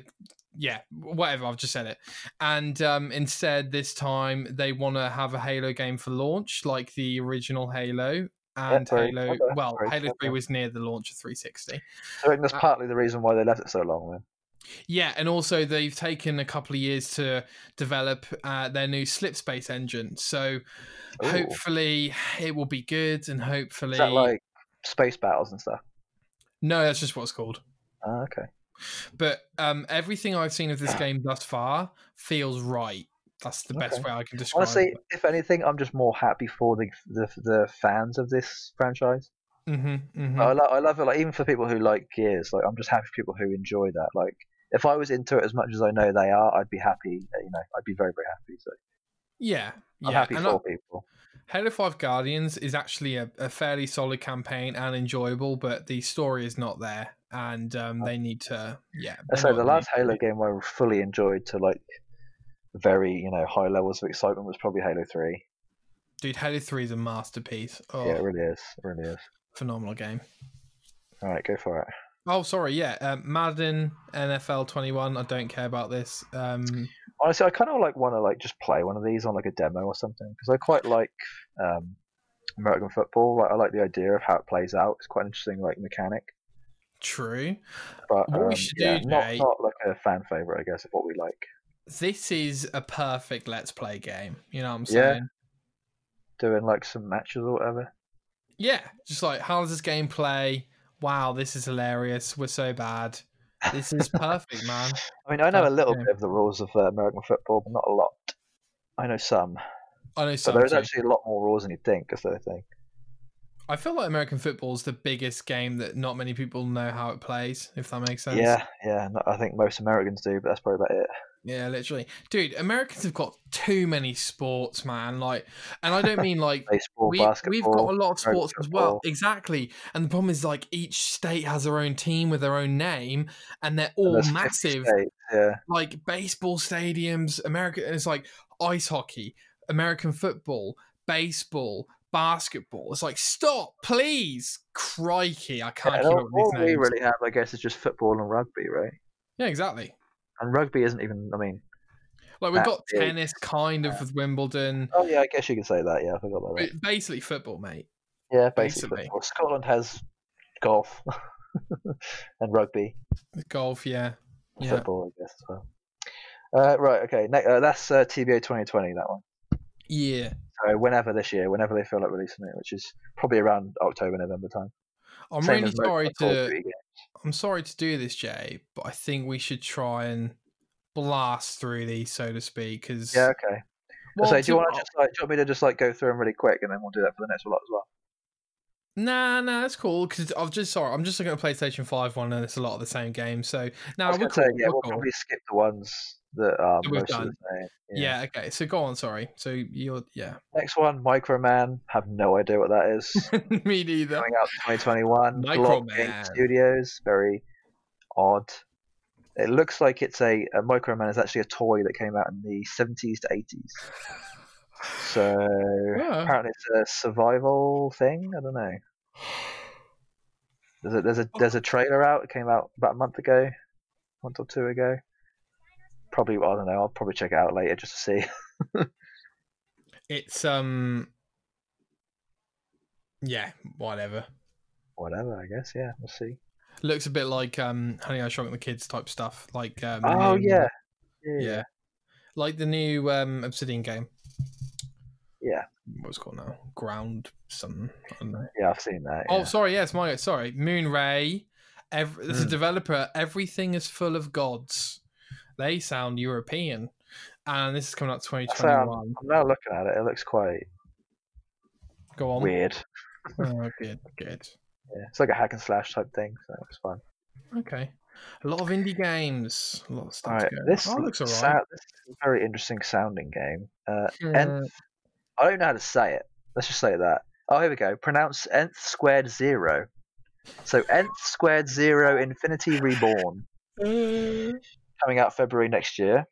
S1: yeah, whatever. I've just said it. And um, instead, this time they want to have a Halo game for launch, like the original Halo. And
S2: very
S1: Halo,
S2: clever,
S1: well,
S2: very
S1: Halo 3
S2: clever.
S1: was near the launch of 360.
S2: So I think that's
S1: Uh,
S2: partly the reason why they left it so long. Then
S1: Yeah, and also they've taken a couple of years to develop uh, their new Slip Space engine. So
S2: Ooh.
S1: hopefully it will be good, and hopefully
S2: is that like space battles and stuff?
S1: no, that's just what it's called.
S2: Ah, okay.
S1: But um, everything I've seen of this game thus far feels right. That's the best
S2: Okay.
S1: way I can describe.
S2: Honestly,
S1: it.
S2: if anything, I'm just more happy for the the, the fans of this franchise.
S1: Mm-hmm,
S2: I, lo- I love it. Like even for people who like Gears, like I'm just happy for people who enjoy that. Like if I was into it as much as I know they are, I'd be happy. You know, I'd be very very happy. So
S1: Yeah, yeah.
S2: I'm happy
S1: and
S2: for
S1: I-
S2: people.
S1: Halo Five Guardians is actually a, a fairly solid campaign and enjoyable, but the story is not there, and um, they need to. Yeah, they
S2: So the
S1: might
S2: last
S1: need to-
S2: Halo game I fully enjoyed to like very you know high levels of excitement was probably Halo Three.
S1: dude, Halo Three is a masterpiece. Oh,
S2: Yeah, it really is. It really is.
S1: phenomenal game.
S2: All right, go for it.
S1: Oh, sorry. Yeah, um, Madden NFL 21. I don't care about this. Um,
S2: Honestly, I kind of like want to like just play one of these on like a demo or something because I quite like um, American football. Like, I like the idea of how it plays out. It's quite an interesting like mechanic.
S1: true.
S2: But
S1: What we
S2: um,
S1: should
S2: yeah,
S1: do,
S2: not,
S1: Jay-
S2: not like a fan favorite, I guess, of what we like.
S1: This is a perfect let's play game. You know what I'm
S2: Yeah.
S1: saying?
S2: Doing like some matches or whatever.
S1: Yeah. Just like, how does this game play? Wow, this is hilarious. We're so bad. This is perfect, man.
S2: I mean, I know a
S1: Perfect
S2: little
S1: game.
S2: bit of the rules of uh, American football, but not a lot. I know some,
S1: I know
S2: but
S1: some.
S2: there's
S1: do.
S2: actually a lot more rules than you'd think. Is the thing?
S1: I feel like American football is the biggest game that not many people know how it plays, if that makes sense.
S2: Yeah, yeah. no- I think most Americans do, but that's probably about it.
S1: Yeah, literally. Dude, Americans have got too many sports, man. Like, and I don't mean like
S2: Baseball,
S1: we,
S2: basketball.
S1: we've got a lot of
S2: American
S1: sports as well.
S2: football.
S1: Exactly. And the problem is like each state has their own team with their own name and they're all
S2: There's 50
S1: massive.
S2: states, Yeah,
S1: Like baseball stadiums, America and it's like ice hockey, American football, baseball, basketball. It's like stop, please. Crikey, I can't
S2: Yeah,
S1: keep
S2: all,
S1: up with
S2: all
S1: these
S2: we
S1: names.
S2: really have, I guess, is just football and rugby, right?
S1: Yeah, exactly.
S2: And rugby isn't even. I mean,
S1: Like we've
S2: That's
S1: got
S2: big.
S1: tennis kind of with Wimbledon.
S2: oh yeah, I guess you could say that. Yeah, I forgot about that.
S1: But basically football, mate.
S2: Yeah, basically,
S1: basically.
S2: football. Scotland has golf and rugby,
S1: Golf, yeah.
S2: and
S1: Yeah.
S2: football, I guess as well. Uh, right, okay. Ne- uh, that's uh, TBA 2020. That one.
S1: Yeah.
S2: So whenever this year, whenever they feel like releasing it, which is probably around October, November time.
S1: I'm
S2: Same
S1: really
S2: as most
S1: sorry
S2: Call of
S1: to
S2: Duty games.
S1: I'm sorry to do this, Jay, but I think we should try and blast through these, so to speak, because
S2: Yeah, okay.
S1: well,
S2: so do you
S1: to- uh
S2: want to just like, do you want me to just like go through them really quick, and then we'll do that for the next lot as well?
S1: Nah, nah, that's cool. Because I've just sorry, I'm just looking at PlayStation Five one, and it's a lot of the same games. So
S2: I
S1: now
S2: was
S1: we're
S2: gonna
S1: cool.
S2: say, yeah,
S1: we're
S2: we'll
S1: cool.
S2: probably skip the ones that are
S1: That we've
S2: most of
S1: done.
S2: the same.
S1: yeah. Okay. So go on. Sorry. So you're yeah.
S2: Next one, Microman. Have no idea what that is.
S1: Me neither.
S2: Coming out 2021. Block Game
S1: Microman.
S2: Studios. Very odd. It looks like it's a, a Microman is actually a toy that came out in the 70s to 80s. So
S1: Yeah.
S2: apparently it's a survival thing. I don't know. There's a there's a
S1: Oh.
S2: there's a trailer out. It came out about a month ago, month or two ago. Probably I don't know. I'll probably check it out later just to see.
S1: It's um. Yeah. Whatever.
S2: Whatever, I guess. Yeah, we'll see.
S1: Looks a bit like um, Honey I Shrunk the Kids type stuff. Like um, the
S2: Oh
S1: new-
S2: yeah.
S1: yeah, like the new um Obsidian game.
S2: Yeah.
S1: what's it called now? Ground something. I don't know.
S2: Yeah, I've seen that.
S1: Oh, sorry, yes, my sorry. Moon Ray. Every, There's a
S2: Hmm.
S1: developer. Everything is full of gods. They sound European, and this is coming out 2021.
S2: I'm now looking at it. It looks quite
S1: Go on.
S2: weird.
S1: Oh, good, good.
S2: Yeah, it's like a hack and slash type thing, so it's fun.
S1: Okay. A lot of indie games. A lot of stuff.
S2: All right,
S1: to go.
S2: this,
S1: oh, looks
S2: looks
S1: alright.
S2: this is a very interesting sounding game. Uh,
S1: Uh,
S2: Nth, I don't know how to say it. Let's just say that. Oh, here we go. Pronounce nth squared zero. So nth squared zero infinity reborn
S1: uh,
S2: coming out February next year.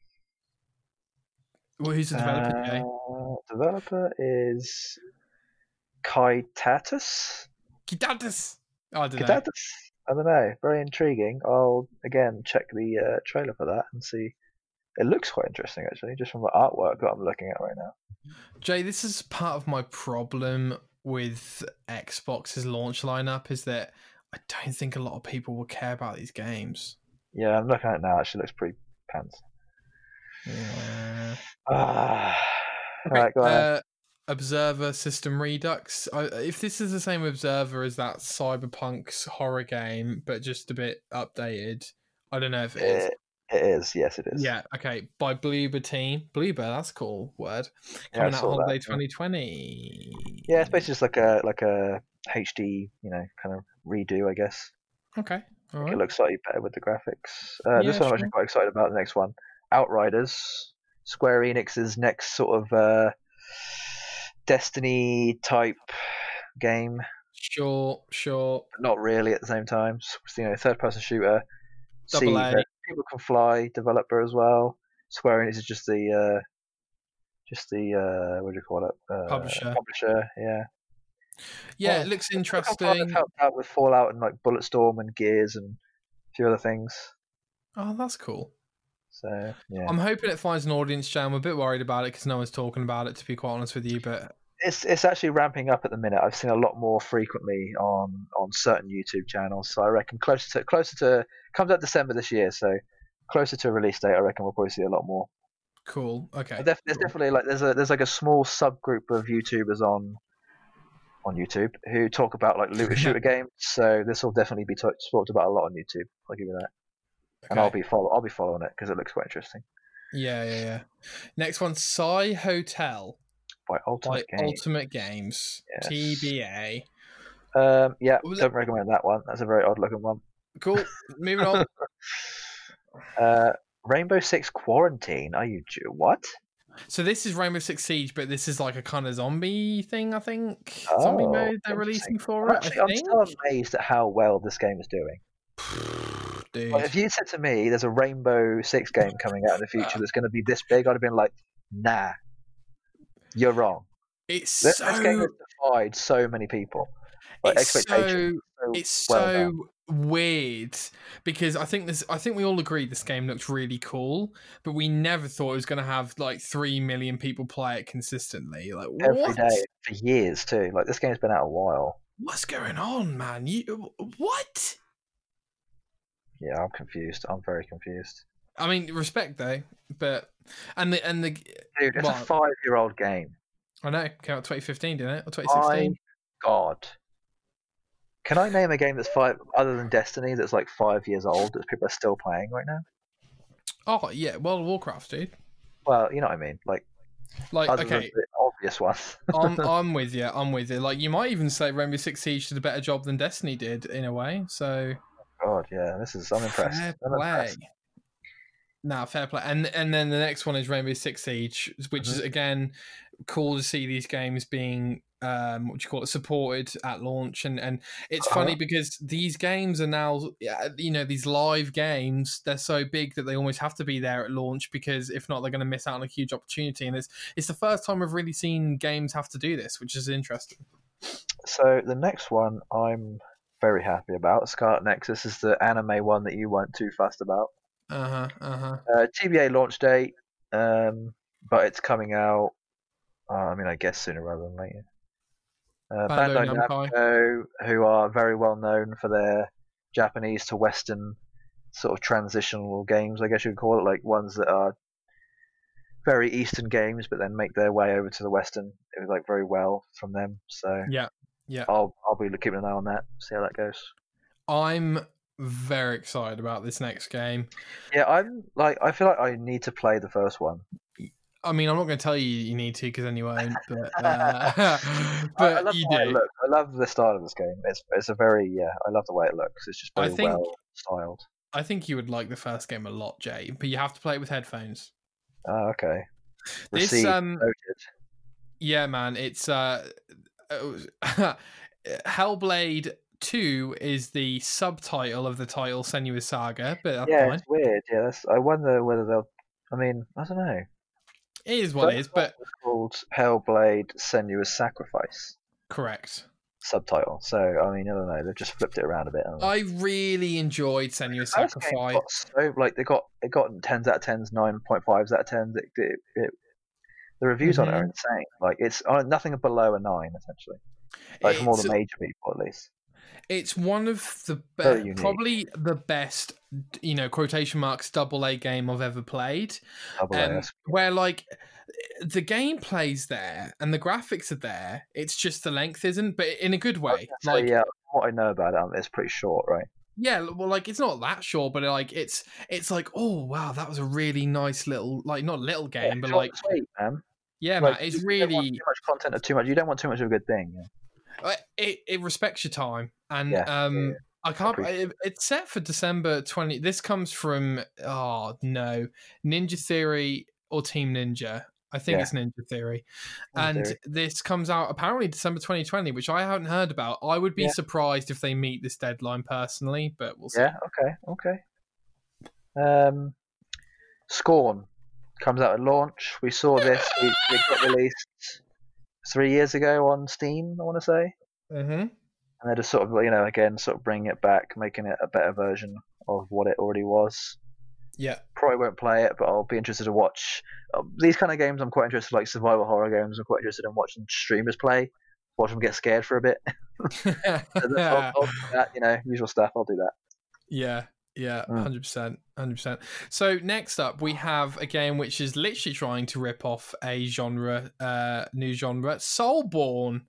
S1: well, who's the developer? Jay?
S2: Uh, developer is Kaitatus.
S1: Kidatus. Oh, I don't
S2: Could
S1: know.
S2: that just- I don't know. Very intriguing. I'll again check the uh, trailer for that and see. It looks quite interesting actually, just from the artwork that I'm looking at right now.
S1: Jay, this is part of my problem with Xbox's launch lineup is that I don't think a lot of people will care about these games.
S2: Yeah, I'm looking at it now. Actually, looks pretty pants.
S1: Yeah.
S2: Ah. All right, go ahead.
S1: Uh, Observer System Redux. I, if this is the same Observer as that Cyberpunk's horror game, but just a bit updated, I don't know if it is.
S2: It, it is. Yes, it is.
S1: Yeah, okay. By Bloober Team. Bloober, that's a cool word.
S2: Yeah, I
S1: Coming out
S2: saw that,
S1: holiday
S2: yeah.
S1: 2020.
S2: Yeah, it's basically just like a like a HD, you know, kind of redo, I guess.
S1: Okay. All right.
S2: It looks slightly better with the graphics.
S1: Yeah,
S2: Uh, this one I'm
S1: sure.
S2: actually quite excited about. The next one, Outriders, Square Enix's next sort of uh, Destiny type game.
S1: Sure, sure.
S2: but Not really at the same time. So, you know, third-person shooter. See
S1: Double A.
S2: that people can fly. Developer as well. Square Enix is just the uh, just the uh, what do you call it? Uh,
S1: Publisher.
S2: Publisher. Yeah.
S1: Yeah,
S2: Well,
S1: it looks
S2: People can fly,
S1: interesting.
S2: helped out with Fallout and like Bulletstorm and Gears and few other things.
S1: Oh, that's cool.
S2: So yeah,
S1: I'm hoping it finds an audience, Jay. I'm a bit worried about it because no one's talking about it, to be quite honest with you. But
S2: it's it's actually ramping up at the minute. I've seen a lot more frequently on on certain YouTube channels. So I reckon closer to closer to comes out December this year. So closer to a release date, I reckon we'll probably see a lot more.
S1: cool. Okay.
S2: Def- there's definitely like there's a there's like a small subgroup of YouTubers on on YouTube who talk about like looter shooter games. So this will definitely be talked talked about a lot on YouTube. I'll give you that, and I'll
S1: Okay.
S2: be follow I'll be following it because it looks quite interesting.
S1: Yeah, yeah, yeah. Next one, Psy Hotel
S2: By
S1: by
S2: Ultimate Game.
S1: Ultimate Games,
S2: Yes.
S1: TBA.
S2: um, yeah,
S1: What was
S2: don't recommend that one. That's a very odd looking one.
S1: Cool. Moving on.
S2: Uh, Rainbow Six Quarantine. Are you j- what?
S1: So this is Rainbow Six Siege, but this is like a kind of zombie thing, I think. zombie
S2: Oh,
S1: mode they're releasing
S2: interesting.
S1: for
S2: I'm,
S1: it.
S2: actually,
S1: I
S2: I'm
S1: think.
S2: still amazed at how well this game is doing.
S1: Dude.
S2: Like, if you said to me there's a Rainbow Six game coming out in the future that's going to be this big, I'd have been like, nah, you're wrong.
S1: it's
S2: This,
S1: so
S2: this game has defied so many people. Like,
S1: it's so
S2: expectations. So
S1: it's
S2: well done.
S1: so weird because I think this I think we all agreed this game looked really cool, but we never thought it was going to have like 3 million people play it consistently. Like
S2: every day
S1: what?
S2: for years too. Like this game's been out a while.
S1: What's going on, man? You what?
S2: Yeah, I'm confused. I'm very confused.
S1: I mean, respect though, but and the and the
S2: Dude, it's
S1: Well-
S2: a five-year-old game.
S1: I know came out 2015, didn't it? Or
S2: My
S1: 2016?
S2: God. Can I name a game that's five other than Destiny that's like five years old that people are still playing right now?
S1: Oh yeah, World of Warcraft, dude.
S2: Well, you know what I mean. Like
S1: Like,
S2: other
S1: okay,
S2: than the obvious ones.
S1: I'm I'm with you. I'm with you. Like, you might even say Rainbow Six Siege did a better job than Destiny did in a way. So
S2: God, yeah, this is. I'm impressed.
S1: fair
S2: I'm
S1: play.
S2: impressed.
S1: Nah, fair play. And and then the next one is Rainbow Six Siege, which is
S2: Mm-hmm.
S1: again cool to see these games being um what do you call it supported at launch and and it's funny
S2: Uh-huh.
S1: because these games are now yeah, you know these live games they're so big that they almost have to be there at launch because if not they're going to miss out on a huge opportunity and it's it's the first time we've really seen games have to do this which is interesting
S2: So the next one I'm very happy about. Scarlet Nexus is the anime one that you weren't too fussed about.
S1: uh-huh uh-huh
S2: Uh, TBA launch date, um, but it's coming out. Uh, I mean, I guess sooner rather than later. Uh,
S1: Bandai
S2: Bandai,
S1: Namco.
S2: Namco, who are very well known for their Japanese to Western sort of transitional games, I guess you would call it, like ones that are very Eastern games, but then make their way over to the Western. It was like very well from them, so
S1: Yeah, yeah.
S2: I'll I'll be keeping an eye on that, see how that goes.
S1: i'm very excited about this next game
S2: Yeah, I'm like I feel like I need to play the first one.
S1: I mean, I'm not going to tell you you need to because then you won't. But, uh,
S2: I- I
S1: but
S2: love
S1: you
S2: the way it
S1: do.
S2: looks. I love the style of this game. It's it's a very yeah. I love the way it looks. It's just
S1: I
S2: very
S1: think-
S2: well styled.
S1: I think you would like the first game a lot, Jay. But you have to play it with headphones.
S2: Oh, okay.
S1: This,
S2: Received,
S1: um,
S2: noted.
S1: Yeah, man. It's uh, uh, Hellblade Two is the subtitle of the title Senua's Saga, but that's
S2: Yeah,
S1: fine.
S2: it's weird. Yeah, that's. I wonder whether they'll. I mean, I don't know.
S1: It is what it is, but
S2: It's called Hellblade: Senua's Sacrifice
S1: correct.
S2: subtitle. So I mean, I don't know. They've just flipped it around a bit. haven't they?
S1: I really enjoyed Senua's
S2: First game
S1: Sacrifice.
S2: got so like they got it got tens out of tens, nine point fives out of tens. It, it, it, the reviews on it are
S1: Mm-hmm.
S2: insane. Like it's on nothing below a nine essentially. Like from all
S1: It's-
S2: the major people at least.
S1: It's one of the
S2: Very
S1: best,
S2: unique.
S1: probably the best, you know, quotation marks double A game I've ever played.
S2: Double
S1: um,
S2: AS.
S1: where like the gameplay's there and the graphics are there. It's just the length isn't, but in a good
S2: I was
S1: way.
S2: gonna say,
S1: like yeah.
S2: yeah, from what I know about it, um, it's pretty short, right?
S1: well, like it's not that short, but like it's it's like oh wow, that was a really nice little like not little game, but
S2: short
S1: like
S2: and sweet, man.
S1: yeah,
S2: Like,
S1: man, it's
S2: you don't want
S1: really
S2: too much content or too much. You don't want too much of a good thing. Yeah.
S1: uh, it it respects your time and
S2: Yeah,
S1: um.
S2: yeah.
S1: I can't.
S2: appreciate
S1: It, it's set for December twenty. This comes from oh no, Ninja Theory or Team Ninja. I think
S2: Yeah.
S1: it's Ninja Theory.
S2: Ninja
S1: and
S2: Theory.
S1: this comes out apparently December 2020, which I haven't heard about. I would be
S2: Yeah.
S1: surprised if they meet this deadline personally, but we'll see.
S2: Yeah. Okay. Okay. Um, Scorn comes out at launch. We saw this. We, it got released three years ago on Steam. I want to say, and
S1: Mhm.
S2: they're just sort of you know again sort of bringing it back, making it a better version of what it already was.
S1: Yeah.
S2: Probably won't play it, but I'll be interested to watch um, these kind of games. I'm quite interested, like survival horror games. I'm quite interested in watching streamers play, watch them get scared for a bit. I'll, I'll do that, you know, usual stuff. I'll do that.
S1: Yeah, yeah,
S2: Mm.
S1: hundred percent, hundred percent. So next up, we have a game which is literally trying to rip off a genre, uh, new genre, Soulborn.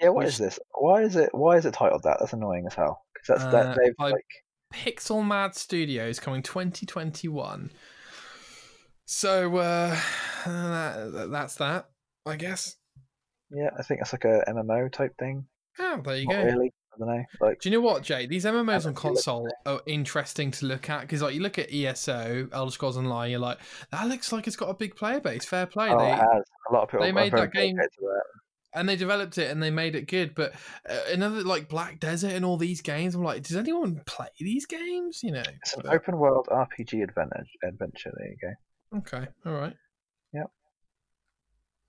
S2: Yeah, what
S1: Which-
S2: is this? Why is it? Why is it titled that? That's annoying as hell. 'Cause that's
S1: Uh,
S2: that they've
S1: I-
S2: like
S1: Pixel Mad Studios coming 2021. So uh, that, that's that, I guess.
S2: yeah, I think it's like a MMO type thing.
S1: Oh, there you
S2: Not
S1: go.
S2: really. I don't know. Like
S1: Do you know what, Jay? These MMOs
S2: Haven't
S1: on
S2: you
S1: console are interesting to look at because, like, you look at ESO, Elder Scrolls Online, you're like, that looks like it's got a big player base. Fair play.
S2: oh,
S1: they,
S2: it has a lot of people.
S1: they
S2: are
S1: made
S2: very
S1: that game-
S2: dedicated to that.
S1: and they developed it and they made it good. But uh, another like Black Desert and all these games, I'm like, does anyone play these games? You know.
S2: It's an
S1: but-
S2: open world RPG adventure. Adventure. There you go.
S1: okay. All right.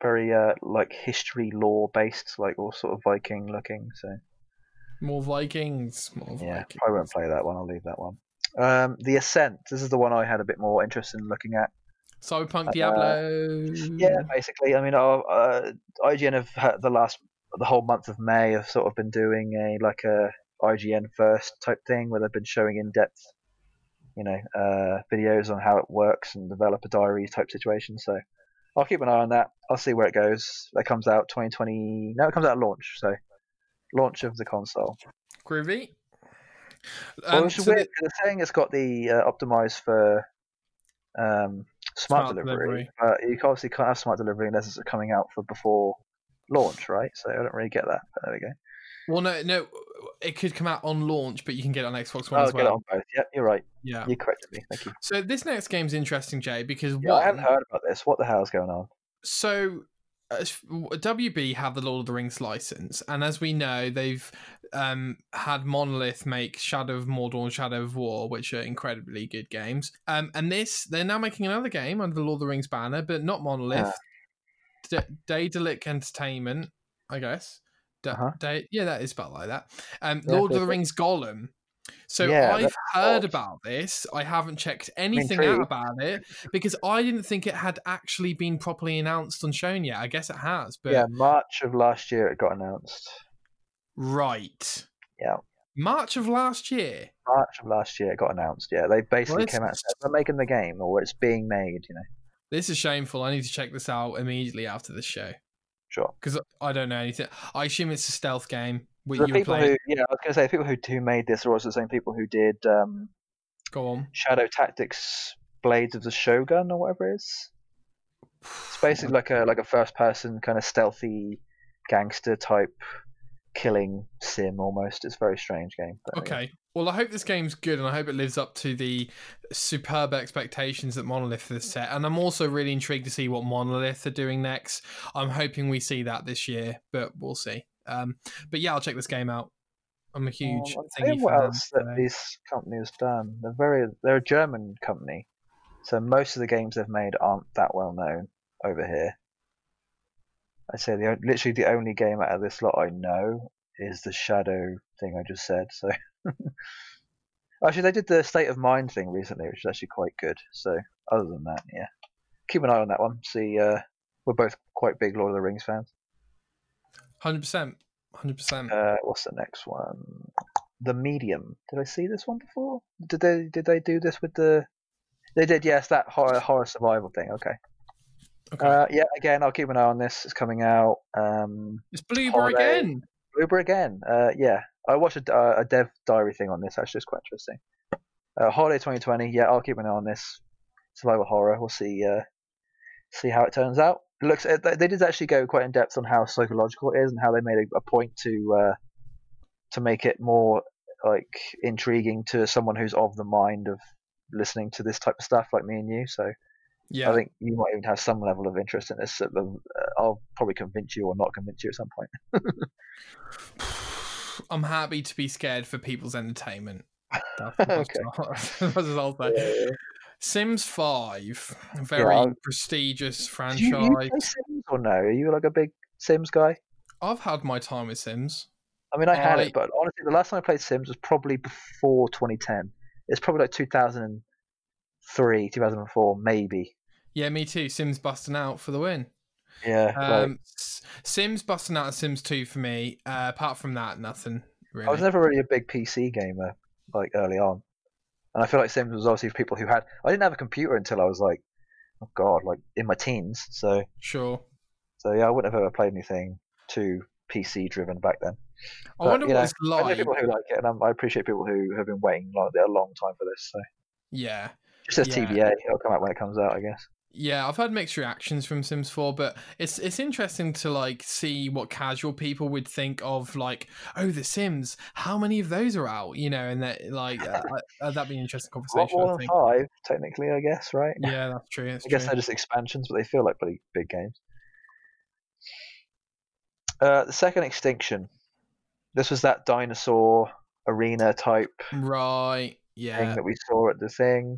S2: Very uh, like history lore based, like all sort of Viking looking. So
S1: More Vikings. More
S2: yeah,
S1: Vikings.
S2: probably won't play that one. I'll leave that one. Um, the Ascent. This is the one I had a bit more interest in looking at.
S1: Cyberpunk
S2: Uh,
S1: Diablo.
S2: Yeah, basically. I mean, our, uh, IGN have had the last the whole month of May have sort of been doing a like a IGN first type thing where they've been showing in depth, you know, uh, videos on how it works and developer diaries type situation. So I'll keep an eye on that. I'll see where it goes. That comes out 2020. No, it comes out at launch. So launch of the console.
S1: Groovy.
S2: well,
S1: Um,
S2: which is
S1: so the-
S2: weird 'cause they're saying it's got the uh, optimized for um, smart,
S1: Smart
S2: delivery,
S1: delivery.
S2: but you obviously can't have smart delivery unless it's coming out for before launch, right? So I don't really get that. But there we go.
S1: well, no, no, it could come out on launch, but you can get it on Xbox One
S2: I'll
S1: as
S2: Oh, get it on
S1: well.
S2: both. Yep, you're right.
S1: Yeah.
S2: You corrected me. Thank you.
S1: So this next game's interesting, Jay, because
S2: Yeah, I
S1: one,
S2: hadn't heard about this. What the hell's going on?
S1: so uh, WB have the Lord of the Rings license, and as we know, they've um, had Monolith make Shadow of Mordor and Shadow of War, which are incredibly good games. Um, and this, they're now making another game under the Lord of the Rings banner, but not Monolith.
S2: Ah.
S1: D- Daedalic Entertainment, I guess. Da-
S2: Uh-huh.
S1: Da- yeah, that is about like that. Um,
S2: Yeah,
S1: Lord of the
S2: Daedalic.
S1: Rings Golem. So
S2: Yeah,
S1: I've
S2: that's
S1: heard
S2: odd.
S1: about this. I haven't checked anything out
S2: intrigued.
S1: about it because I didn't think it had actually been properly announced and shown yet. I guess it has, but
S2: Yeah, March of last year it got announced.
S1: right.
S2: Yeah.
S1: March of last year.
S2: March of last year it got announced. Yeah, they basically
S1: it's-
S2: came out and said they're making the game or it's being made. You know,
S1: This is shameful. I need to check this out immediately after this show
S2: sure.
S1: because I don't know anything. I assume it's a stealth game. With
S2: The
S1: you were
S2: people
S1: playing.
S2: who, yeah, I was going to say the people who, who made this are also the same people who did um,
S1: Go on.
S2: Shadow Tactics Blades of the Shogun or whatever it is. It's basically like a like a first person kind of stealthy gangster type killing sim almost. It's a very strange game. But anyway.
S1: Okay. Well, I hope this game's good, and I hope it lives up to the superb expectations that Monolith has set. And I'm also really intrigued to see what Monolith are doing next. I'm hoping we see that this year, but we'll see. Um, but yeah, I'll check this game out. I'm a huge
S2: Um, I'm
S1: thingy
S2: seeing what
S1: fan,
S2: else that
S1: so-
S2: this company has done. They're very they're a German company, so most of the games they've made aren't that well known over here. I'd say the on- literally the only game out of this lot I know is the Shadow thing I just said. So actually, they did the State of Mind thing recently, which is actually quite good. So other than that, yeah, keep an eye on that one. See, uh, we're both quite big Lord of the Rings fans.
S1: 100%. 100%.
S2: Uh, what's the next one? The Medium. Did I see this one before? Did they did they do this with the? They did, yes. That horror, horror survival thing. Okay.
S1: okay.
S2: Uh, yeah. Again, I'll keep an eye on this. It's coming out. Um,
S1: it's Bloober
S2: holiday.
S1: again.
S2: Uber again. Uh, yeah. I watched a, uh, a dev diary thing on this. Actually, it's quite interesting. Uh, Holiday 2020. Yeah, I'll keep an eye on this. Survival horror. We'll see. Uh, see how it turns out. It looks. uh, They they did actually go quite in depth on how psychological it is and how they made a, a point to uh, to make it more like intriguing to someone who's of the mind of listening to this type of stuff, like me and you. So
S1: Yeah.
S2: I think you might even have some level of interest in this. uh, I'll probably convince you or not convince you at some point.
S1: I'm happy to be scared for people's entertainment. That's,
S2: Okay.
S1: that's what I'll say. Sims 5, a very
S2: Yeah, I-
S1: prestigious
S2: Do
S1: franchise.
S2: you, you play Sims or no? Are you like a big Sims guy?
S1: I've had my time with Sims.
S2: I mean, I had
S1: I-
S2: it, but honestly, the last time I played Sims was probably before 2010. It's probably like 2003, 2004, maybe.
S1: Yeah, me too. Sims busting out for the win.
S2: Yeah. like-
S1: Um, S- Sims busting out of Sims 2 for me. Uh, apart from that, nothing really.
S2: I was never really a big PC gamer like early on, and I feel like Sims was obviously for people who had. I didn't have a computer until I was like, oh god, like in my teens. So
S1: sure.
S2: so yeah, I wouldn't have ever played anything too PC driven back then.
S1: I
S2: But,
S1: wonder
S2: you
S1: what
S2: know,
S1: it's
S2: I know
S1: like.
S2: people who like it, and um, I appreciate people who have been waiting like a long time for this. So
S1: Yeah.
S2: just as
S1: Yeah.
S2: TBA, it'll come out when it comes out, I guess.
S1: Yeah, I've had mixed reactions from Sims 4, but it's it's interesting to like see what casual people would think of like, oh, the Sims. How many of those are out? You know, and that like uh, uh, that'd be an interesting
S2: A lot
S1: conversation.
S2: more
S1: I
S2: than
S1: think.
S2: five, technically, I guess, right?
S1: Yeah, that's true. That's
S2: I guess
S1: true.
S2: they're just expansions, but they feel like pretty big games. Uh, the second extinction. This was that dinosaur arena type
S1: Right.
S2: thing
S1: Yeah.
S2: that we saw at the thing.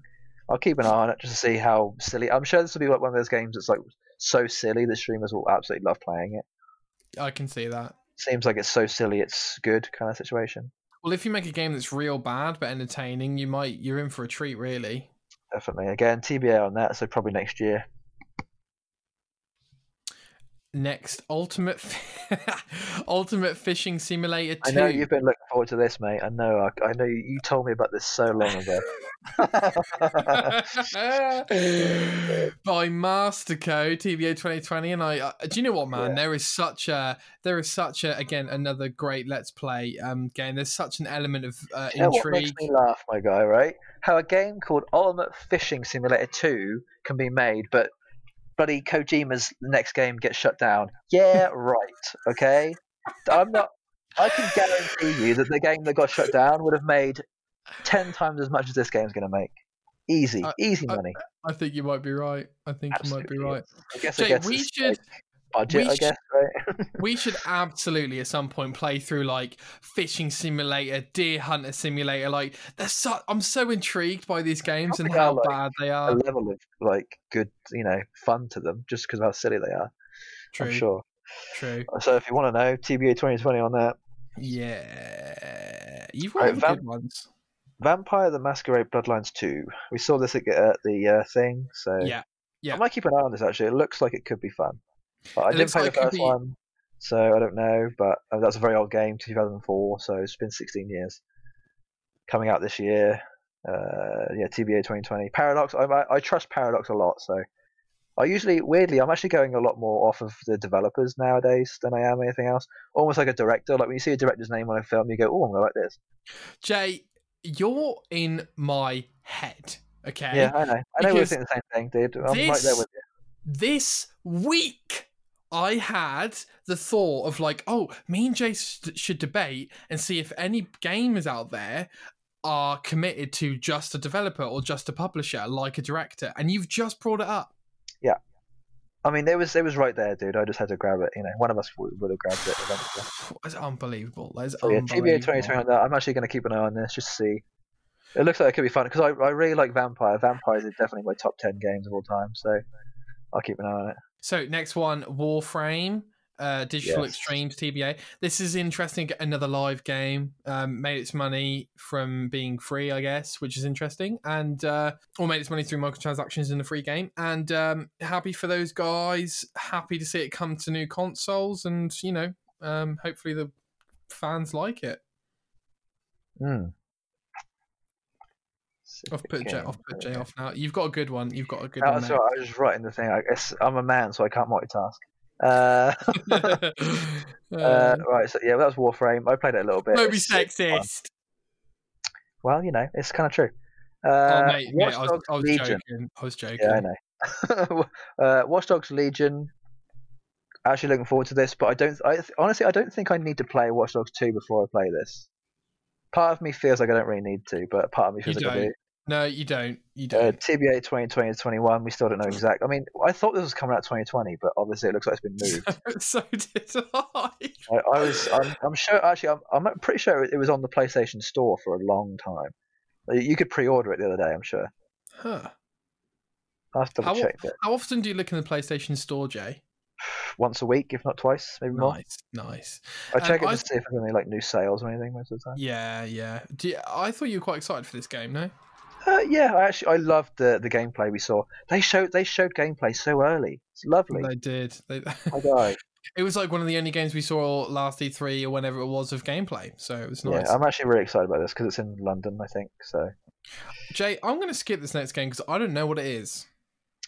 S2: I'll keep an eye on it just to see how silly. I'm sure this will be like one of those games that's like so silly the streamers will absolutely love playing it.
S1: I can see that.
S2: Seems like it's so silly it's good kind of situation.
S1: Well, if you make a game that's real bad but entertaining, you might you're in for a treat, really.
S2: Definitely. Again, TBA on that, so probably next year.
S1: Next, Ultimate F- Ultimate Fishing Simulator 2.
S2: I know you've been looking forward to this, mate. I know. I, I know you, you told me about this so long ago.
S1: by Mastercode TBA 2020 and I uh, do you know what man
S2: Yeah.
S1: there is such a there is such a again another great let's play um game there's such an element of uh,
S2: You know what makes
S1: intrigue
S2: me laugh, my guy, right? How a game called Ultimate Fishing Simulator 2 can be made, but bloody Kojima's next game gets shut down. Yeah, right. Okay? I'm not. I can guarantee you that the game that got shut down would have made 10 times as much as this game's going to make. Easy.
S1: I-
S2: easy
S1: I-
S2: money.
S1: I think you might be right I think you
S2: Absolutely.
S1: might be right
S2: I guess, I
S1: Jake,
S2: guess
S1: we
S2: it's
S1: should
S2: budget,
S1: we
S2: I
S1: sh-
S2: guess, right?
S1: we should absolutely at some point play through like fishing simulator deer hunter simulator like they're so I'm so intrigued by these games and
S2: think I
S1: how
S2: like-
S1: bad they
S2: A
S1: are
S2: level of, like, good, you know, fun to them just because of how silly they are.
S1: true
S2: I'm sure.
S1: true
S2: So if you want to know, TBA 2020 on that.
S1: yeah you've
S2: Right,
S1: got the
S2: Val-
S1: good ones
S2: Vampire the Masquerade Bloodlines 2. We saw this at at the uh, thing, so
S1: Yeah, yeah.
S2: I might keep an eye on this actually. It looks like it could be fun. But I
S1: It
S2: didn't
S1: looks
S2: play
S1: like it
S2: the
S1: could
S2: first
S1: be-
S2: one, so I don't know. But uh, that's a very old game, 2004, so it's been 16 years. Coming out this year, uh, yeah, TBA 2020. Paradox. I, I, I trust Paradox a lot, so I usually, weirdly, I'm actually going a lot more off of the developers nowadays than I am anything else. Almost like a director. Like when you see a director's name on a film, you go, "Oh, I'm gonna like this."
S1: Jay, you're in my head. Okay.
S2: Yeah, I know. I know we're
S1: Because
S2: thinking the same thing, dude. I'm right there
S1: this-
S2: with you.
S1: This week, I had the thought of like, oh, me and Jay s- should debate and see if any gamers out there are committed to just a developer or just a publisher, like a director. And you've just brought it up.
S2: I mean, it was it was right there, dude. I just had to grab it. You know, one of us would, would have grabbed it eventually.
S1: That's unbelievable. That is
S2: So yeah,
S1: unbelievable.
S2: TBA 2020 on that. I'm actually going to keep an eye on this just to see. It looks like it could be fun because I, I really like Vampire. Vampires is definitely my top ten games of all time, so I'll keep an eye on it.
S1: So next one, Warframe, uh, Digital
S2: Yes.
S1: Extremes TBA. This is interesting. Another live game um, made its money from being free, I guess, which is interesting, and uh, or made its money through microtransactions in the free game. And um, happy for those guys. Happy to see it come to new consoles, and you know, um, hopefully the fans like it.
S2: Mm.
S1: I've put Jay, I've put Jay off now. You've got a good one. You've got a good
S2: No,
S1: one.
S2: that's all right. Oh, I was just writing the thing. I guess I'm a man, so I can't multitask. Uh,
S1: mate.
S2: uh,
S1: Um,
S2: right, so yeah, that was Warframe. I played it a little bit.
S1: don't be
S2: It's- it's fun.
S1: sexist.
S2: Well, you know, it's kind of true. Uh,
S1: Oh, mate, mate,
S2: Watch
S1: I was,
S2: Dogs
S1: I was
S2: Legion.
S1: joking. I was joking.
S2: Yeah, I know. uh, Watch Dogs Legion. Actually, looking forward to this, but I don't. I th- honestly, I don't think I need to play Watch Dogs Two before I play this. Part of me feels like I don't really need to, but part of me
S1: You
S2: feels like I
S1: don't.
S2: do.
S1: No, you don't. You
S2: Uh,
S1: don't.
S2: TBA 2020 to 21. We still don't know exact. I mean, I thought this was coming out 2020, but obviously it looks like it's been moved.
S1: so did I.
S2: I, I was. I'm, I'm sure. Actually, I'm, I'm pretty sure it was on the PlayStation Store for a long time. Uh, You- You could pre-order it the other day. I'm sure.
S1: Huh.
S2: I have to
S1: How-
S2: double check that.
S1: How often do you look in the PlayStation Store, Jay?
S2: once a week, if not twice, maybe more.
S1: Nice, nice.
S2: I check
S1: Um,
S2: it
S1: I-
S2: to see if there's any like new sales or anything most of the time.
S1: Yeah, yeah. Do you, I thought you were quite excited for this game, no?
S2: Uh, yeah, I actually I loved the the gameplay we saw. They showed they showed gameplay so early. It's lovely.
S1: They did. They,
S2: I died.
S1: it was like one of the only games we saw last E3 or whenever it was of gameplay. So it was nice.
S2: Yeah, I'm actually really excited about this because it's in London, I think. So
S1: Jay, I'm going to skip this next game because I don't know what it is.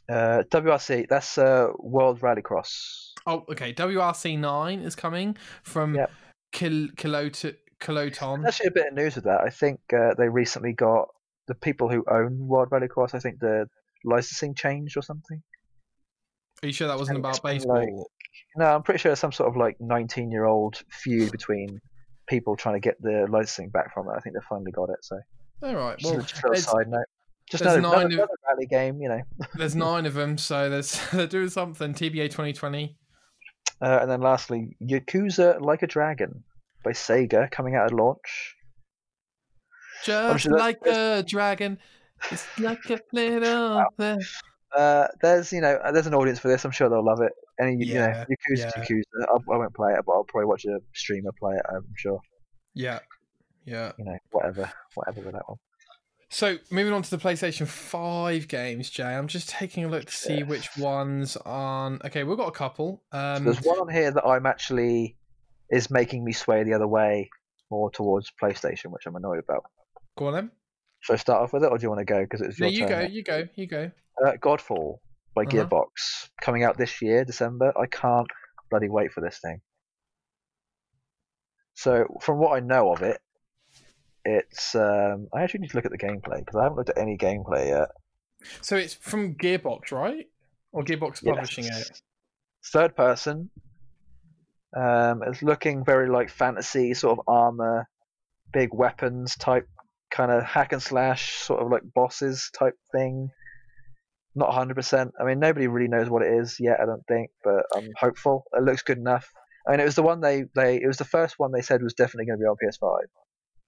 S2: uh, WRC, that's uh, World Rallycross.
S1: Oh, okay. WRC9 is coming from
S2: Yep.
S1: Kil- Kilot- Kiloton.
S2: There's actually a bit of news with that. I think uh, they recently got the people who own World Rallycross. I think the licensing changed or something.
S1: Are you sure that wasn't
S2: Something
S1: about
S2: like-
S1: baseball?
S2: No, I'm pretty sure it's some sort of like 19 year old feud between people trying to get the licensing back from it. I think they finally got it. So
S1: All right.
S2: just,
S1: Well,
S2: a- just a little
S1: there's,
S2: side note. Just
S1: there's
S2: another, another,
S1: nine of-
S2: another rally game, you know.
S1: there's nine of them, so there's they're doing something. TBA 2020.
S2: Uh, and then lastly, Yakuza Like a Dragon by Sega coming out at launch.
S1: Just
S2: sure that-
S1: like a dragon. It's like a little thing.
S2: Uh, there's you know there's an audience for this. I'm sure they'll love it. Any
S1: Yeah,
S2: you know Yakuza
S1: yeah.
S2: Yakuza. I, I won't play it, but I'll probably watch a streamer play it. I'm sure.
S1: Yeah. Yeah.
S2: You know whatever whatever with that one.
S1: So moving on to the PlayStation 5 games, Jay. I'm just taking a look to see
S2: Yeah.
S1: which ones on. Okay, we've got a couple.
S2: So
S1: Um,
S2: there's one on here that I'm actually is making me sway the other way more towards PlayStation, which I'm annoyed about.
S1: go on then.
S2: Should I start off with it, or do you want to go? Because it's
S1: No,
S2: your
S1: you go.
S2: turn.
S1: You go. You go.
S2: Uh, Godfall by
S1: Uh-huh.
S2: Gearbox coming out this year, December. I can't bloody wait for this thing. So, from what I know of it, it's. Um, I actually need to look at the gameplay because I haven't looked at any gameplay yet.
S1: So it's from Gearbox, right? Or Gearbox publishing eh?
S2: Yes.
S1: it.
S2: Third person. Um, it's looking very like fantasy, sort of armor, big weapons type, kind of hack and slash, sort of like bosses type thing. Not 100%. I mean, nobody really knows what it is yet, I don't think, but I'm hopeful. It looks good enough. I mean, it was the one they, they it was the first one they said was definitely going to be on PS5.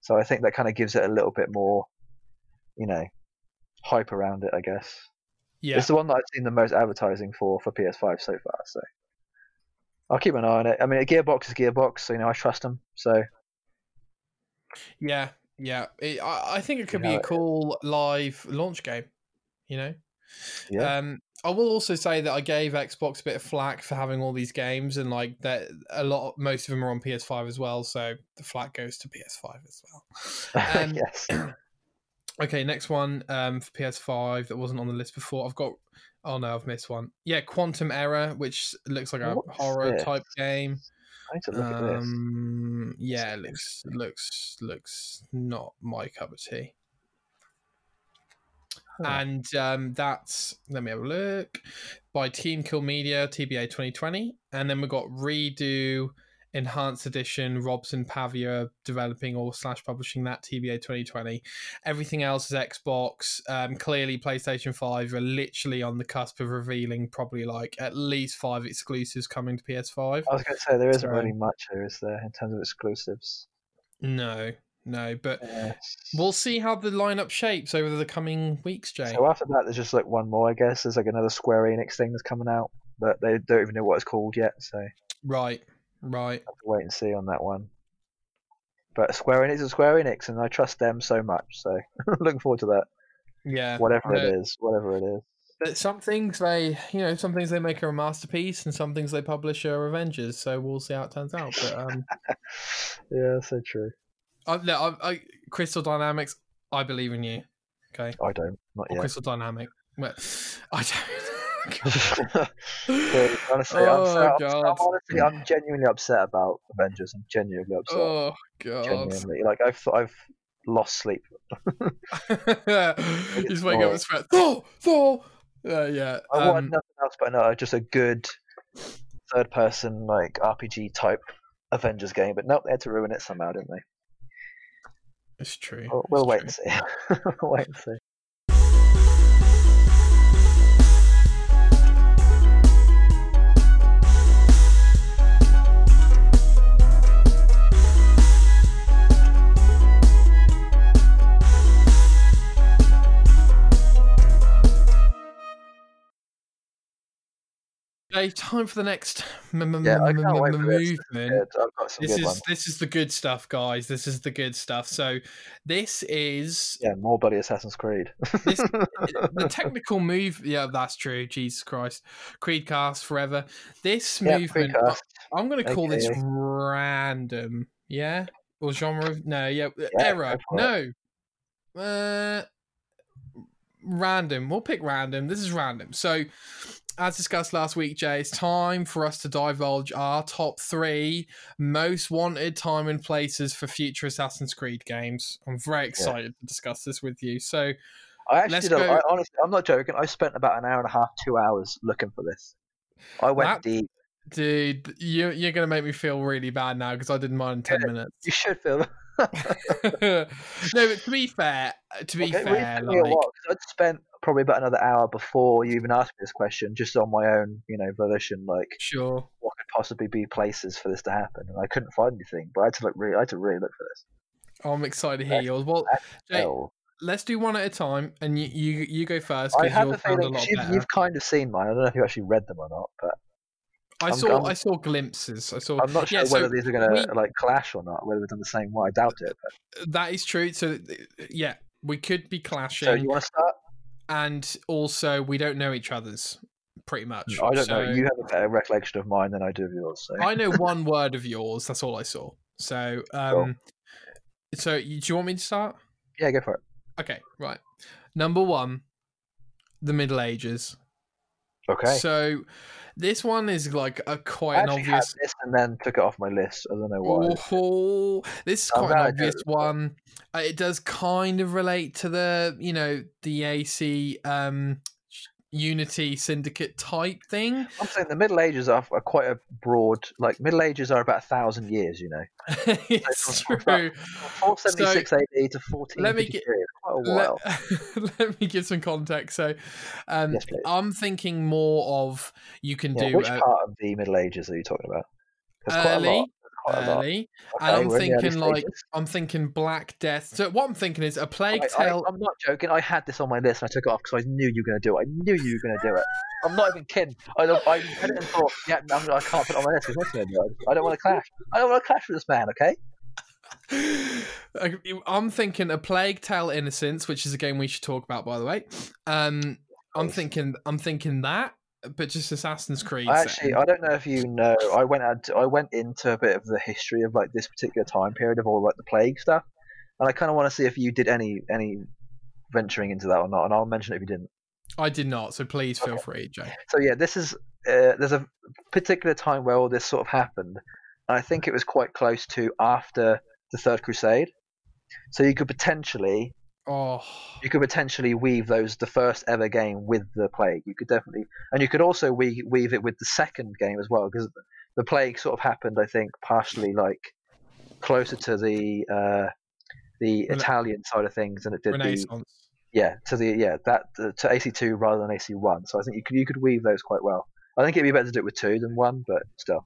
S2: So I think that kind of gives it a little bit more, you know, hype around it, I guess.
S1: Yeah.
S2: It's the one that I've seen the most advertising for for PS5 so far. So I'll keep an eye on it. I mean, a Gearbox is Gearbox, so you know I trust them. So
S1: Yeah. Yeah. It, I, I think it could
S2: know
S1: be
S2: it
S1: a
S2: is.
S1: cool live launch game, you know?
S2: yeah,
S1: Um, I will also say that I gave Xbox a bit of flack for having all these games, and like that, a lot, most of them are on PS5 as well. So the flack goes to PS5 as well. Um,
S2: yes,
S1: Okay, next one um, for PS5 that wasn't on the list before. I've got. Oh no, I've missed one. Yeah, Quantum Error, which looks like a
S2: What's
S1: horror
S2: this?
S1: type game.
S2: I need to look at this.
S1: Um, yeah, it looks looks looks not my cup of tea.
S2: Huh.
S1: And um, that's let me have a look by Team Kill Media TBA 2020, and then we've got Redo Enhanced Edition Robson Pavia developing or slash publishing that TBA 2020. Everything else is Xbox. Um, clearly, PlayStation 5 are literally on the cusp of revealing probably like at least five exclusives coming to PS5.
S2: I was going to say there isn't
S1: Sorry.
S2: really much here, is there, in terms of exclusives? Uh,
S1: No, no, but
S2: Yes.
S1: we'll see how the lineup shapes over the coming weeks, Jay.
S2: So uh, after that, there's just like one more, I guess. There's like another Square Enix thing that's coming out, but they don't even know what it's called yet. So I have
S1: right, right.
S2: to wait and see on that one. But Square Enix is Square Enix, and I trust them so much. So looking forward to that.
S1: Yeah.
S2: Whatever
S1: no,
S2: it is, whatever it is.
S1: But some things they, you know, some things they make are a masterpiece, and some things they publish are Avengers. So we'll see how it turns out. But um,
S2: Yeah, so true.
S1: I, no, I, I, Crystal Dynamics, I believe in you. Okay,
S2: I don't. Not
S1: or Crystal Dynamic. Well, I don't.
S2: yet. But honestly, I'm,
S1: Oh,
S2: so, I'm, so- I'm
S1: God.
S2: honestly, I'm genuinely upset about Avengers. I'm genuinely upset.
S1: oh God!
S2: genuinely, like I've I've lost sleep.
S1: He's waking up with sweat. Thor, Thor. Uh, yeah.
S2: I
S1: um,
S2: wanted nothing else but no, just a good third-person like RPG type Avengers game. But nope, they had to ruin it somehow, didn't they?
S1: It's true.
S2: We'll, Oh, we'll
S1: it's
S2: wait
S1: true.
S2: and see. we'll wait and see.
S1: Hey, Okay, time for the next m- m-
S2: Yeah, I
S1: m-
S2: can't wait
S1: m-
S2: for this.
S1: movement.
S2: Good. I've got some
S1: This
S2: good
S1: is
S2: ones.
S1: this is the good stuff, guys. This is the good stuff. So this is
S2: Yeah, more bloody Assassin's Creed.
S1: this, the technical move. Yeah, that's true. Jesus Christ, Creedcast forever. This
S2: yeah,
S1: movement.
S2: Precast.
S1: I- I'm going to call this
S2: Okay.
S1: random. Yeah, or genre of no. Yeah, e, error.
S2: go
S1: No. Uh, random. We'll pick random. This is random. So, as discussed last week, Jay, it's time for us to divulge our top three most wanted time and places for future Assassin's Creed games. I'm very excited to discuss this with you. So.
S2: I actually,
S1: Let's
S2: did,
S1: go-
S2: I, honestly, I'm not joking. I spent about an hour and a half, two hours looking for this. I went
S1: That-
S2: deep.
S1: Dude, you, you're going to make me feel really bad now because I did mine in 10 minutes.
S2: You should feel.
S1: no, but to be fair, to be
S2: Okay, well, it
S1: fair,
S2: took me a
S1: like,
S2: while, 'cause I'd spent probably about another hour before you even asked me this question, just on my own, you know, volition. Like,
S1: sure.
S2: what could possibly be places for this to happen? And I couldn't find anything. But I had to look really. I had to really look for this.
S1: Oh, I'm excited to hear yours. Well, Jake,
S2: Hell.
S1: let's do one at a time and you you, you go first
S2: I
S1: because
S2: have
S1: you'll
S2: a
S1: sound a
S2: feeling
S1: lot
S2: 'cause you've,
S1: better.
S2: you've kind of seen mine. I don't know if you actually read them or not, but
S1: I
S2: I'm
S1: saw
S2: gone.
S1: I saw glimpses. I saw
S2: I'm not sure
S1: yeah, so
S2: whether these are going to
S1: we-
S2: like clash or not. Whether we've done the same one, I doubt it. But,
S1: that is true. So yeah, we could be clashing
S2: so you want to start?
S1: and also we don't know each other's pretty much.
S2: I don't
S1: So-
S2: know. You have a better recollection of mine than I do of yours. So
S1: I know one word of yours. That's all I saw. So, um, so you, do you want me to start?
S2: yeah, go for it.
S1: Okay, right. Number one, the Middle Ages.
S2: Okay.
S1: So, this one is like a quite
S2: I
S1: an
S2: actually had
S1: obvious.
S2: this and then took it off my list. I don't know why.
S1: Oh, this is
S2: I'm
S1: quite
S2: glad
S1: an
S2: I
S1: obvious
S2: did.
S1: one. Uh, it does kind of relate to the, you know, the AC um, Unity Syndicate type thing.
S2: I'm saying the Middle Ages are, are quite a broad. Like Middle Ages are about a thousand years, you know,
S1: it's
S2: That's what-
S1: true.
S2: from 476 AD to 14.
S1: Let me get-
S2: quite a
S1: Let,
S2: while.
S1: let me give some context. So, um,
S2: Yes, please.
S1: I'm thinking more of you can
S2: Yeah,
S1: do
S2: which
S1: uh,
S2: part of the Middle Ages are you talking about? 'Cause quite a lot,
S1: early,
S2: quite a lot.
S1: early.
S2: Okay,
S1: I'm
S2: we're in the early
S1: thinking, like,
S2: stages.
S1: I'm thinking Black Death. So what I'm thinking is a plague
S2: I,
S1: tale.
S2: am not joking. I had this on my list and I took it off because I knew you were going to do it. I knew you were going to do it. I'm not even kidding. I, look- I had it and thought, yeah, no, I can't put it on my list because going to do it. I don't want to clash. I don't want to clash with this man. Okay.
S1: I'm thinking a plague tale innocence, which is a game we should talk about, by the way. Um, I'm
S2: Nice.
S1: thinking, I'm thinking that, but just Assassin's Creed.
S2: I
S1: then.
S2: actually, I don't know if you know. I went out, I went into a bit of the history of like this particular time period of all like the plague stuff, and I kind of want to see if you did any any venturing into that or not. And I'll mention it if you didn't.
S1: I did not. So please feel free, Jay.
S2: So yeah, this is uh, there's a particular time where all this sort of happened, and I think it was quite close to after the Third Crusade. So you could potentially
S1: Oh,
S2: you could potentially weave those the first ever game with the plague. You could definitely, and you could also we, weave it with the second game as well because the plague sort of happened, I think, partially like closer to the uh, the
S1: Rena-
S2: Italian side of things than it did the
S1: Renaissance.
S2: yeah to the yeah that uh, to AC two rather than AC one. So I think you could you could weave those quite well. I think it'd be better to do it with two than one, but still.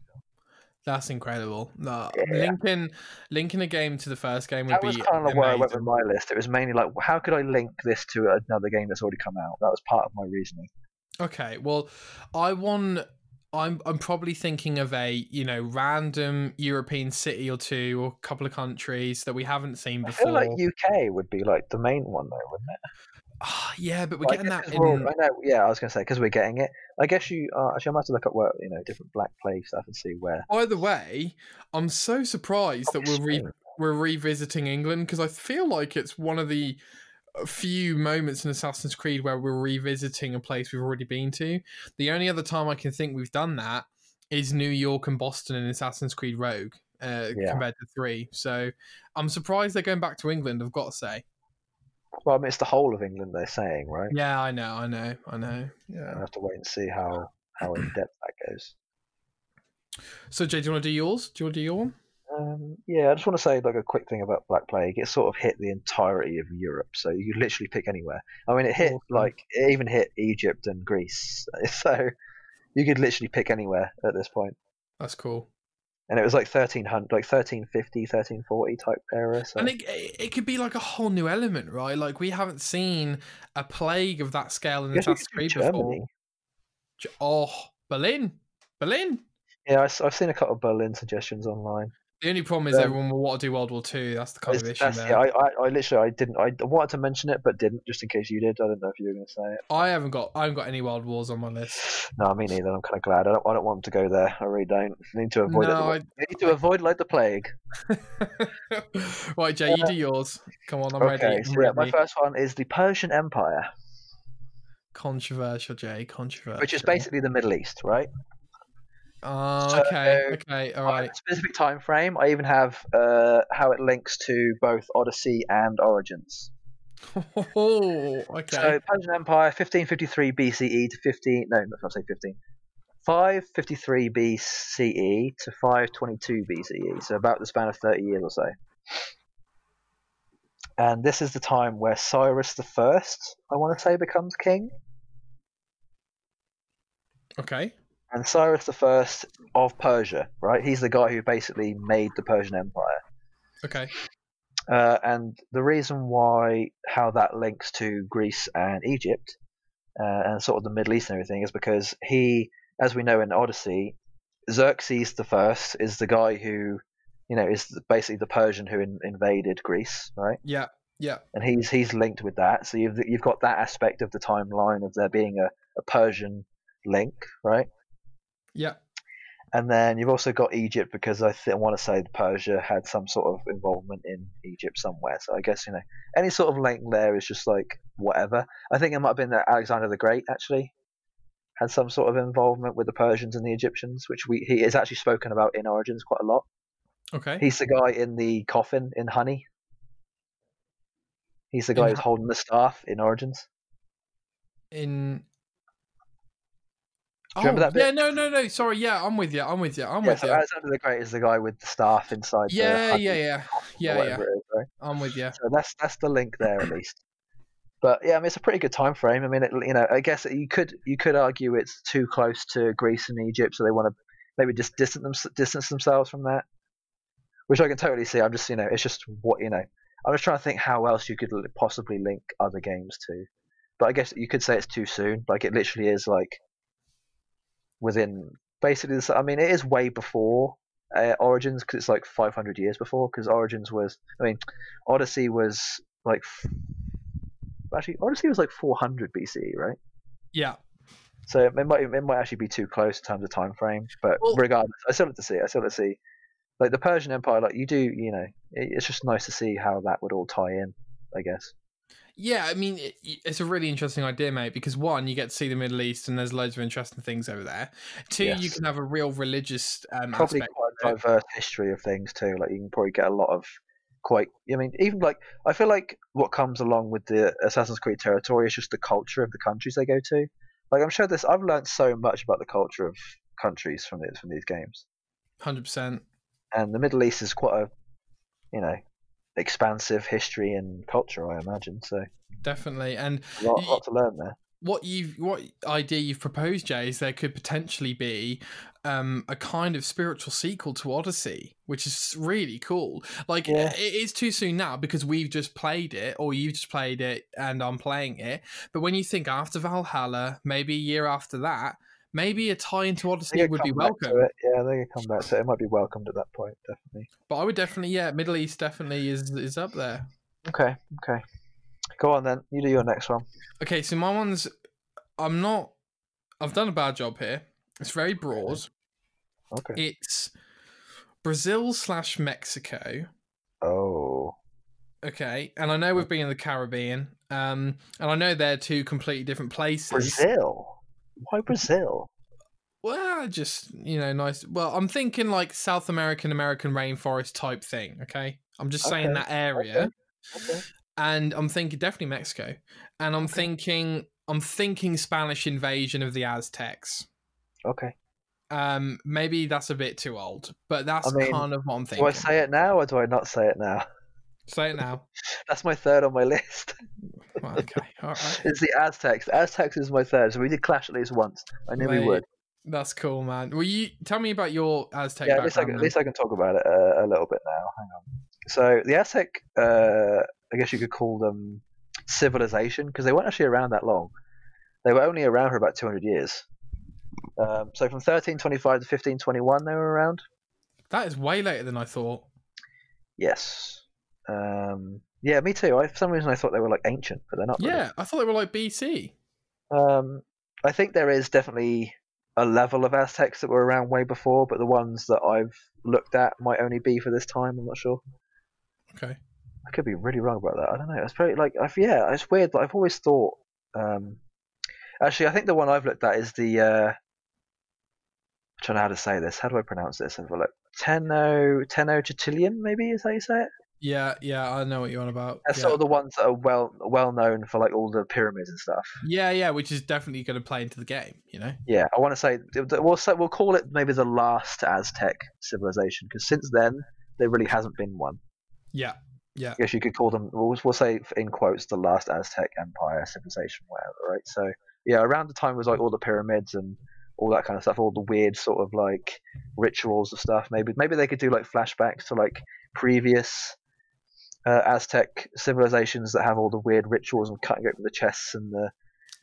S1: That's incredible. No,
S2: Yeah.
S1: linking linking a game to the first game would
S2: That
S1: be
S2: was kind of where I went with
S1: amazing.
S2: my list. It was mainly like, how could I link this to another game that's already come out? That was part of my reasoning.
S1: Okay, well, I won. I'm I'm probably thinking of a you know random European city or two or a couple of countries that we haven't seen
S2: I
S1: before.
S2: feel like UK would be like the main one though, wouldn't it?
S1: Ah, yeah, but we're
S2: Well, I
S1: getting
S2: guess
S1: that
S2: 'cause we're all-
S1: in.
S2: I know, yeah, I was going to say because we're getting it. I guess you uh, actually I might have to look at where you know different Black Plague stuff and see where.
S1: By the way, I'm so surprised that we're re- we're revisiting England because I feel like it's one of the uh, few moments in Assassin's Creed where we're revisiting a place we've already been to. The only other time I can think we've done that is New York and Boston in Assassin's Creed Rogue uh,
S2: Yeah.
S1: compared to three. So I'm surprised they're going back to England. I've got to say.
S2: Well, I mean, it's the whole of England they're saying, right? Uh,
S1: Yeah, I know, I know, I know.
S2: I
S1: Yeah.
S2: have to wait and see how how in depth that goes.
S1: So Jay, do you want to do yours? Do you want to do your one?
S2: Um, yeah, I just want to say like a quick thing about Black Plague. It sort of hit the entirety of Europe, so you could literally pick anywhere. I mean, it hit
S1: Awesome.
S2: like it even hit Egypt and Greece, so you could literally pick anywhere at this point.
S1: That's cool.
S2: And it was like 1300, like 1350, 1340 type era. So.
S1: And it, it it could be like a whole new element, right? Like we haven't seen a plague of that scale in
S2: Guess we could
S1: Assassin's
S2: do
S1: Creed
S2: Germany.
S1: before. Ge- Oh, Berlin. Berlin.
S2: Yeah, I, have seen a couple of Berlin suggestions online.
S1: The only problem is
S2: Um,
S1: everyone will want to do World War Two. That's the kind of
S2: It's-
S1: issue
S2: that's-
S1: there.
S2: yeah, I, I, I literally I didn't I wanted to mention it but didn't just in case you did. I didn't know if you were going to say it.
S1: I haven't got I haven't got any World Wars on my list.
S2: No, me neither. I'm kind of glad. I don't, I don't want them to go there. I really don't. I need to avoid
S1: No,
S2: it. I need to avoid like the plague.
S1: right, Jay, you do yours. Come on, I'm
S2: Uh, okay,
S1: ready.
S2: so
S1: I'm
S2: yeah, my
S1: ready.
S2: first one is the Persian Empire,
S1: Controversial, Jay. Controversial.
S2: which is basically the Middle East, right?
S1: Oh,
S2: So-
S1: okay. Okay. All
S2: I have
S1: right.
S2: a specific time frame. I even have uh, how it links to both Odyssey and Origins.
S1: Oh,
S2: So
S1: okay.
S2: Persian Empire, 1553 BCE E to 15 no, let's not say 15. 553 BCE E to 522 BCE, E, so about the span of 30 years or so. And this is the time where Cyrus the First, I want to say, becomes king.
S1: Okay.
S2: And Cyrus the First of Persia, right? He's the guy who basically made the Persian Empire.
S1: Okay.
S2: Uh, and the reason why how that links to Greece and Egypt uh, and sort of the Middle East and everything is because he, as we know in Odyssey, Xerxes the first is the guy who, you know, is basically the Persian who in, invaded Greece, right?
S1: Yeah. Yeah.
S2: And he's he's linked with that, so you've you've got that aspect of the timeline of there being a, a Persian link, right?
S1: Yeah.
S2: And then you've also got Egypt because I, th- want to say that Persia had some sort of involvement in Egypt somewhere. So I guess you know any sort of link there is just like whatever. I think it might have been that Alexander the Great actually had some sort of involvement with the Persians and the Egyptians, which we he is actually spoken about in Origins quite a lot.
S1: Okay.
S2: He's the guy in the coffin in Honey. He's the guy
S1: In
S2: who's
S1: Ho-
S2: holding the staff in Origins.
S1: In. Oh,
S2: remember that bit?
S1: yeah. No. No. No. Sorry. Yeah. I'm with you. I'm with you. I'm
S2: Yeah,
S1: with
S2: so
S1: you.
S2: Alexander the Great is the guy with the staff inside. the
S1: Yeah.
S2: honey
S1: Yeah. Yeah.
S2: coffin or
S1: Yeah. Yeah.
S2: whatever it is, right?
S1: I'm with you.
S2: So that's that's the link there at least. But yeah, I mean it's a pretty good time frame. I mean, it, you know, I guess you could you could argue it's too close to Greece and Egypt, so they want to maybe just distance them, distance themselves from that, which I can totally see. I'm just you know, it's just what you know. I'm just trying to think how else you could li- possibly link other games to. But I guess you could say it's too soon. Like it literally is like within basically. This, I mean, it is way before uh, Origins because it's like 500 years before. Because Origins was, I mean, Odyssey was like f- actually Odyssey was like 400 BCE, right?
S1: Yeah.
S2: So it might it might actually be too close in terms of time frame, but
S1: Well-
S2: regardless, I still have to see. it. I still have to see, like the Persian Empire, like you do, you know, it, it's just nice to see how that would all tie in, I guess.
S1: Yeah, I mean, it, it's a really interesting idea, mate, because one, you get to see the Middle East and there's loads of interesting things over there. Two, you
S2: Yes.
S1: can have a real religious um,
S2: Probably
S1: aspect.
S2: quite a diverse history of things too. Like you can probably get a lot of quite. I mean, even like I feel like what comes along with the Assassin's Creed territory is just the culture of the countries they go to. Like I'm sure this, I've learned so much about the culture of countries from this from these games.
S1: 100%.
S2: and the Middle East is quite a, you know, expansive history and culture, I imagine. So
S1: Definitely. And
S2: a lot,
S1: Y-
S2: lot to learn there.
S1: what you've what idea you've proposed, Jay, is there could potentially be um, a kind of spiritual sequel to Odyssey, which is really cool. Like
S2: Yeah.
S1: it is too soon now because we've just played it, or you've just played it, and I'm playing it. But when you think after Valhalla, maybe a year after that, maybe a tie into
S2: They
S1: Odyssey
S2: could
S1: would be
S2: come back to
S1: welcome.
S2: it. Yeah, they could come back to it. It might be welcomed at that point, definitely.
S1: But I would definitely, yeah, Middle East definitely is is up there.
S2: Okay, okay. Go on then. You do your next one.
S1: Okay, so my one's I'm not I've done a bad job here. It's very broad.
S2: Okay.
S1: It's Brazil slash Mexico.
S2: Oh,
S1: Okay, and I know we've been in the Caribbean, um, and I know they're two completely different places.
S2: Brazil. Why Brazil?
S1: Well, just you know, nice. Well, I'm thinking like South American, American rainforest type thing. Okay, I'm just saying
S2: Okay,
S1: that area,
S2: okay. Okay.
S1: and I'm thinking definitely Mexico, and I'm thinking I'm thinking Spanish invasion of the Aztecs.
S2: Okay.
S1: Um, maybe that's a bit too old, but that's
S2: mean,
S1: kind of what I'm thinking.
S2: Do I say it now or do I not say it now?
S1: Say it now.
S2: That's my third on my list.
S1: Well, okay, all right.
S2: It's the Aztecs. The Aztecs is my third, so we did clash at least once. I knew we
S1: Mate,
S2: would.
S1: That's cool, man. Well, you tell me about your Aztec
S2: yeah, at least, I,
S1: background.
S2: can- at
S1: man.
S2: least I can talk about it uh, a little bit now. Hang on. So the Aztec, uh, I guess you could call them civilization because they weren't actually around that long. They were only around for about 200 years. Um, so from 1325 to 1521, they were around.
S1: That is way later than I thought.
S2: Yes. Um, yeah, me too. I, for some reason, I thought they were like ancient, but they're not. really.
S1: Yeah, I thought they were like BC.
S2: Um, I think there is definitely a level of Aztecs that were around way before, but the ones that I've looked at might only be for this time. I'm not sure.
S1: Okay.
S2: I could be really wrong about that. I don't know. It's probably like I've, yeah, it's weird. Like, I've always thought. Um, actually, I think the one I've looked at is the. Uh, I'm trying to how to say this. How do I pronounce this? Have a look. Tenno Tenno Chitilian, maybe is how you say it.
S1: Yeah, yeah, I know what you're on about.
S2: That's
S1: yeah.
S2: sort of the ones that are well well known for like all the pyramids and stuff.
S1: yeah, yeah, which is definitely going to play into the game, you know?
S2: Yeah, I want to say we'll say, we'll call it maybe the last Aztec civilization because since then there really hasn't been one.
S1: Yeah, yeah.
S2: I guess you could call them. We'll, we'll say in quotes the last Aztec Empire civilization, whatever. Right. So yeah, around the time was like all the pyramids and all that kind of stuff, all the weird sort of like rituals of stuff. Maybe maybe they could do like flashbacks to like previous uh, Aztec civilizations that have all the weird rituals and cutting open the chests and the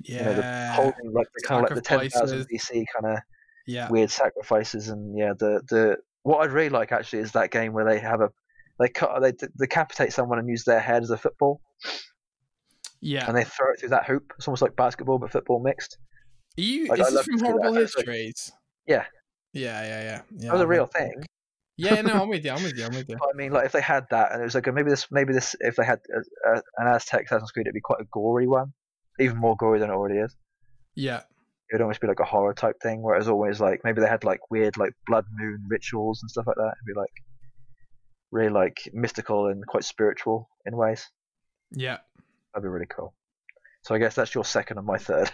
S2: you know, the
S1: Yeah.
S2: holding like the kind of like the ten thousand
S1: Sacrifices.
S2: BC kind of
S1: yeah.
S2: weird sacrifices and yeah the the what I'd really like actually is that game where they have a they cut they d- decapitate someone and use their head as a football
S1: Yeah.
S2: and they throw it through that hoop. It's almost like basketball but football mixed.
S1: Are you,
S2: I'd-
S1: is this
S2: I'd love to
S1: from
S2: do that,
S1: Horrible
S2: actually.
S1: Histories?
S2: Yeah.
S1: Yeah, yeah, yeah. yeah
S2: that was a
S1: I'm
S2: real
S1: with-
S2: thing.
S1: Yeah, no, I'm with you. I'm with you. I'm with you.
S2: But I mean, like if they had that and it was like maybe this maybe this if they had a, a, an Aztec Assassin's Creed, it'd be quite a gory one, even more gory than it already is.
S1: Yeah.
S2: It would almost be like a horror type thing, where it was always like maybe they had like weird like blood moon rituals and stuff like that. It'd be like really like mystical and quite spiritual in ways.
S1: Yeah.
S2: That'd be really cool. So I guess that's your second and my third.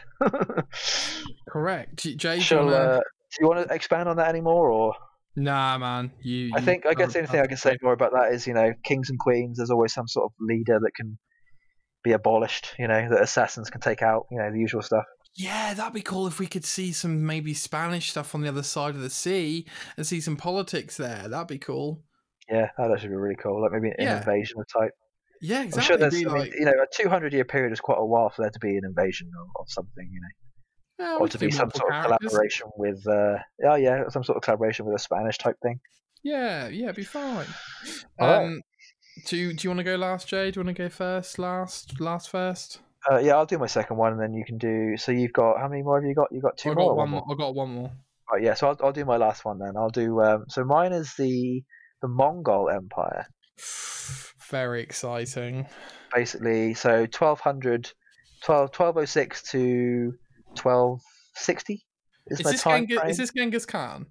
S1: Correct. J- Jay, do you
S2: Shall,
S1: wanna-
S2: uh, do you want to expand on that anymore, or
S1: Nah, man. You.
S2: I
S1: you
S2: think I guess
S1: done-
S2: the only thing I can say more about that is you know kings and queens. There's always some sort of leader that can be abolished. You know that assassins can take out. You know the usual stuff.
S1: Yeah, that'd be cool if we could see some maybe Spanish stuff on the other side of the sea and see some politics there. That'd be cool.
S2: Yeah, that would actually be really cool. Like maybe an
S1: Yeah.
S2: invasion of type.
S1: Yeah,
S2: I'm sure
S1: exactly.
S2: there's
S1: Be
S2: I mean,
S1: like,
S2: you know a 200 year period is quite a while for there to be an invasion of, of something. You know,
S1: yeah,
S2: or
S1: we
S2: to
S1: could do
S2: be some
S1: multiple
S2: sort of
S1: characters.
S2: collaboration with. Uh, oh yeah, some sort of collaboration with a Spanish type thing.
S1: Yeah, yeah, it'd be fine.
S2: Alright.
S1: Um, do do you want to go last, Jay? Do you want to go first? Last, last, first.
S2: Uh, yeah, I'll do my second one, and then you can do. So you've got how many more have you got? You got two
S1: I
S2: more.
S1: got
S2: or
S1: one.
S2: one more?
S1: more. I got one more.
S2: Right, yeah, so I'll, I'll do my last one then. I'll do um, so mine is the the Mongol Empire,
S1: Very exciting.
S2: basically. So 1200, 12, 1206 to twelve sixty is,
S1: Is
S2: my
S1: this,
S2: time
S1: Genghis,
S2: frame.
S1: is this Genghis Khan?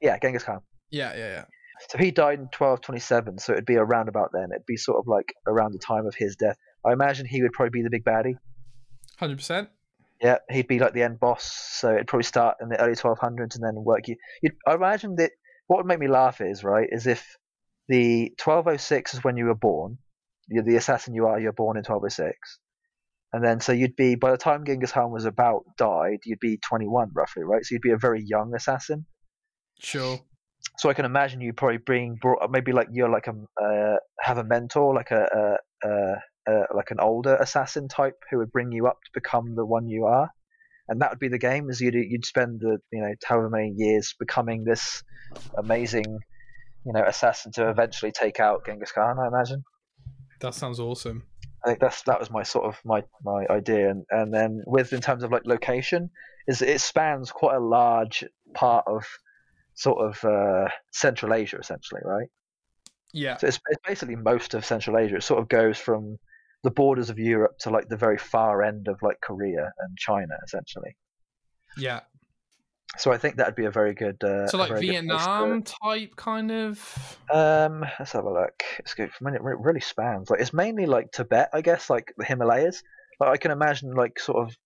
S2: Yeah, Genghis Khan.
S1: Yeah, yeah, yeah.
S2: So he died in twelve twenty seven. So it'd be around about then. It'd be sort of like around the time of his death. I imagine he would probably be the big baddie.
S1: Hundred percent.
S2: Yeah, he'd be like the end boss, so it'd probably start in the early 1200s and then work you. You'd, I imagine that what would make me laugh is right is if the 1206 is when you were born, you're the assassin you are, you're born in 1206, and then so you'd be by the time Genghis Khan was about died, you'd be 21 roughly, right? So you'd be a very young assassin.
S1: Sure.
S2: So I can imagine you probably being brought maybe like you're like a uh, have a mentor like a, a, a, a like an older assassin type who would bring you up to become the one you are, and that would be the game. Is you'd you'd spend the you know however many years becoming this amazing you know assassin to eventually take out Genghis Khan. I imagine.
S1: That sounds awesome.
S2: I think that's that was my sort of my my idea, and and then with in terms of like location, is it spans quite a large part of sort of uh, Central Asia essentially, right?
S1: Yeah.
S2: So it's, it's basically most of Central Asia. It sort of goes from the borders of Europe to like the very far end of like Korea and China essentially.
S1: Yeah.
S2: So I think that'd be a very good. Uh,
S1: So
S2: a
S1: like
S2: very good place to-
S1: Vietnam type kind of.
S2: Um, let's have a look. It's good. I mean, it re- really spans. Like, it's mainly like Tibet, I guess, like the Himalayas. Like, I can imagine, like, sort of,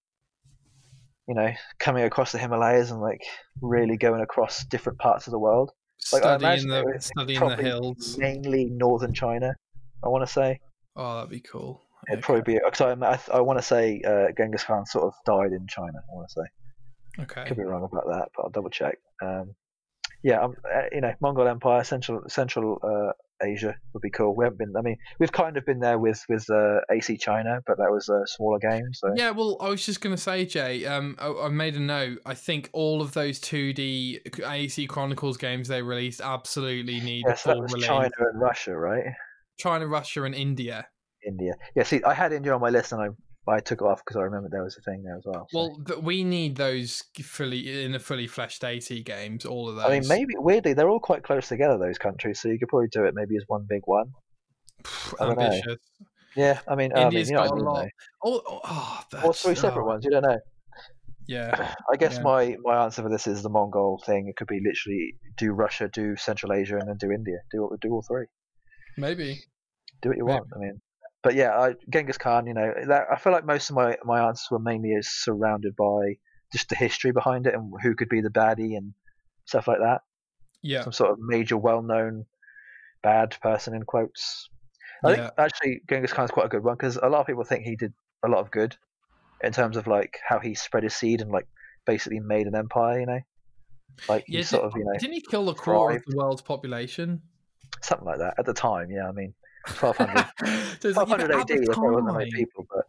S2: you know, coming across the Himalayas and like really going across different parts of the world. Like, I
S1: Studying
S2: imagine
S1: the
S2: it was
S1: studying the
S2: probably
S1: hills.
S2: Mainly northern China, I want to say.
S1: Oh, that'd be cool.
S2: It'd probably be. Cause I, I, th- I want to say uh, Genghis Khan sort of died in China. I want to say.
S1: okay.
S2: Could be wrong about that, but I'll double check. Um, yeah, um, uh, you know, Mongol Empire, Central Central uh, Asia would be cool. We haven't been. I mean, we've kind of been there with with uh, AC China, but that was a smaller game. So
S1: Yeah, well, I was just going to say, Jay, um, I, I made a note. I think all of those 2D AC Chronicles games they released absolutely need
S2: Yeah,
S1: a
S2: so that
S1: full
S2: was
S1: release.
S2: China and Russia, right?
S1: China, Russia, and India.
S2: India. Yeah. See, I had India on my list, and I I took it off because I remembered there was a thing there as well. so.
S1: Well, th- we need those fully in the fully fleshed AC games. All of those.
S2: I mean, maybe weirdly they're all quite close together. Those countries, so you could probably do it maybe as one big one.
S1: Pff,
S2: I don't know.
S1: ambitious.
S2: Yeah, I mean, I mean,
S1: India's
S2: you know
S1: got a
S2: what I
S1: lot.
S2: mean,
S1: Oh, oh, oh,
S2: though.
S1: that's,
S2: or three separate
S1: oh,
S2: ones. You don't know.
S1: Yeah,
S2: I guess
S1: Yeah.
S2: my, my answer for this is the Mongol thing. It could be literally do Russia, do Central Asia, and then do India. Do do all three.
S1: maybe.
S2: Do what you
S1: Maybe.
S2: want. I mean, but yeah, I, Genghis Khan. You know, that, I feel like most of my, my answers were mainly is surrounded by just the history behind it and who could be the baddie and stuff like that.
S1: Yeah,
S2: Some sort of major, well known bad person in quotes. I
S1: Yeah.
S2: think actually Genghis Khan's quite a good one because a lot of people think he did a lot of good in terms of like how he spread his seed and like basically made an empire. You know, like he
S1: Yeah,
S2: sort of you know
S1: didn't he kill a quarter of
S2: thrived.
S1: the world's population?
S2: something like that at the time. Yeah, I mean, 1200,
S1: So it's like, yeah,
S2: 1200
S1: but
S2: AD,
S1: at the
S2: there probably wasn't that many
S1: time-
S2: people, but.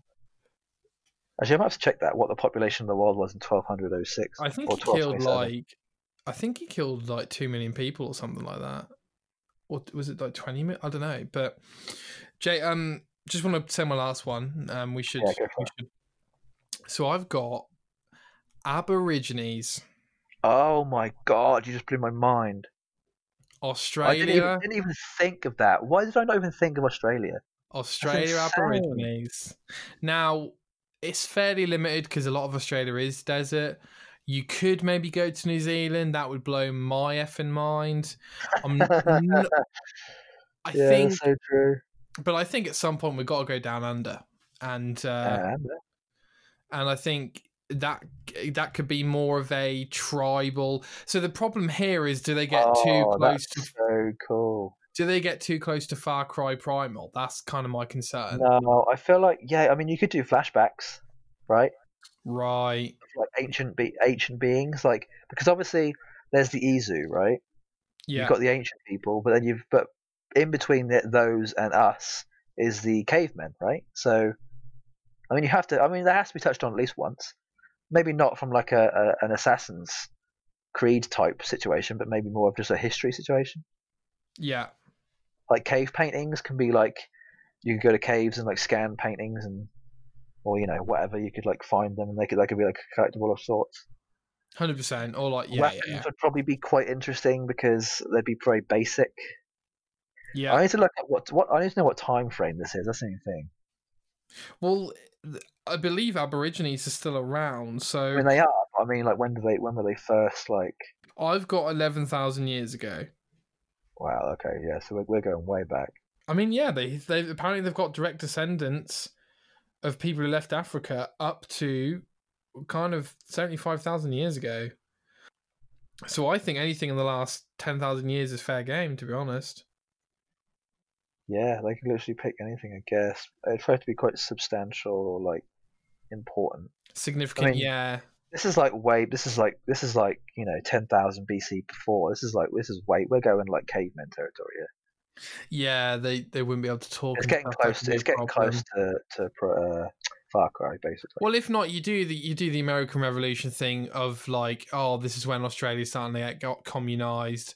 S2: Actually, I might have to check that. What the population of the world was in 1206
S1: I think
S2: or
S1: he killed
S2: 1227.
S1: like, I think he killed like two million people or something like that, or was it like twenty million? I don't know. But Jay, um, just want to say my last one. Um, we should.
S2: Yeah, go for
S1: we should so I've got Aborigines,
S2: Oh my god! You just blew my mind. I
S1: Australia,
S2: didn't even, didn't even think of that. Why did I not even think of Australia?
S1: Australia
S2: insane.
S1: Aborigines. Now, it's fairly limited because a lot of Australia is desert. You could maybe go to New Zealand. That would blow my effing mind. I'm n- I
S2: yeah,
S1: think,
S2: that's so true.
S1: but I think at some point we've got to go down under, and uh,
S2: And
S1: and I think that that could be more of a tribal. So the problem here is, do they get too
S2: Oh,
S1: close? To,
S2: That's so cool.
S1: do they get too close to Far Cry Primal? That's kind of my concern.
S2: No, I feel like yeah. I mean, you could do flashbacks, right?
S1: Right.
S2: Of, Like ancient be- ancient beings, like because obviously there's the Izu, right?
S1: Yeah.
S2: You've got the ancient people, but then you've but in between th those and us is the cavemen, right? So, I mean, you have to. I mean, that has to be touched on at least once. Maybe not from like a, a an Assassin's Creed type situation, but maybe more of just a history situation.
S1: yeah.
S2: like cave paintings can be like you can go to caves and like scan paintings and or you know whatever you could like find them and they could they could be like a collectible of sorts.
S1: Hundred percent, or like yeah,
S2: Weapons
S1: yeah, yeah.
S2: would probably be quite interesting because they'd be very basic.
S1: yeah.
S2: I need to look at what what I need to know what time frame this is. That's the only thing.
S1: well, th- I believe Aborigines are still around,
S2: I
S1: so
S2: mean they are. but I mean like when do they when were they first like?
S1: I've got eleven thousand years ago.
S2: Wow. Okay. Yeah. So we're we're going way back.
S1: I mean, yeah, they they apparently they've got direct descendants of people who left Africa up to kind of seventy five thousand years ago. So I think anything in the last ten thousand years is fair game, to be honest.
S2: Yeah. They could literally pick anything. I guess it'd have to be quite substantial or like important.
S1: Significant,
S2: mean-
S1: yeah,
S2: this is like way this is like this is like you know 10,000 BC before this is like this is way we're going like caveman territory here.
S1: yeah. They they wouldn't be able to talk.
S2: it's
S1: and
S2: getting
S1: stuff, that
S2: close
S1: could
S2: to
S1: be a
S2: it's getting
S1: problem.
S2: close to to pro- uh, Far Cry basically
S1: Well, if not, you do the you do the American Revolution thing of like, oh, this is when Australia suddenly get- got communized.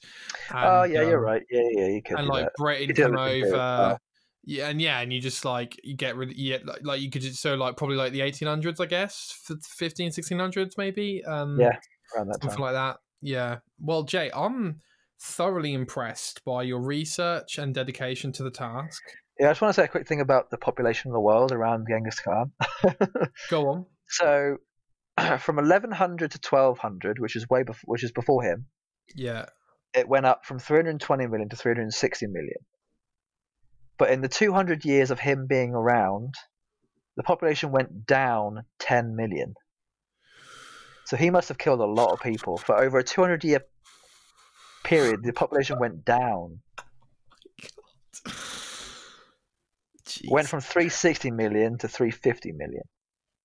S1: And,
S2: oh yeah you're
S1: um,
S2: right yeah yeah you could
S1: And
S2: do
S1: like
S2: that.
S1: Britain
S2: could do
S1: come
S2: everything there as
S1: over,
S2: well.
S1: yeah, and yeah, and you just like you get rid, yeah, like, like you could just, so like probably like the 1800s, I guess, f- 15, 1600s maybe, um,
S2: Yeah, around that
S1: something
S2: time
S1: like that. Yeah. Well, Jay, I'm thoroughly impressed by your research and dedication to the task.
S2: yeah I just want to say a quick thing about the population of the world around Genghis Khan
S1: Go on.
S2: so from 1100 to 1200 which is way before which is before him
S1: Yeah.
S2: it went up from 320 million to 360 million. But in the 200 years of him being around, the population went down 10 million. So he must have killed a lot of people. For over a 200 year period, the population went down.
S1: Jeez.
S2: Went from 360 million to 350 million.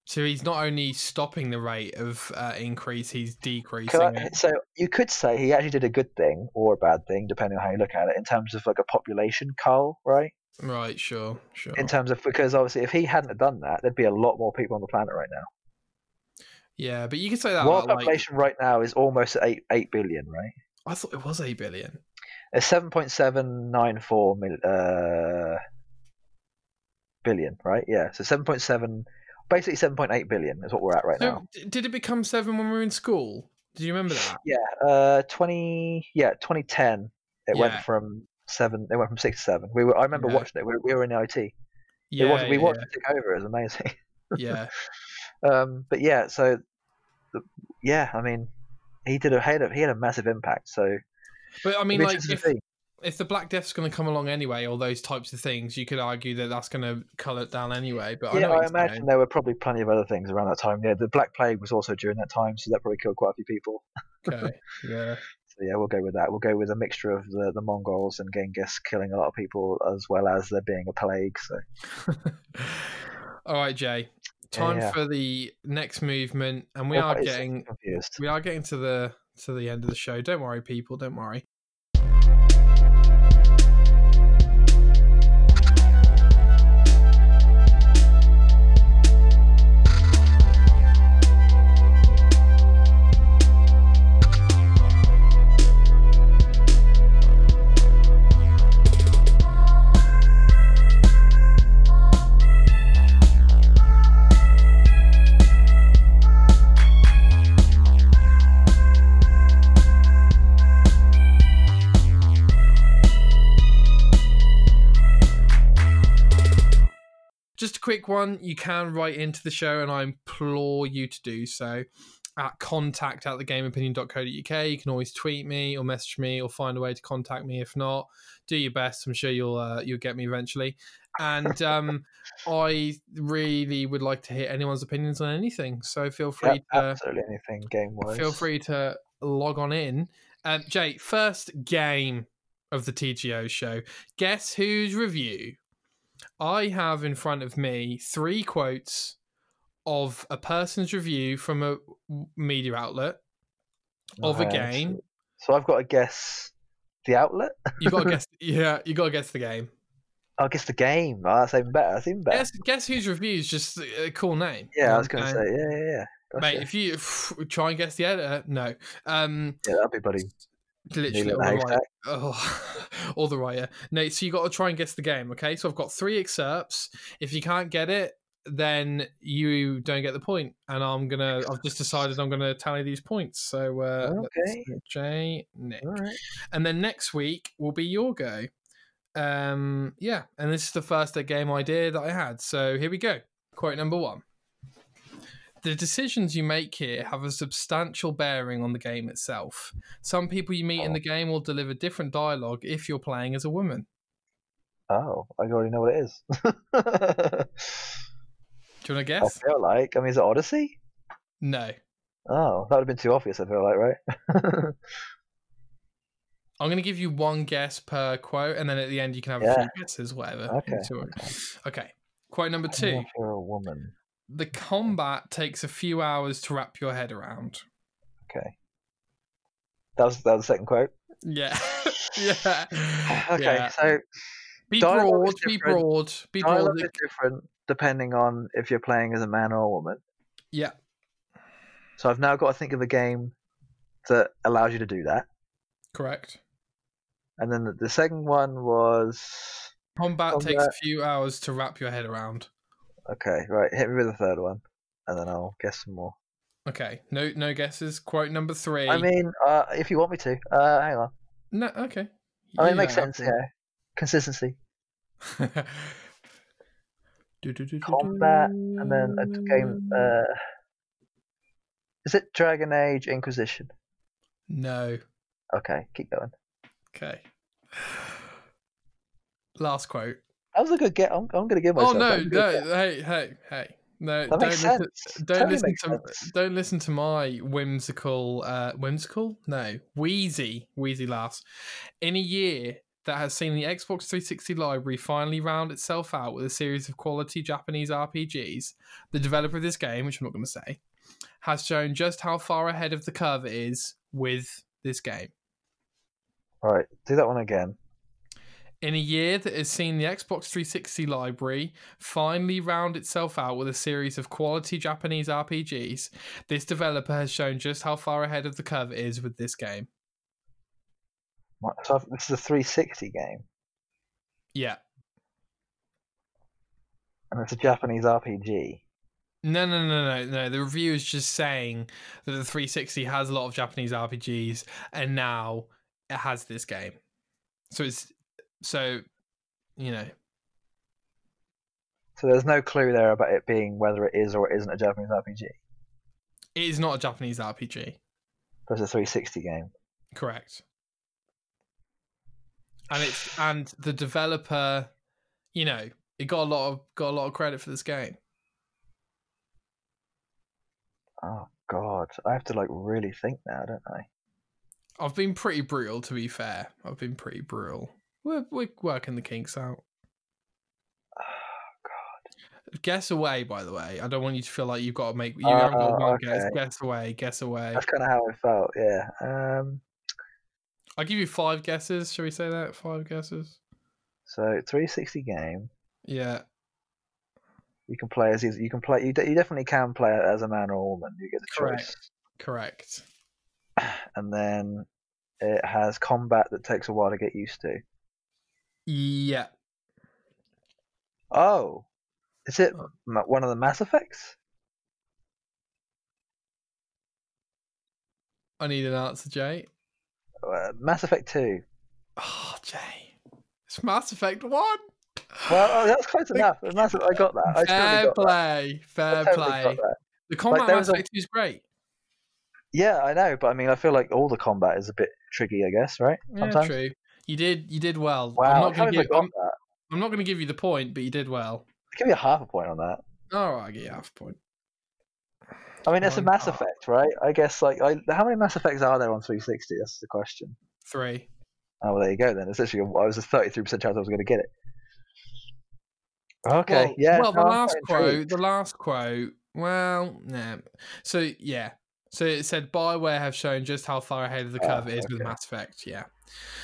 S1: So he's not only stopping the rate of uh, increase, he's decreasing.
S2: Could I-
S1: it.
S2: so you could say he actually did a good thing or a bad thing, depending on how you look at it, in terms of like a population cull, right?
S1: Right, sure, sure.
S2: In terms of because obviously if he hadn't have done that, there'd be a lot more people on the planet right now.
S1: yeah, but you could say that
S2: World
S1: about, like,
S2: population right now is almost at eight eight billion, right?
S1: I thought it was eight billion.
S2: It's seven point seven nine four mil, uh, billion, right? Yeah, so seven point seven, basically seven point eight billion is what we're at right now.
S1: So d- did it become seven when we were in school? Do you remember that?
S2: Yeah, uh, twenty. Yeah, twenty ten. It
S1: Yeah.
S2: went from seven. It went from six to seven. We were. I remember
S1: Yeah.
S2: watching it. We were, we were in IT.
S1: Yeah,
S2: we watched, we
S1: yeah,
S2: watched it take over. It was amazing.
S1: yeah.
S2: Um, but yeah, so the, yeah, I mean, he did a he had a, he had a massive impact. So
S1: But I mean,
S2: it'll be
S1: like,
S2: interesting
S1: if,
S2: to see.
S1: if the Black Death's going to come along anyway, all those types of things, you could argue that that's going to colour it down anyway. But I
S2: yeah,
S1: know
S2: I
S1: what you're saying.
S2: imagine there were probably plenty of other things around that time. Yeah, the Black Plague was also during that time, so that probably killed quite a few people.
S1: Okay. Yeah.
S2: So yeah, we'll go with that. We'll go with a mixture of the, the Mongols and Genghis killing a lot of people, as well as there being a plague. So
S1: All right, Jay. Time
S2: Yeah.
S1: for the next movement, and we
S2: Well,
S1: are
S2: it's
S1: getting
S2: confused.
S1: we are getting to the to the end of the show. Don't worry, people. Don't worry. Just a quick one. You can write into the show, and I implore you to do so at contact at thegameopinion.co.uk. You can always tweet me or message me or find a way to contact me. If not, do your best. I'm sure you'll uh, you'll get me eventually. And um, I really would like to hear anyone's opinions on anything. So feel
S2: Yeah, uh,
S1: free to
S2: absolutely anything game wise.
S1: feel free to log on in. Um, Jay, first game of the TGO show. Guess whose review? I have in front of me three quotes of a person's review from a media outlet of a
S2: Okay,
S1: game.
S2: So I've got to guess the outlet.
S1: You got to guess. Yeah, you got to guess the game.
S2: I guess the game. Oh, that's even better. That's even better.
S1: Guess, guess whose review is just a cool name.
S2: yeah, I was going
S1: Um,
S2: to say. Yeah, yeah, yeah. Gotcha.
S1: Mate, if you try and guess the editor, no. Um,
S2: yeah, that'd be bloody
S1: literally,
S2: needle in
S1: all
S2: the
S1: the right
S2: haystack.
S1: Oh, all the right, yeah. No, so you got to try and guess the game, okay? So I've got three excerpts. If you can't get it, then you don't get the point. And I'm gonna, I've just decided I'm gonna tally these points. So uh, let's
S2: Okay.
S1: go Jay, Nick,
S2: All right.
S1: and then next week will be your go. Um, yeah, and this is the first game idea that I had. So here we go. Quote number one. The decisions you make here have a substantial bearing on the game itself. Some people you meet in the game will deliver different dialogue if you're playing as a woman.
S2: Oh, I already know what it is.
S1: Do you want to
S2: I
S1: guess?
S2: feel like. I mean, is it Odyssey?
S1: No.
S2: Oh, that would have been too obvious. I feel like, right?
S1: I'm going to give you one guess per quote, and then at the end you can have a
S2: Yeah.
S1: few guesses, whatever.
S2: Okay,
S1: It's all right. okay. Quote number
S2: I know
S1: two.
S2: if you're a woman.
S1: The combat takes a few hours to wrap your head around.
S2: Okay. That was that was the second quote.
S1: Yeah. yeah.
S2: Okay,
S1: Yeah.
S2: so
S1: Be
S2: dialogue
S1: broad,
S2: is
S1: be
S2: different.
S1: broad, be broad.
S2: dialogue is different depending on if you're playing as a man or a woman.
S1: Yeah.
S2: So I've now got to think of a game that allows you to do that.
S1: Correct.
S2: And then the, the second one was
S1: Combat, takes a
S2: Combat.
S1: few hours to wrap your head around.
S2: okay, right. Hit me with the third one, and then I'll guess some more.
S1: Okay. No no guesses. Quote number three.
S2: I mean, uh, if you want me to, uh, hang on.
S1: no, okay.
S2: I mean, it makes
S1: Yeah.
S2: sense. Yeah, consistency.
S1: Do, do, do, do,
S2: Combat,
S1: do.
S2: And then a t- game. Uh, is it Dragon Age Inquisition?
S1: No.
S2: Okay, keep going.
S1: Okay. Last quote.
S2: That was a good get. I'm, I'm going to give myself.
S1: oh
S2: that
S1: no,
S2: was a good
S1: no,
S2: guess.
S1: hey, hey, hey. No,
S2: That
S1: don't
S2: makes
S1: listen,
S2: sense.
S1: don't
S2: Totally
S1: listen
S2: makes
S1: to
S2: sense.
S1: don't listen to my whimsical uh whimsical? No, wheezy, wheezy laughs. In a year that has seen the Xbox 360 library finally round itself out with a series of quality Japanese RPGs. The developer of this game, which I'm not going to say, has shown just how far ahead of the curve it is with this game.
S2: All right, do that one again.
S1: In a year that has seen the Xbox 360 library finally round itself out with a series of quality Japanese RPGs, this developer has shown just how far ahead of the curve it is with this game.
S2: Right, So I've, this is a 360 game,
S1: Yeah.
S2: and it's a Japanese RPG.
S1: No, no, no, no, no. The review is just saying that the 360 has a lot of Japanese RPGs, and now it has this game. So it's so, you know,
S2: So there's no clue there about it being whether it is or it isn't a Japanese RPG.
S1: it is not a Japanese RPG,
S2: But it's a 360 game.
S1: correct? And it's and the developer, you know, it got a lot of got a lot of credit for this game.
S2: Oh God, I have to like really think now, don't I?
S1: I've been pretty brutal, to be fair. I've been pretty brutal. We're we're working the kinks out. Guess away, by the way. I don't want you to feel like you've got to make you haven't got
S2: Oh,
S1: one guess.
S2: okay.
S1: Guess away, guess away.
S2: That's kind of how I felt. Yeah. Um.
S1: I'll give you five guesses. Shall we say that? Five guesses.
S2: So 360 game.
S1: Yeah.
S2: You can play as either- you can play. You, de- you definitely can play it as a man or a woman. You get the
S1: Correct.
S2: choice.
S1: Correct.
S2: And then it has combat that takes a while to get used to.
S1: Yeah.
S2: Oh, is it
S1: Oh.
S2: ma- one of the Mass Effects?
S1: I need an answer, Jay.
S2: Uh, Mass Effect Two.
S1: Oh, Jay. It's Mass Effect One.
S2: Well, oh, that's close enough. Mass I got that. I totally
S1: fair
S2: got that.
S1: play.
S2: I
S1: Fair
S2: totally
S1: play.
S2: got that.
S1: The combat
S2: there
S1: Mass
S2: was a-
S1: Effect 2 is great.
S2: Yeah, I know, but I mean, I feel like all the combat is a bit tricky, I guess, right?
S1: Yeah,
S2: Sometimes.
S1: true. You did you did well. I'm
S2: Wow,
S1: not
S2: I
S1: gonna
S2: totally
S1: give
S2: got
S1: I'm,
S2: that.
S1: I'm not gonna give you the point, but you did well.
S2: Give me a half a point on that.
S1: Alright, I'll get you half a point.
S2: I mean, it's a
S1: One
S2: Mass
S1: half.
S2: Effect, right? I guess, like, I, how many Mass Effects are there on 360? That's the question.
S1: Three.
S2: Oh, well, there you go then. It's literally, I was a 33% chance I was going to get it. Okay,
S1: Well,
S2: yeah.
S1: Well,
S2: no,
S1: the
S2: I'm
S1: last
S2: quite
S1: quote,
S2: intrigued.
S1: the last quote. Well, nah. So yeah. So it said Bioware have shown just how far ahead of the
S2: Ah,
S1: curve it is with
S2: okay.
S1: Mass Effect. Yeah.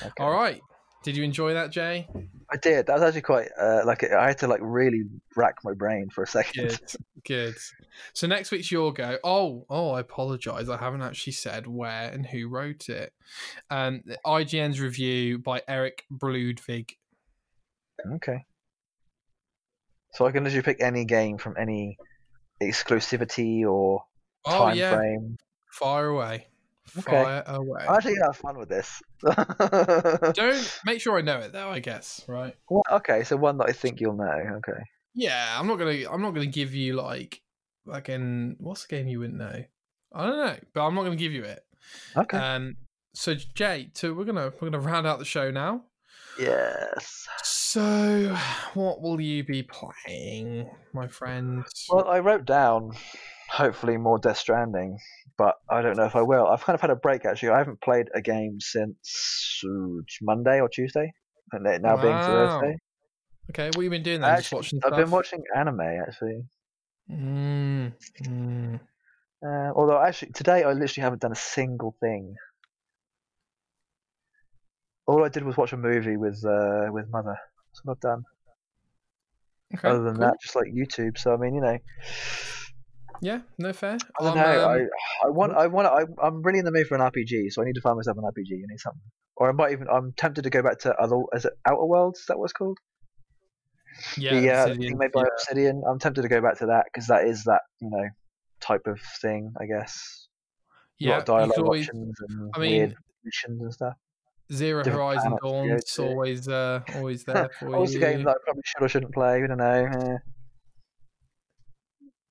S2: Okay.
S1: All right. Did you enjoy that, Jay?
S2: I did. That was actually quite, uh, like, I had to, like, really rack my brain for a second.
S1: Good. Good. So next week's your go. Oh, oh, I apologize. I haven't actually said where and who wrote it. Um, IGN's review by Eric Bludvig.
S2: Okay. So I can literally pick any game from any exclusivity or
S1: Oh
S2: time
S1: yeah,
S2: frame.
S1: fire away,
S2: Okay.
S1: fire away.
S2: I'm actually gonna have fun with this.
S1: Don't make sure I know it though. I guess right.
S2: Well, okay, so one that I think you'll know. Okay,
S1: Yeah, I'm not gonna. I'm not gonna give you like like in what's the game you wouldn't know. I don't know, but I'm not gonna give you it.
S2: okay,
S1: Um. So Jay, so we're gonna we're gonna round out the show now.
S2: yes.
S1: So what will you be playing, my friend?
S2: Well, I wrote down hopefully more Death Stranding, but I don't know if I will. I've kind of had a break actually. I haven't played a game since uh, Monday or Tuesday, and it now being
S1: Wow.
S2: Thursday.
S1: okay, what you been doing
S2: I
S1: then? Just
S2: actually-
S1: watching
S2: I've
S1: stuff.
S2: been watching anime actually.
S1: Mm, mm.
S2: Uh, although actually today I literally haven't done a single thing. All I did was watch a movie with uh, with mother. That's what I've done.
S1: Okay.
S2: Other than
S1: cool.
S2: that, just like YouTube. So I mean, you know,
S1: yeah, no fair.
S2: I
S1: I'm,
S2: don't know.
S1: um,
S2: I, I want. I want. I, I'm really in the mood for an RPG, so I need to find myself an RPG. I need something, or I might even. I'm tempted to go back to other. Is it Outer Worlds? Is that what's called?
S1: yeah,
S2: The, uh,
S1: Obsidian,
S2: thing made by
S1: yeah.
S2: Obsidian. I'm tempted to go back to that because that is that you know type of thing, I guess. a lot
S1: yeah,
S2: of
S1: you
S2: dialogue
S1: could always-
S2: options and
S1: I mean,
S2: weird missions and stuff.
S1: Zero
S2: different
S1: Horizon
S2: planets to
S1: Dawn.
S2: go
S1: It's
S2: to.
S1: always uh, always there for
S2: Always
S1: you.
S2: Oh, a game that I probably should or shouldn't play. We don't know. eh.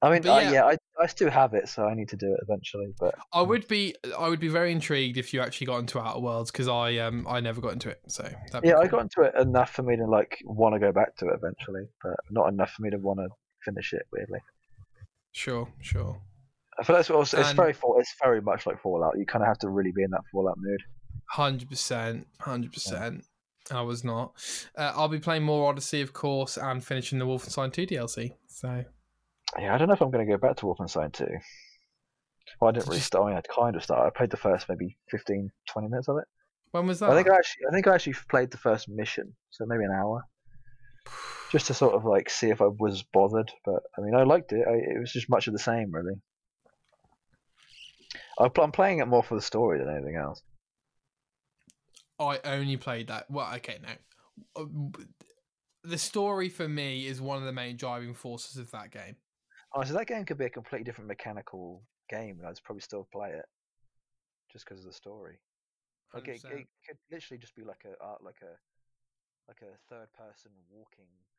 S2: I mean,
S1: But
S2: I-
S1: yeah.
S2: yeah, I, I still have it, so I need to do it eventually. But
S1: I would be I would be very intrigued if you actually got into Outer Worlds because I um I never got into it. So that'd be
S2: yeah, I
S1: cool.
S2: got into it enough for me to like want to go back to it eventually, but not enough for me to want to finish it. Weirdly,
S1: sure sure.
S2: I feel that's also it's
S1: And-
S2: very fall, it's very much like Fallout. You kind of have to really be in that Fallout mood.
S1: Hundred percent, hundred percent. I was not. Uh, I'll be playing more Odyssey, of course, and finishing the Wolfenstein 2 DLC. So
S2: Yeah, I don't know if I'm going to go back to Wolfenstein 2. Well, I didn't really start. I, mean, I kind of started. I played the first maybe 15, 20 minutes of it.
S1: when was that?
S2: I think I actually, I think I actually played the first mission, so maybe an hour, just to sort of like see if I was bothered. But I mean, I liked it. I, it was just much of the same, really. I pl- I'm playing it more for the story than anything else.
S1: I only played that. Well, okay, no. Uh, The story for me is one of the main driving forces of that game.
S2: Honestly, Oh, that game could be a completely different mechanical game, and I'd probably still play it just because of the story. Like it,
S1: 100%.
S2: it could literally just be like a uh, like a like a third person walking